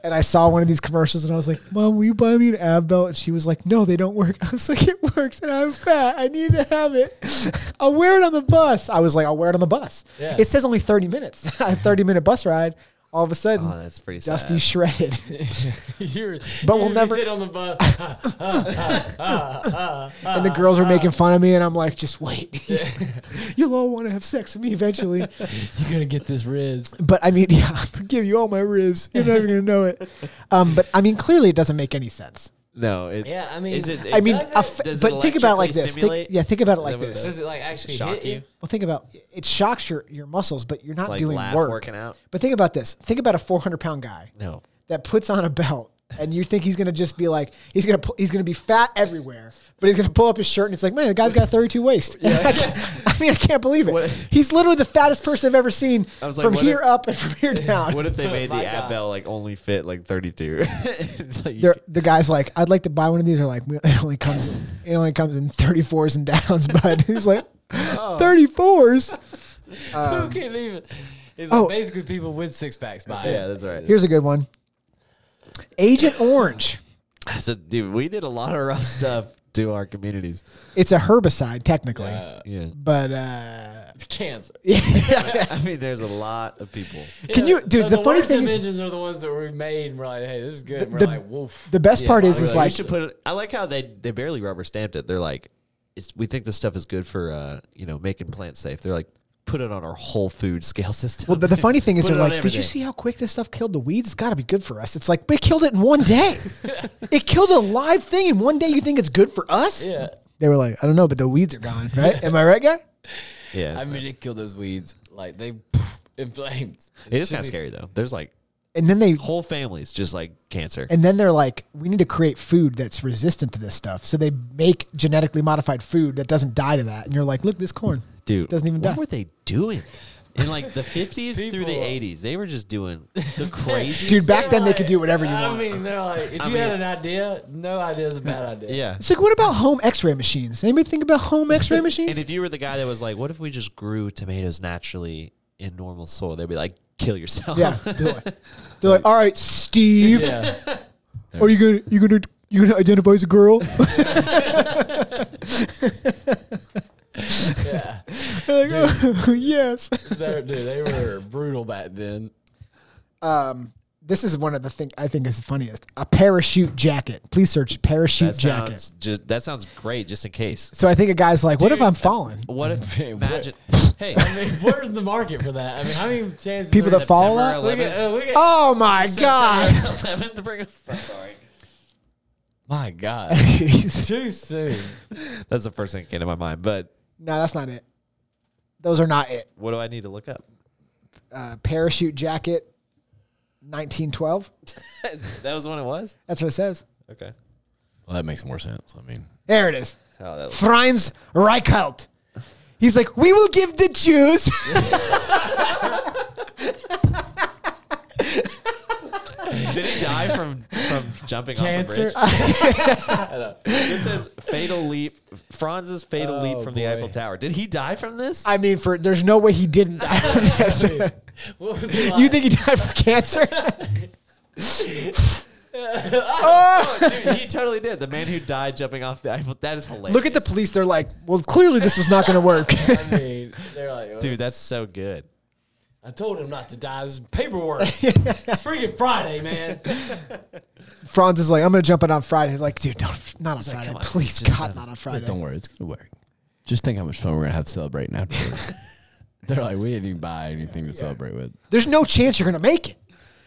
[SPEAKER 2] and I saw one of these commercials and I was like, Mom, will you buy me an ab belt? And she was like, No, they don't work. [laughs] I was like, It works and I'm fat. I need to have it. I'll wear it on the bus. I was like, I'll wear it on the bus.
[SPEAKER 5] Yeah.
[SPEAKER 2] It says only 30 minutes. [laughs] I have 30 minute bus ride. All of a sudden,
[SPEAKER 3] Oh, that's pretty
[SPEAKER 2] Dusty
[SPEAKER 3] sad.
[SPEAKER 2] shredded.
[SPEAKER 5] [laughs]
[SPEAKER 3] [laughs]
[SPEAKER 5] You're,
[SPEAKER 2] But we'll
[SPEAKER 5] you
[SPEAKER 2] never-
[SPEAKER 5] sit on the bus.
[SPEAKER 2] and the girls were
[SPEAKER 3] Uh-huh.
[SPEAKER 2] making fun of me. And I'm like, Just wait. [laughs] You'll all want to have sex with me eventually.
[SPEAKER 5] You're gonna get this Riz.
[SPEAKER 2] But I mean, [laughs] yeah, I forgive you all my riz. You're not even gonna know it. Um, but I mean, clearly it doesn't make any sense.
[SPEAKER 3] No, it,
[SPEAKER 4] Yeah, I mean-
[SPEAKER 3] is it?
[SPEAKER 2] I mean,
[SPEAKER 4] does it-
[SPEAKER 2] a f-
[SPEAKER 3] does it
[SPEAKER 2] but think about it like
[SPEAKER 3] electrically
[SPEAKER 2] this. Think,
[SPEAKER 3] stimulate?
[SPEAKER 2] yeah, think about it
[SPEAKER 3] Is
[SPEAKER 2] like
[SPEAKER 3] that what
[SPEAKER 2] this.
[SPEAKER 3] it
[SPEAKER 4] Does it like actually
[SPEAKER 3] Shock
[SPEAKER 4] hit
[SPEAKER 5] [laughs]
[SPEAKER 3] you?
[SPEAKER 4] you?
[SPEAKER 2] Well, think about it shocks your your muscles, but you're not
[SPEAKER 3] like
[SPEAKER 2] doing
[SPEAKER 3] laugh
[SPEAKER 2] work.
[SPEAKER 3] working out.
[SPEAKER 2] But think about this. Think about a 400 pound guy
[SPEAKER 3] no,
[SPEAKER 2] that puts on a belt, and you think he's gonna just be like he's gonna pu- he's gonna be fat everywhere, but he's gonna pull up his shirt and it's like, man, the guy's got a 32 waist. [laughs] I, can't- I mean, I can't believe it.
[SPEAKER 3] What-
[SPEAKER 2] He's literally the fattest person I've ever seen
[SPEAKER 3] I was like,
[SPEAKER 2] from
[SPEAKER 3] what
[SPEAKER 2] here
[SPEAKER 3] if-
[SPEAKER 2] up and from
[SPEAKER 3] [laughs]
[SPEAKER 5] [laughs]
[SPEAKER 2] here down.
[SPEAKER 3] What if they made the
[SPEAKER 5] My
[SPEAKER 3] app
[SPEAKER 5] God.
[SPEAKER 3] bell like only fit like 32?
[SPEAKER 5] [laughs]
[SPEAKER 3] [laughs] It's like you
[SPEAKER 2] They're-
[SPEAKER 3] can't-
[SPEAKER 2] the guy's like, I'd like to buy one of these. They're like, it only comes, it only comes in 34s and downs, [laughs] bud. He's like,
[SPEAKER 3] Oh.
[SPEAKER 2] 34s.
[SPEAKER 5] Who can even? It's
[SPEAKER 2] Oh.
[SPEAKER 5] basically people with six packs buy
[SPEAKER 3] yeah,
[SPEAKER 5] it.
[SPEAKER 3] that's right.
[SPEAKER 2] Here's a good one. Agent Orange.
[SPEAKER 3] [laughs] So, dude, we did a lot of rough [laughs] stuff to our communities.
[SPEAKER 2] It's a herbicide technically,
[SPEAKER 3] Yeah.
[SPEAKER 2] but uh, [laughs]
[SPEAKER 5] Cancer.
[SPEAKER 3] [laughs] I mean, there's a lot of people.
[SPEAKER 2] Can
[SPEAKER 3] [laughs]
[SPEAKER 2] you- dude, the
[SPEAKER 5] the
[SPEAKER 2] funny
[SPEAKER 5] worst
[SPEAKER 2] thing is-
[SPEAKER 5] dimensions are the ones that we made. and We're like, hey, this is good. and we're
[SPEAKER 2] the-
[SPEAKER 5] like, woof.
[SPEAKER 2] the best part is,
[SPEAKER 3] Honestly,
[SPEAKER 2] is
[SPEAKER 3] we
[SPEAKER 2] like,
[SPEAKER 3] should put it, I like how they they barely rubber stamped it. They're like, it's, we think this stuff is good for uh, you know making plants safe. They're like, put it on our whole food scale [laughs] system.
[SPEAKER 2] well, the, the funny thing is,
[SPEAKER 3] Put
[SPEAKER 2] they're
[SPEAKER 3] it on
[SPEAKER 2] like, did you
[SPEAKER 3] everything."
[SPEAKER 2] see how quick this stuff killed the weeds? It's got to be good for us. It's like, but it killed it in one
[SPEAKER 3] [laughs]
[SPEAKER 2] day. it killed a live thing in one day. You think it's good for us?
[SPEAKER 5] Yeah.
[SPEAKER 2] They were like, I don't know, but the weeds are gone,
[SPEAKER 3] [laughs]
[SPEAKER 2] right? Am I right, guy?
[SPEAKER 3] yeah,
[SPEAKER 5] I
[SPEAKER 3] it's-
[SPEAKER 5] mean, it killed those weeds. Like they [laughs] in flames.
[SPEAKER 3] it is kind of scary though. There's like
[SPEAKER 2] And then they
[SPEAKER 3] whole families just like cancer.
[SPEAKER 2] And then they're like, we need to create food that's resistant to this stuff. So they make genetically modified food that doesn't die to that. And you're like, look, this corn
[SPEAKER 3] dude
[SPEAKER 2] doesn't even
[SPEAKER 3] what
[SPEAKER 2] die.
[SPEAKER 3] were they
[SPEAKER 5] [laughs]
[SPEAKER 3] doing in like the 50s through
[SPEAKER 5] People-
[SPEAKER 3] the 80s they were just doing
[SPEAKER 5] [laughs]
[SPEAKER 3] the crazy
[SPEAKER 2] Dude, back then they could do whatever you
[SPEAKER 5] I
[SPEAKER 2] want.
[SPEAKER 5] mean, they're like, if
[SPEAKER 3] I
[SPEAKER 5] you
[SPEAKER 3] mean-
[SPEAKER 5] had an idea, no idea is a bad idea.
[SPEAKER 3] yeah
[SPEAKER 2] It's like, what about home X-ray machines? Anybody think about
[SPEAKER 3] [laughs]
[SPEAKER 2] home X-ray
[SPEAKER 3] and
[SPEAKER 2] machines?
[SPEAKER 3] if you were the guy that was like what if we just grew tomatoes naturally in normal soil they'd be like kill yourself [laughs]
[SPEAKER 2] yeah, they're like, they're like, all right, Steve,
[SPEAKER 5] [laughs] Yeah.
[SPEAKER 2] are you gonna you gonna you gonna identify as a
[SPEAKER 3] [laughs]
[SPEAKER 2] girl?
[SPEAKER 5] yeah.
[SPEAKER 2] They're [laughs] like, [laughs] "Oh, yes.
[SPEAKER 5] They're, dude, they were brutal back then.
[SPEAKER 2] Um, this is one of the thing I think is the funniest. A parachute jacket. Please search parachute
[SPEAKER 3] that
[SPEAKER 2] jacket.
[SPEAKER 3] sounds just that sounds great just in case
[SPEAKER 2] so I think a guy's like, what if I'm falling?
[SPEAKER 3] what
[SPEAKER 5] [laughs]
[SPEAKER 3] if
[SPEAKER 5] Man, what-
[SPEAKER 3] imagine hey
[SPEAKER 5] I mean, where's the market for that? I mean, how many chances?
[SPEAKER 2] People that fall
[SPEAKER 3] September
[SPEAKER 2] out.
[SPEAKER 5] Look at,
[SPEAKER 3] 11th
[SPEAKER 5] uh, look at
[SPEAKER 2] [laughs] Oh my god.
[SPEAKER 3] September
[SPEAKER 5] [laughs]
[SPEAKER 3] 11th, bring it- I'm sorry
[SPEAKER 5] my
[SPEAKER 2] [laughs]
[SPEAKER 5] God. Too soon.
[SPEAKER 3] that's the first thing that came to my mind but
[SPEAKER 2] No, that's not it. Those are not it.
[SPEAKER 3] what do I need to look up [laughs]
[SPEAKER 2] Uh, parachute jacket, 1912.
[SPEAKER 3] that was when it was
[SPEAKER 2] That's what it says.
[SPEAKER 3] okay
[SPEAKER 4] Well, that makes more sense. I mean,
[SPEAKER 2] There it is.
[SPEAKER 3] oh that was
[SPEAKER 2] Franz Reichelt. He's like, we will give the Jews. [laughs]
[SPEAKER 3] Did he die from from jumping
[SPEAKER 2] [laughs]
[SPEAKER 5] Cancer.
[SPEAKER 3] off a bridge? This says fatal leap. Franz's fatal
[SPEAKER 5] Oh,
[SPEAKER 3] leap from the
[SPEAKER 5] boy.
[SPEAKER 3] Eiffel Tower. Did he die from this?
[SPEAKER 2] I mean, for there's no way he didn't. die
[SPEAKER 3] [laughs]
[SPEAKER 2] from this.
[SPEAKER 5] What was it like?
[SPEAKER 2] you think he died from cancer?
[SPEAKER 3] Oh, Dude, he totally did. The man who died jumping off the Eiffel. That is
[SPEAKER 2] [laughs]
[SPEAKER 3] hilarious.
[SPEAKER 2] Look at the police. They're like, well, clearly this was not going to [laughs] work.
[SPEAKER 5] I mean, they're like, oh,
[SPEAKER 3] dude. That's so good.
[SPEAKER 5] I told him not to die. This is
[SPEAKER 2] [laughs]
[SPEAKER 5] paperwork. it's freaking Friday, man.
[SPEAKER 2] Franz is like, I'm going to jump it on Friday. They're like, dude, don't, not on
[SPEAKER 3] like,
[SPEAKER 2] Friday.
[SPEAKER 3] come on,
[SPEAKER 2] Please,
[SPEAKER 3] just
[SPEAKER 2] God,
[SPEAKER 3] don't-
[SPEAKER 2] not on Friday.
[SPEAKER 4] don't worry, it's gonna work. Just think how much fun we're gonna have celebrating afterwards. [laughs] They're like, we didn't even buy anything to celebrate with.
[SPEAKER 2] There's no chance you're gonna make it.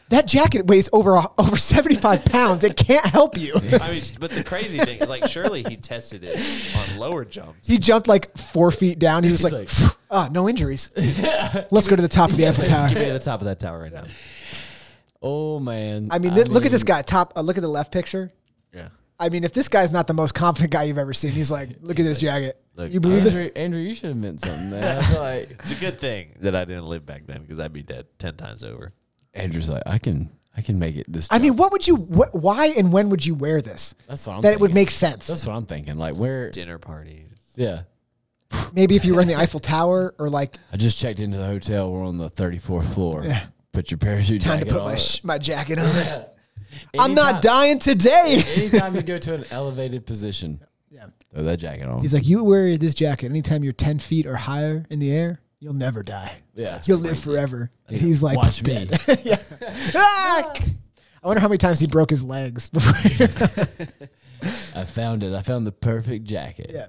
[SPEAKER 2] That jacket weighs over [laughs] over 75 pounds. It can't help you.
[SPEAKER 3] I mean, but the crazy thing is, like, surely he tested it on lower jumps.
[SPEAKER 2] He jumped like four feet down. He was like, "Phew, [laughs] ah, no injuries. Let's go to the top of the Eiffel Tower.
[SPEAKER 3] Get me to the top of that tower right now.
[SPEAKER 4] Oh man.
[SPEAKER 2] I mean, thi- look at this guy. Top. Uh, look at the left picture.
[SPEAKER 4] Yeah.
[SPEAKER 2] I mean, if this guy's not the most confident guy you've ever seen, he's like, look at this jacket.
[SPEAKER 3] Look,
[SPEAKER 2] You
[SPEAKER 4] uh,
[SPEAKER 2] believe it?
[SPEAKER 5] Andrew, Andrew, you should have meant something. Man.
[SPEAKER 4] [laughs]
[SPEAKER 5] I feel like
[SPEAKER 3] It's a good thing that I didn't live back then because I'd be dead ten times over.
[SPEAKER 4] Andrew's like, I can, I can make it this.
[SPEAKER 2] I mean,
[SPEAKER 4] jump.
[SPEAKER 2] what would you? What, why and when would you wear this?
[SPEAKER 4] that's what I'm.
[SPEAKER 2] That it would
[SPEAKER 4] thinking.
[SPEAKER 2] make sense.
[SPEAKER 4] That's what I'm thinking. Like, where?
[SPEAKER 3] Dinner parties.
[SPEAKER 4] Yeah.
[SPEAKER 2] Maybe if you were in the Eiffel Tower or like
[SPEAKER 4] I just checked into the hotel. We're on the 34th floor.
[SPEAKER 2] Yeah.
[SPEAKER 4] Put your parachute.
[SPEAKER 2] time to
[SPEAKER 4] jacket
[SPEAKER 2] put
[SPEAKER 4] on.
[SPEAKER 2] my sh- my jacket on. I'm
[SPEAKER 5] Anytime-
[SPEAKER 2] not dying today.
[SPEAKER 5] anytime you
[SPEAKER 4] go to an elevated position.
[SPEAKER 2] [laughs] Yeah.
[SPEAKER 4] Throw that jacket on.
[SPEAKER 2] He's like, you wear this jacket anytime you're 10 feet or higher in the air, you'll never die.
[SPEAKER 4] yeah.
[SPEAKER 2] you'll live forever. And he's like,
[SPEAKER 4] Watch me.
[SPEAKER 2] dead. [laughs] yeah. Ah! I wonder how many times he broke his legs [laughs] before. he-
[SPEAKER 4] I found it. I found the perfect jacket.
[SPEAKER 2] yeah.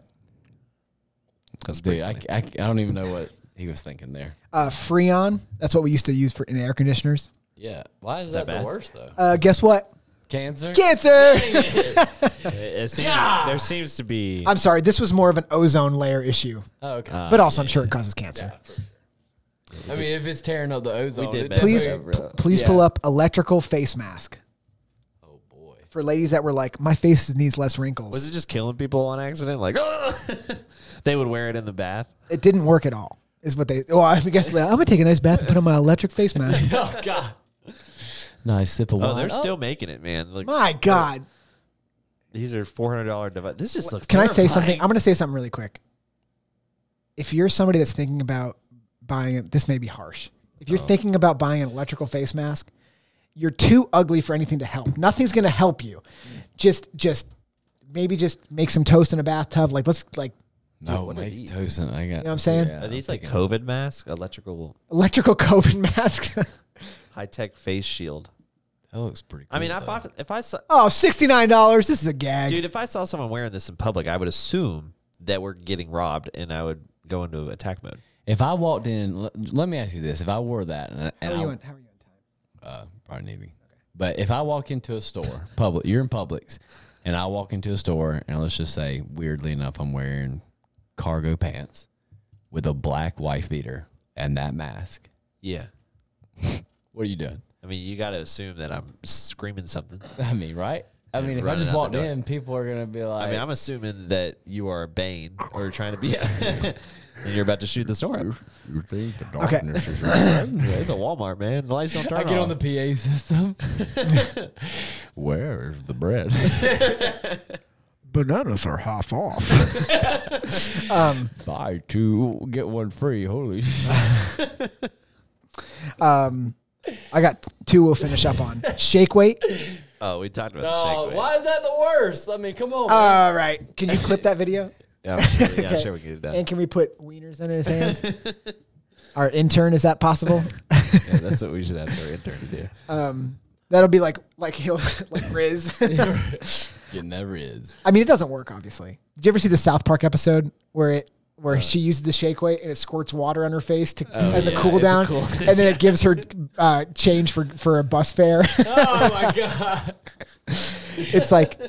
[SPEAKER 3] That's
[SPEAKER 4] Dude,
[SPEAKER 3] pretty
[SPEAKER 4] I,
[SPEAKER 3] funny.
[SPEAKER 4] I, I don't even know what he was thinking there.
[SPEAKER 2] Uh, Freon. That's what we used to use for in air conditioners.
[SPEAKER 4] Yeah. Why is,
[SPEAKER 3] that bad?
[SPEAKER 4] worst though?
[SPEAKER 2] Uh, guess what?
[SPEAKER 4] Cancer?
[SPEAKER 2] Cancer.
[SPEAKER 4] [laughs]
[SPEAKER 3] It seems- There seems to be.
[SPEAKER 2] I'm sorry. This was more of an ozone layer issue,
[SPEAKER 4] Oh, okay.
[SPEAKER 3] Uh,
[SPEAKER 2] but also I'm sure it causes cancer.
[SPEAKER 4] I mean, if it's tearing up the ozone,
[SPEAKER 3] did
[SPEAKER 4] it
[SPEAKER 3] bad.
[SPEAKER 2] Please,
[SPEAKER 4] doesn't-
[SPEAKER 2] p- please
[SPEAKER 4] Yeah.
[SPEAKER 2] pull up electrical face mask
[SPEAKER 4] Oh boy.
[SPEAKER 2] for ladies that were like, my face needs less wrinkles.
[SPEAKER 3] was it just killing people on accident? Like, [laughs] they would wear it in the bath.
[SPEAKER 2] it didn't work at all. Is what they. Well, I guess I'm gonna take a nice bath and put on my electric face mask.
[SPEAKER 3] [laughs]
[SPEAKER 5] Oh God.
[SPEAKER 4] Nice sip of wine.
[SPEAKER 3] Oh, they're still making it, man. Look,
[SPEAKER 2] My God,
[SPEAKER 3] these are four hundred dollar device. This just looks.
[SPEAKER 2] can I say something?
[SPEAKER 3] terrifying.
[SPEAKER 2] I'm gonna say something really quick. If you're somebody that's thinking about buying it, this may be harsh. If
[SPEAKER 3] Oh.
[SPEAKER 2] you're thinking about buying an electrical face mask, you're too ugly for anything to help. Nothing's gonna help you.
[SPEAKER 3] Mm.
[SPEAKER 2] Just, just maybe just make some toast in a bathtub. Like let's like
[SPEAKER 4] no,
[SPEAKER 3] what are
[SPEAKER 4] make
[SPEAKER 3] these?
[SPEAKER 4] toast. and- I got. You know
[SPEAKER 2] what I'm saying?
[SPEAKER 3] Are these like COVID masks, electrical
[SPEAKER 2] electrical [laughs] COVID masks.
[SPEAKER 3] high tech face shield?
[SPEAKER 4] That looks pretty. Cool,
[SPEAKER 3] I mean, if
[SPEAKER 4] though.
[SPEAKER 3] I if I saw,
[SPEAKER 2] oh, $69. This is a gag.
[SPEAKER 3] dude, if I saw someone wearing this in public, I would assume that we're getting robbed, and I would go into attack mode.
[SPEAKER 4] If I walked in, let, let me ask you this: If I wore that, and,
[SPEAKER 2] how
[SPEAKER 4] and
[SPEAKER 2] are
[SPEAKER 4] I
[SPEAKER 2] you on, how are you on time?
[SPEAKER 4] uh, probably need me. But if I walk into a store, [laughs] public, you're in Publix, and I walk into a store, and let's just say, weirdly enough, I'm wearing cargo pants with a black wife beater and that mask.
[SPEAKER 3] Yeah,
[SPEAKER 4] What are you doing?
[SPEAKER 3] I mean, you got to assume that I'm screaming something.
[SPEAKER 4] [laughs] I mean, right? I mean, if I
[SPEAKER 3] running
[SPEAKER 4] just
[SPEAKER 3] out the
[SPEAKER 4] walked
[SPEAKER 3] door.
[SPEAKER 4] in, people are gonna be like,
[SPEAKER 3] I mean, I'm assuming that you are Bane or trying to be, [laughs] and you're about to shoot the store up.
[SPEAKER 4] you think the
[SPEAKER 2] Okay.
[SPEAKER 4] darkness [laughs] is right?
[SPEAKER 3] Yeah, it's a Walmart, man. The lights don't turn
[SPEAKER 4] I get on the
[SPEAKER 3] off.
[SPEAKER 4] PA system. [laughs] Where is the bread?
[SPEAKER 2] Bananas are half off. um,
[SPEAKER 4] [laughs] Buy two, get one free. Holy
[SPEAKER 2] um, I got two we'll finish up on. Shake
[SPEAKER 3] [laughs]
[SPEAKER 2] weight.
[SPEAKER 3] Oh, we talked about the
[SPEAKER 5] No,
[SPEAKER 3] shake. weight.
[SPEAKER 5] why is that the worst? I mean, come on. man.
[SPEAKER 2] All right. Can you clip that video?
[SPEAKER 3] Yeah, I'm sure,
[SPEAKER 4] [laughs]
[SPEAKER 3] yeah, I'm
[SPEAKER 2] Okay.
[SPEAKER 3] sure we can get it done.
[SPEAKER 2] And can we put wieners in his
[SPEAKER 3] [laughs]
[SPEAKER 2] hands? Our intern, is that possible?
[SPEAKER 3] Yeah, that's what we should ask our intern to do.
[SPEAKER 2] Um, that'll be like like he'll [laughs] like
[SPEAKER 3] [laughs]
[SPEAKER 2] Riz.
[SPEAKER 4] [laughs] It never is.
[SPEAKER 2] I mean, it doesn't work, obviously. Did you ever see the South Park episode where it where she uses the shake weight and it squirts water on her face to, as a
[SPEAKER 3] Uh. Oh, yeah,
[SPEAKER 2] cool
[SPEAKER 3] it's a
[SPEAKER 2] down,
[SPEAKER 3] cool-
[SPEAKER 2] and then it gives her uh, change for for a bus fare? [laughs]
[SPEAKER 5] Oh my God.
[SPEAKER 2] it's like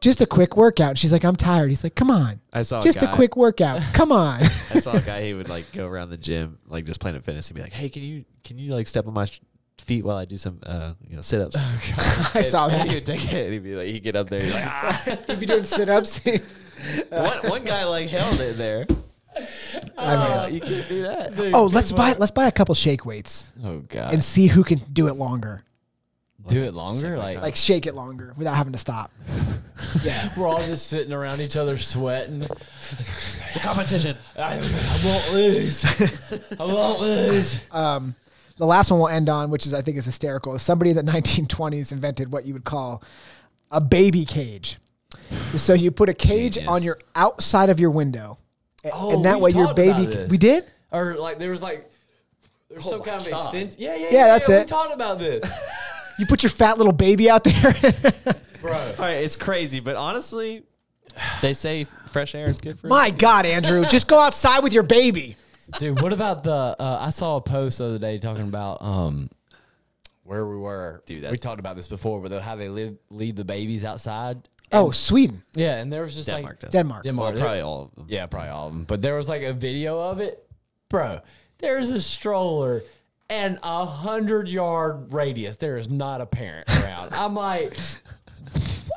[SPEAKER 2] just a quick workout. She's like, I'm tired. He's like, Come on,
[SPEAKER 3] I saw
[SPEAKER 2] just a,
[SPEAKER 3] a, guy,
[SPEAKER 2] quick workout. Come on.
[SPEAKER 3] I saw a guy. He would like go around the gym, like just Planet Fitness. He'd be like, "Hey, can you can you like step on my sh- feet while I do some uh, you know
[SPEAKER 2] [laughs]
[SPEAKER 3] sit ups?"
[SPEAKER 2] I saw
[SPEAKER 3] And he
[SPEAKER 2] that.
[SPEAKER 3] would take it. And he'd be like, he'd get up there. He'd
[SPEAKER 2] [laughs]
[SPEAKER 3] like, ah.
[SPEAKER 2] If you're doing sit ups,
[SPEAKER 3] one, one guy like held it there. Ah,
[SPEAKER 2] I mean,
[SPEAKER 3] You can't do that.
[SPEAKER 2] [laughs] oh, let's buy let's buy a couple shake weights
[SPEAKER 4] Oh god.
[SPEAKER 2] and see who can do it longer.
[SPEAKER 4] Do it longer, like,
[SPEAKER 2] Like shake it longer without having to stop.
[SPEAKER 5] [laughs] We're all just sitting around each other sweating.
[SPEAKER 3] The competition.
[SPEAKER 5] [laughs] I, I won't lose. I won't lose.
[SPEAKER 2] Um, the last one we'll end on, which is I think is hysterical, is somebody in the [laughs] 1920s invented what you would call a baby cage. So you put a cage
[SPEAKER 3] Genius.
[SPEAKER 2] on your outside of your window, a-
[SPEAKER 5] Oh,
[SPEAKER 2] and that
[SPEAKER 5] we've
[SPEAKER 2] way your
[SPEAKER 5] talked about
[SPEAKER 2] baby.
[SPEAKER 5] this.
[SPEAKER 2] We did.
[SPEAKER 5] Or like there was like there's
[SPEAKER 4] Oh
[SPEAKER 5] some kind of extension. Yeah, yeah, yeah.
[SPEAKER 2] that's
[SPEAKER 5] yeah, We
[SPEAKER 2] it.
[SPEAKER 5] talked about this,
[SPEAKER 2] You put your fat little baby out there. [laughs]
[SPEAKER 5] bro.
[SPEAKER 3] All right, it's crazy, but honestly, they say fresh air is good for.
[SPEAKER 2] My God, Andrew, just go outside with your baby.
[SPEAKER 4] dude. What about the? Uh, I saw a post the other day talking about um where we were.
[SPEAKER 3] Dude,
[SPEAKER 4] we
[SPEAKER 3] that's-
[SPEAKER 4] talked about this before, but how they live leave the babies outside.
[SPEAKER 2] Oh, Sweden,
[SPEAKER 4] Yeah, and there was just
[SPEAKER 3] Denmark
[SPEAKER 4] like
[SPEAKER 3] does.
[SPEAKER 2] Denmark.
[SPEAKER 4] Denmark.
[SPEAKER 3] Well,
[SPEAKER 4] there-
[SPEAKER 3] probably all of them.
[SPEAKER 4] Yeah, probably all of them. But there was like a video of it, bro. There's a stroller and a hundred yard radius. There is not a parent around. I'm like,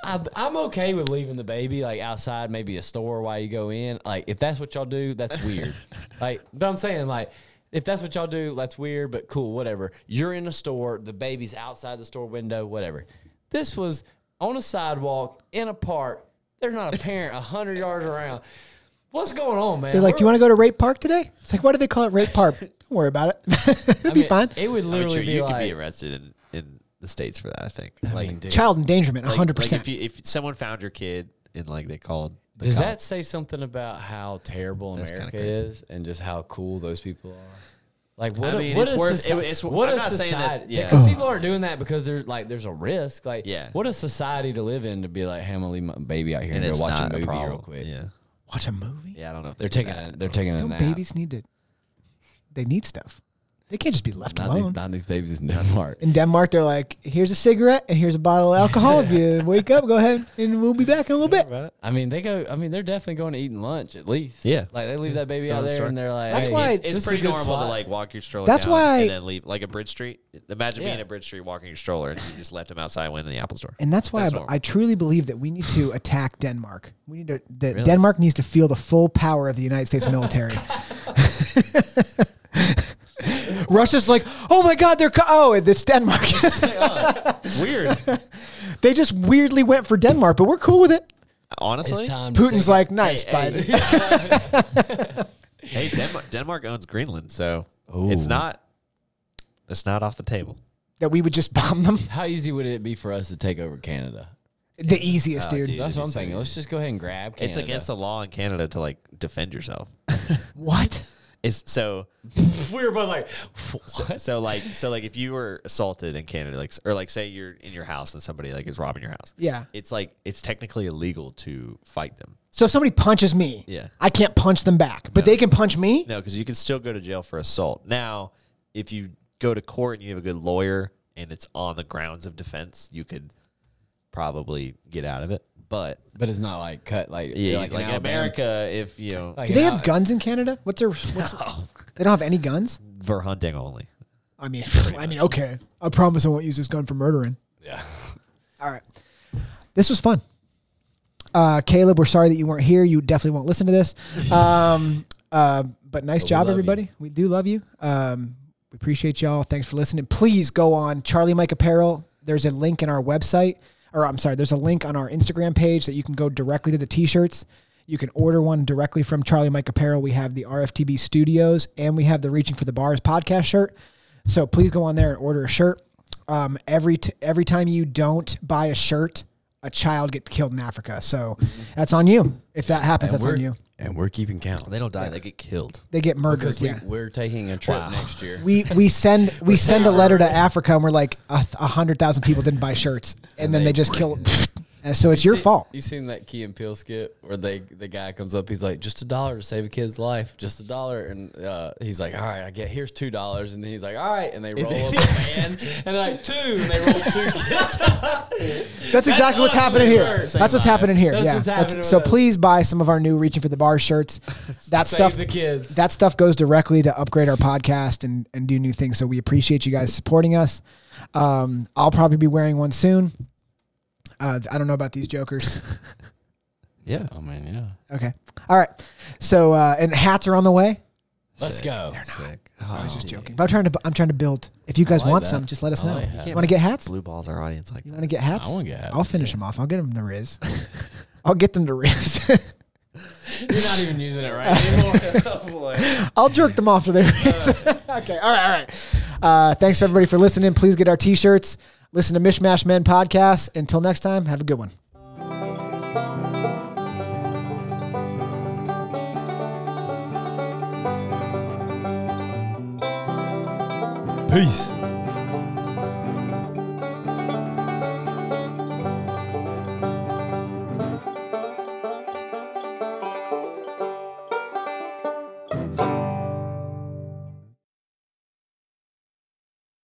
[SPEAKER 4] I'm, I'm okay with leaving the baby like outside, maybe a store while you go in. Like, if that's what y'all do, that's
[SPEAKER 3] [laughs]
[SPEAKER 4] weird. like, but I'm saying like. If that's what y'all do, that's weird, but cool, whatever. You're in a store, the baby's outside the store window, whatever. This was on a sidewalk in a park. There's not a parent a hundred yards around. What's going on, man?
[SPEAKER 2] They're like, you want to go to Rape Park today? It's like, why do they call it Rape
[SPEAKER 3] [laughs]
[SPEAKER 2] Park? Don't worry about [laughs] it. It'll be fine.
[SPEAKER 4] It would
[SPEAKER 3] I'm
[SPEAKER 4] literally
[SPEAKER 3] sure
[SPEAKER 4] be
[SPEAKER 3] you
[SPEAKER 4] like,
[SPEAKER 3] could be arrested in, in the states for that. I think. like,
[SPEAKER 4] mean, dude,
[SPEAKER 2] Child endangerment,
[SPEAKER 3] like-
[SPEAKER 2] 100%.
[SPEAKER 3] Like if, you, if someone found your kid and like they called. The
[SPEAKER 4] Does that
[SPEAKER 3] cops.
[SPEAKER 4] say something about how terrible
[SPEAKER 3] kinda
[SPEAKER 4] America
[SPEAKER 3] crazy.
[SPEAKER 4] is and just how cool those people are? Like what?
[SPEAKER 3] I
[SPEAKER 4] a-
[SPEAKER 3] mean,
[SPEAKER 4] what
[SPEAKER 3] it's
[SPEAKER 4] a
[SPEAKER 3] worth-
[SPEAKER 4] soci-
[SPEAKER 3] it- it's-
[SPEAKER 4] what
[SPEAKER 3] I'm
[SPEAKER 4] a
[SPEAKER 3] not saying that-
[SPEAKER 4] society-
[SPEAKER 3] yeah.
[SPEAKER 4] Because people aren't doing that because there's like there's a risk. Like
[SPEAKER 3] Yeah.
[SPEAKER 4] what a society to live in to be like, hey, I'm gonna leave my baby out here
[SPEAKER 3] and
[SPEAKER 4] and,
[SPEAKER 3] it's
[SPEAKER 4] go watch
[SPEAKER 3] not
[SPEAKER 4] a movie
[SPEAKER 3] problem.
[SPEAKER 4] real quick.
[SPEAKER 3] Yeah.
[SPEAKER 2] Watch a movie?
[SPEAKER 3] Yeah, I don't know. If
[SPEAKER 4] They're taking
[SPEAKER 3] it.
[SPEAKER 4] a, they're taking a
[SPEAKER 2] Don't
[SPEAKER 4] nap.
[SPEAKER 2] babies need to? They need stuff. They can't just be left
[SPEAKER 4] Not
[SPEAKER 2] alone.
[SPEAKER 4] these, not these babies in [laughs] Denmark.
[SPEAKER 2] in Denmark, they're like, here's a cigarette and here's a bottle of alcohol. if
[SPEAKER 3] [laughs]
[SPEAKER 2] you wake up, go ahead and we'll be back in a little bit.
[SPEAKER 4] I mean, they go. I mean, they're definitely going to eat and lunch at least.
[SPEAKER 3] Yeah.
[SPEAKER 4] like they leave that baby
[SPEAKER 3] Go to
[SPEAKER 4] out
[SPEAKER 3] the
[SPEAKER 4] there,
[SPEAKER 3] store.
[SPEAKER 4] and they're like,
[SPEAKER 2] That's
[SPEAKER 4] hey,
[SPEAKER 2] why-
[SPEAKER 4] it's-
[SPEAKER 3] It's
[SPEAKER 4] this is a
[SPEAKER 3] pretty
[SPEAKER 4] good
[SPEAKER 3] normal to
[SPEAKER 4] spot.
[SPEAKER 3] like walk your stroller.
[SPEAKER 2] That's
[SPEAKER 3] down
[SPEAKER 2] why-
[SPEAKER 3] and then leave like a Bridge Street. Imagine being
[SPEAKER 4] Yeah.
[SPEAKER 3] a Bridge Street walking your stroller and you just left him outside when in the Apple
[SPEAKER 4] [laughs]
[SPEAKER 3] Store.
[SPEAKER 2] And that's why
[SPEAKER 3] That's
[SPEAKER 2] I,
[SPEAKER 3] normal.
[SPEAKER 2] I truly believe that we need to [laughs] attack Denmark. We need to that
[SPEAKER 4] Really?
[SPEAKER 2] Denmark needs to feel the full power of the United States
[SPEAKER 3] [laughs]
[SPEAKER 2] military. [laughs] Russia's like, oh my God, they're co- oh, it's Denmark. [laughs]
[SPEAKER 3] Weird.
[SPEAKER 2] they just weirdly went for Denmark, but we're cool with it.
[SPEAKER 3] Honestly,
[SPEAKER 4] It's time. to
[SPEAKER 2] Putin's
[SPEAKER 4] take
[SPEAKER 2] like, nice, Biden.
[SPEAKER 3] hey, Denmark, Denmark owns Greenland, so
[SPEAKER 4] Ooh.
[SPEAKER 3] it's not. It's not off the table.
[SPEAKER 2] that we would just bomb
[SPEAKER 3] [laughs]
[SPEAKER 2] them.
[SPEAKER 4] a- How easy would it be for us to take over Canada?
[SPEAKER 2] The easiest, dude.
[SPEAKER 3] dude.
[SPEAKER 4] That's
[SPEAKER 3] it'd
[SPEAKER 4] what
[SPEAKER 3] be
[SPEAKER 4] I'm
[SPEAKER 3] so
[SPEAKER 4] thinking. Let's just go ahead and grab.
[SPEAKER 3] It's
[SPEAKER 4] Canada.
[SPEAKER 3] against the law in Canada to like defend yourself.
[SPEAKER 2] What?
[SPEAKER 3] Is so
[SPEAKER 5] We were both like,
[SPEAKER 3] so, so like so like if you were assaulted in Canada, like or like say you're in your house and somebody like is robbing your house.
[SPEAKER 2] Yeah.
[SPEAKER 3] It's like it's technically illegal to fight them.
[SPEAKER 2] So if somebody punches me,
[SPEAKER 3] Yeah.
[SPEAKER 2] I can't punch them back, but they can punch me.
[SPEAKER 3] No, because you can still go to jail for assault. Now, if you go to court and you have a good lawyer and it's on the grounds of defense, you could probably get out of it. But
[SPEAKER 4] but it's not like cut like
[SPEAKER 3] yeah,
[SPEAKER 4] like,
[SPEAKER 3] like,
[SPEAKER 4] in
[SPEAKER 3] in
[SPEAKER 4] Alabama.
[SPEAKER 3] America, if you know
[SPEAKER 4] Like
[SPEAKER 2] Do
[SPEAKER 4] in
[SPEAKER 2] they have
[SPEAKER 4] Al-
[SPEAKER 2] guns in Canada? What's their? What's, They don't have any guns.
[SPEAKER 3] for hunting only.
[SPEAKER 2] I mean, I mean, okay. I promise I won't use this gun for murdering. Yeah.
[SPEAKER 4] [laughs]
[SPEAKER 2] All right. This was fun. Uh, Caleb, we're sorry that you weren't here. You definitely won't listen to this. Um, uh, but nice
[SPEAKER 4] we
[SPEAKER 2] job,
[SPEAKER 4] love you.
[SPEAKER 2] everybody. We do love you. Um, we appreciate y'all. Thanks for listening. Please go on Charlie Mike Apparel. There's a link in our website, or I'm sorry, there's a link on our Instagram page that you can go directly to the t-shirts. You can order one directly from Charlie Mike Apparel. We have the RFTB Studios, and we have the Reaching for the Bars podcast shirt. So please go on there and order a shirt. Um, every t- every time you don't buy a shirt, a child gets killed in Africa. So that's on you. If that happens, that's on
[SPEAKER 4] we're-
[SPEAKER 2] you.
[SPEAKER 4] Mm-hmm. and we're keeping count
[SPEAKER 3] They don't die; they get killed.
[SPEAKER 2] They get murdered.
[SPEAKER 4] because we,
[SPEAKER 2] Yeah.
[SPEAKER 4] we're taking a trip next year.
[SPEAKER 2] We we send we send a letter to Africa and we're like a th- a hundred thousand people didn't buy shirts and then they just kill. [laughs] And so it's your
[SPEAKER 4] See-
[SPEAKER 2] fault.
[SPEAKER 4] You seen that Key and Peele skit where they the guy comes up, he's like, just a dollar to save a kid's life, just a dollar, and uh, he's like, all right, I get here's two dollars, and then he's like, all right, and they roll up a man, and they're like two, and they
[SPEAKER 2] [laughs]
[SPEAKER 4] roll two kids.
[SPEAKER 2] That's exactly what's
[SPEAKER 4] us,
[SPEAKER 2] happening
[SPEAKER 4] for
[SPEAKER 2] here.
[SPEAKER 4] sure.
[SPEAKER 2] That's
[SPEAKER 4] Same
[SPEAKER 2] what's
[SPEAKER 4] vibe.
[SPEAKER 2] happening here.
[SPEAKER 4] That's
[SPEAKER 2] yeah.
[SPEAKER 4] what's
[SPEAKER 2] That's-
[SPEAKER 4] happening
[SPEAKER 2] so
[SPEAKER 4] with us.
[SPEAKER 2] please buy some of our new reaching for the bar shirts. That
[SPEAKER 4] [laughs] Save
[SPEAKER 2] stuff
[SPEAKER 4] the kids.
[SPEAKER 2] that stuff goes directly to upgrade our podcast and and do new things. So we appreciate you guys supporting us. Um, I'll probably be wearing one soon. Uh, I don't know about these jokers.
[SPEAKER 3] Yeah,
[SPEAKER 4] Oh man, yeah,
[SPEAKER 2] Okay. All right. So uh, and hats are on the way.
[SPEAKER 4] let's go.
[SPEAKER 3] sick.
[SPEAKER 2] Oh, I was
[SPEAKER 4] Oh,
[SPEAKER 2] just joking. But I'm trying to. I'm trying to build. If you guys
[SPEAKER 4] like
[SPEAKER 2] want
[SPEAKER 4] that.
[SPEAKER 2] some, just let us
[SPEAKER 4] I
[SPEAKER 2] know.
[SPEAKER 4] like that.
[SPEAKER 2] want to get hats?
[SPEAKER 3] Blue balls our audience like
[SPEAKER 2] You
[SPEAKER 3] that.
[SPEAKER 2] want to get hats?
[SPEAKER 4] I wanna get
[SPEAKER 2] I'll
[SPEAKER 4] hats,
[SPEAKER 2] finish them off. I'll get them to Riz. I'll get them to Riz.
[SPEAKER 5] you're not even using it right
[SPEAKER 2] [laughs]
[SPEAKER 5] anymore.
[SPEAKER 2] I'll jerk them off to their Riz. [laughs] okay. All right. All right. Uh, thanks everybody for listening. Please get our t-shirts. Listen to Mishmash Men podcast. Until next time, have a good one.
[SPEAKER 4] Peace.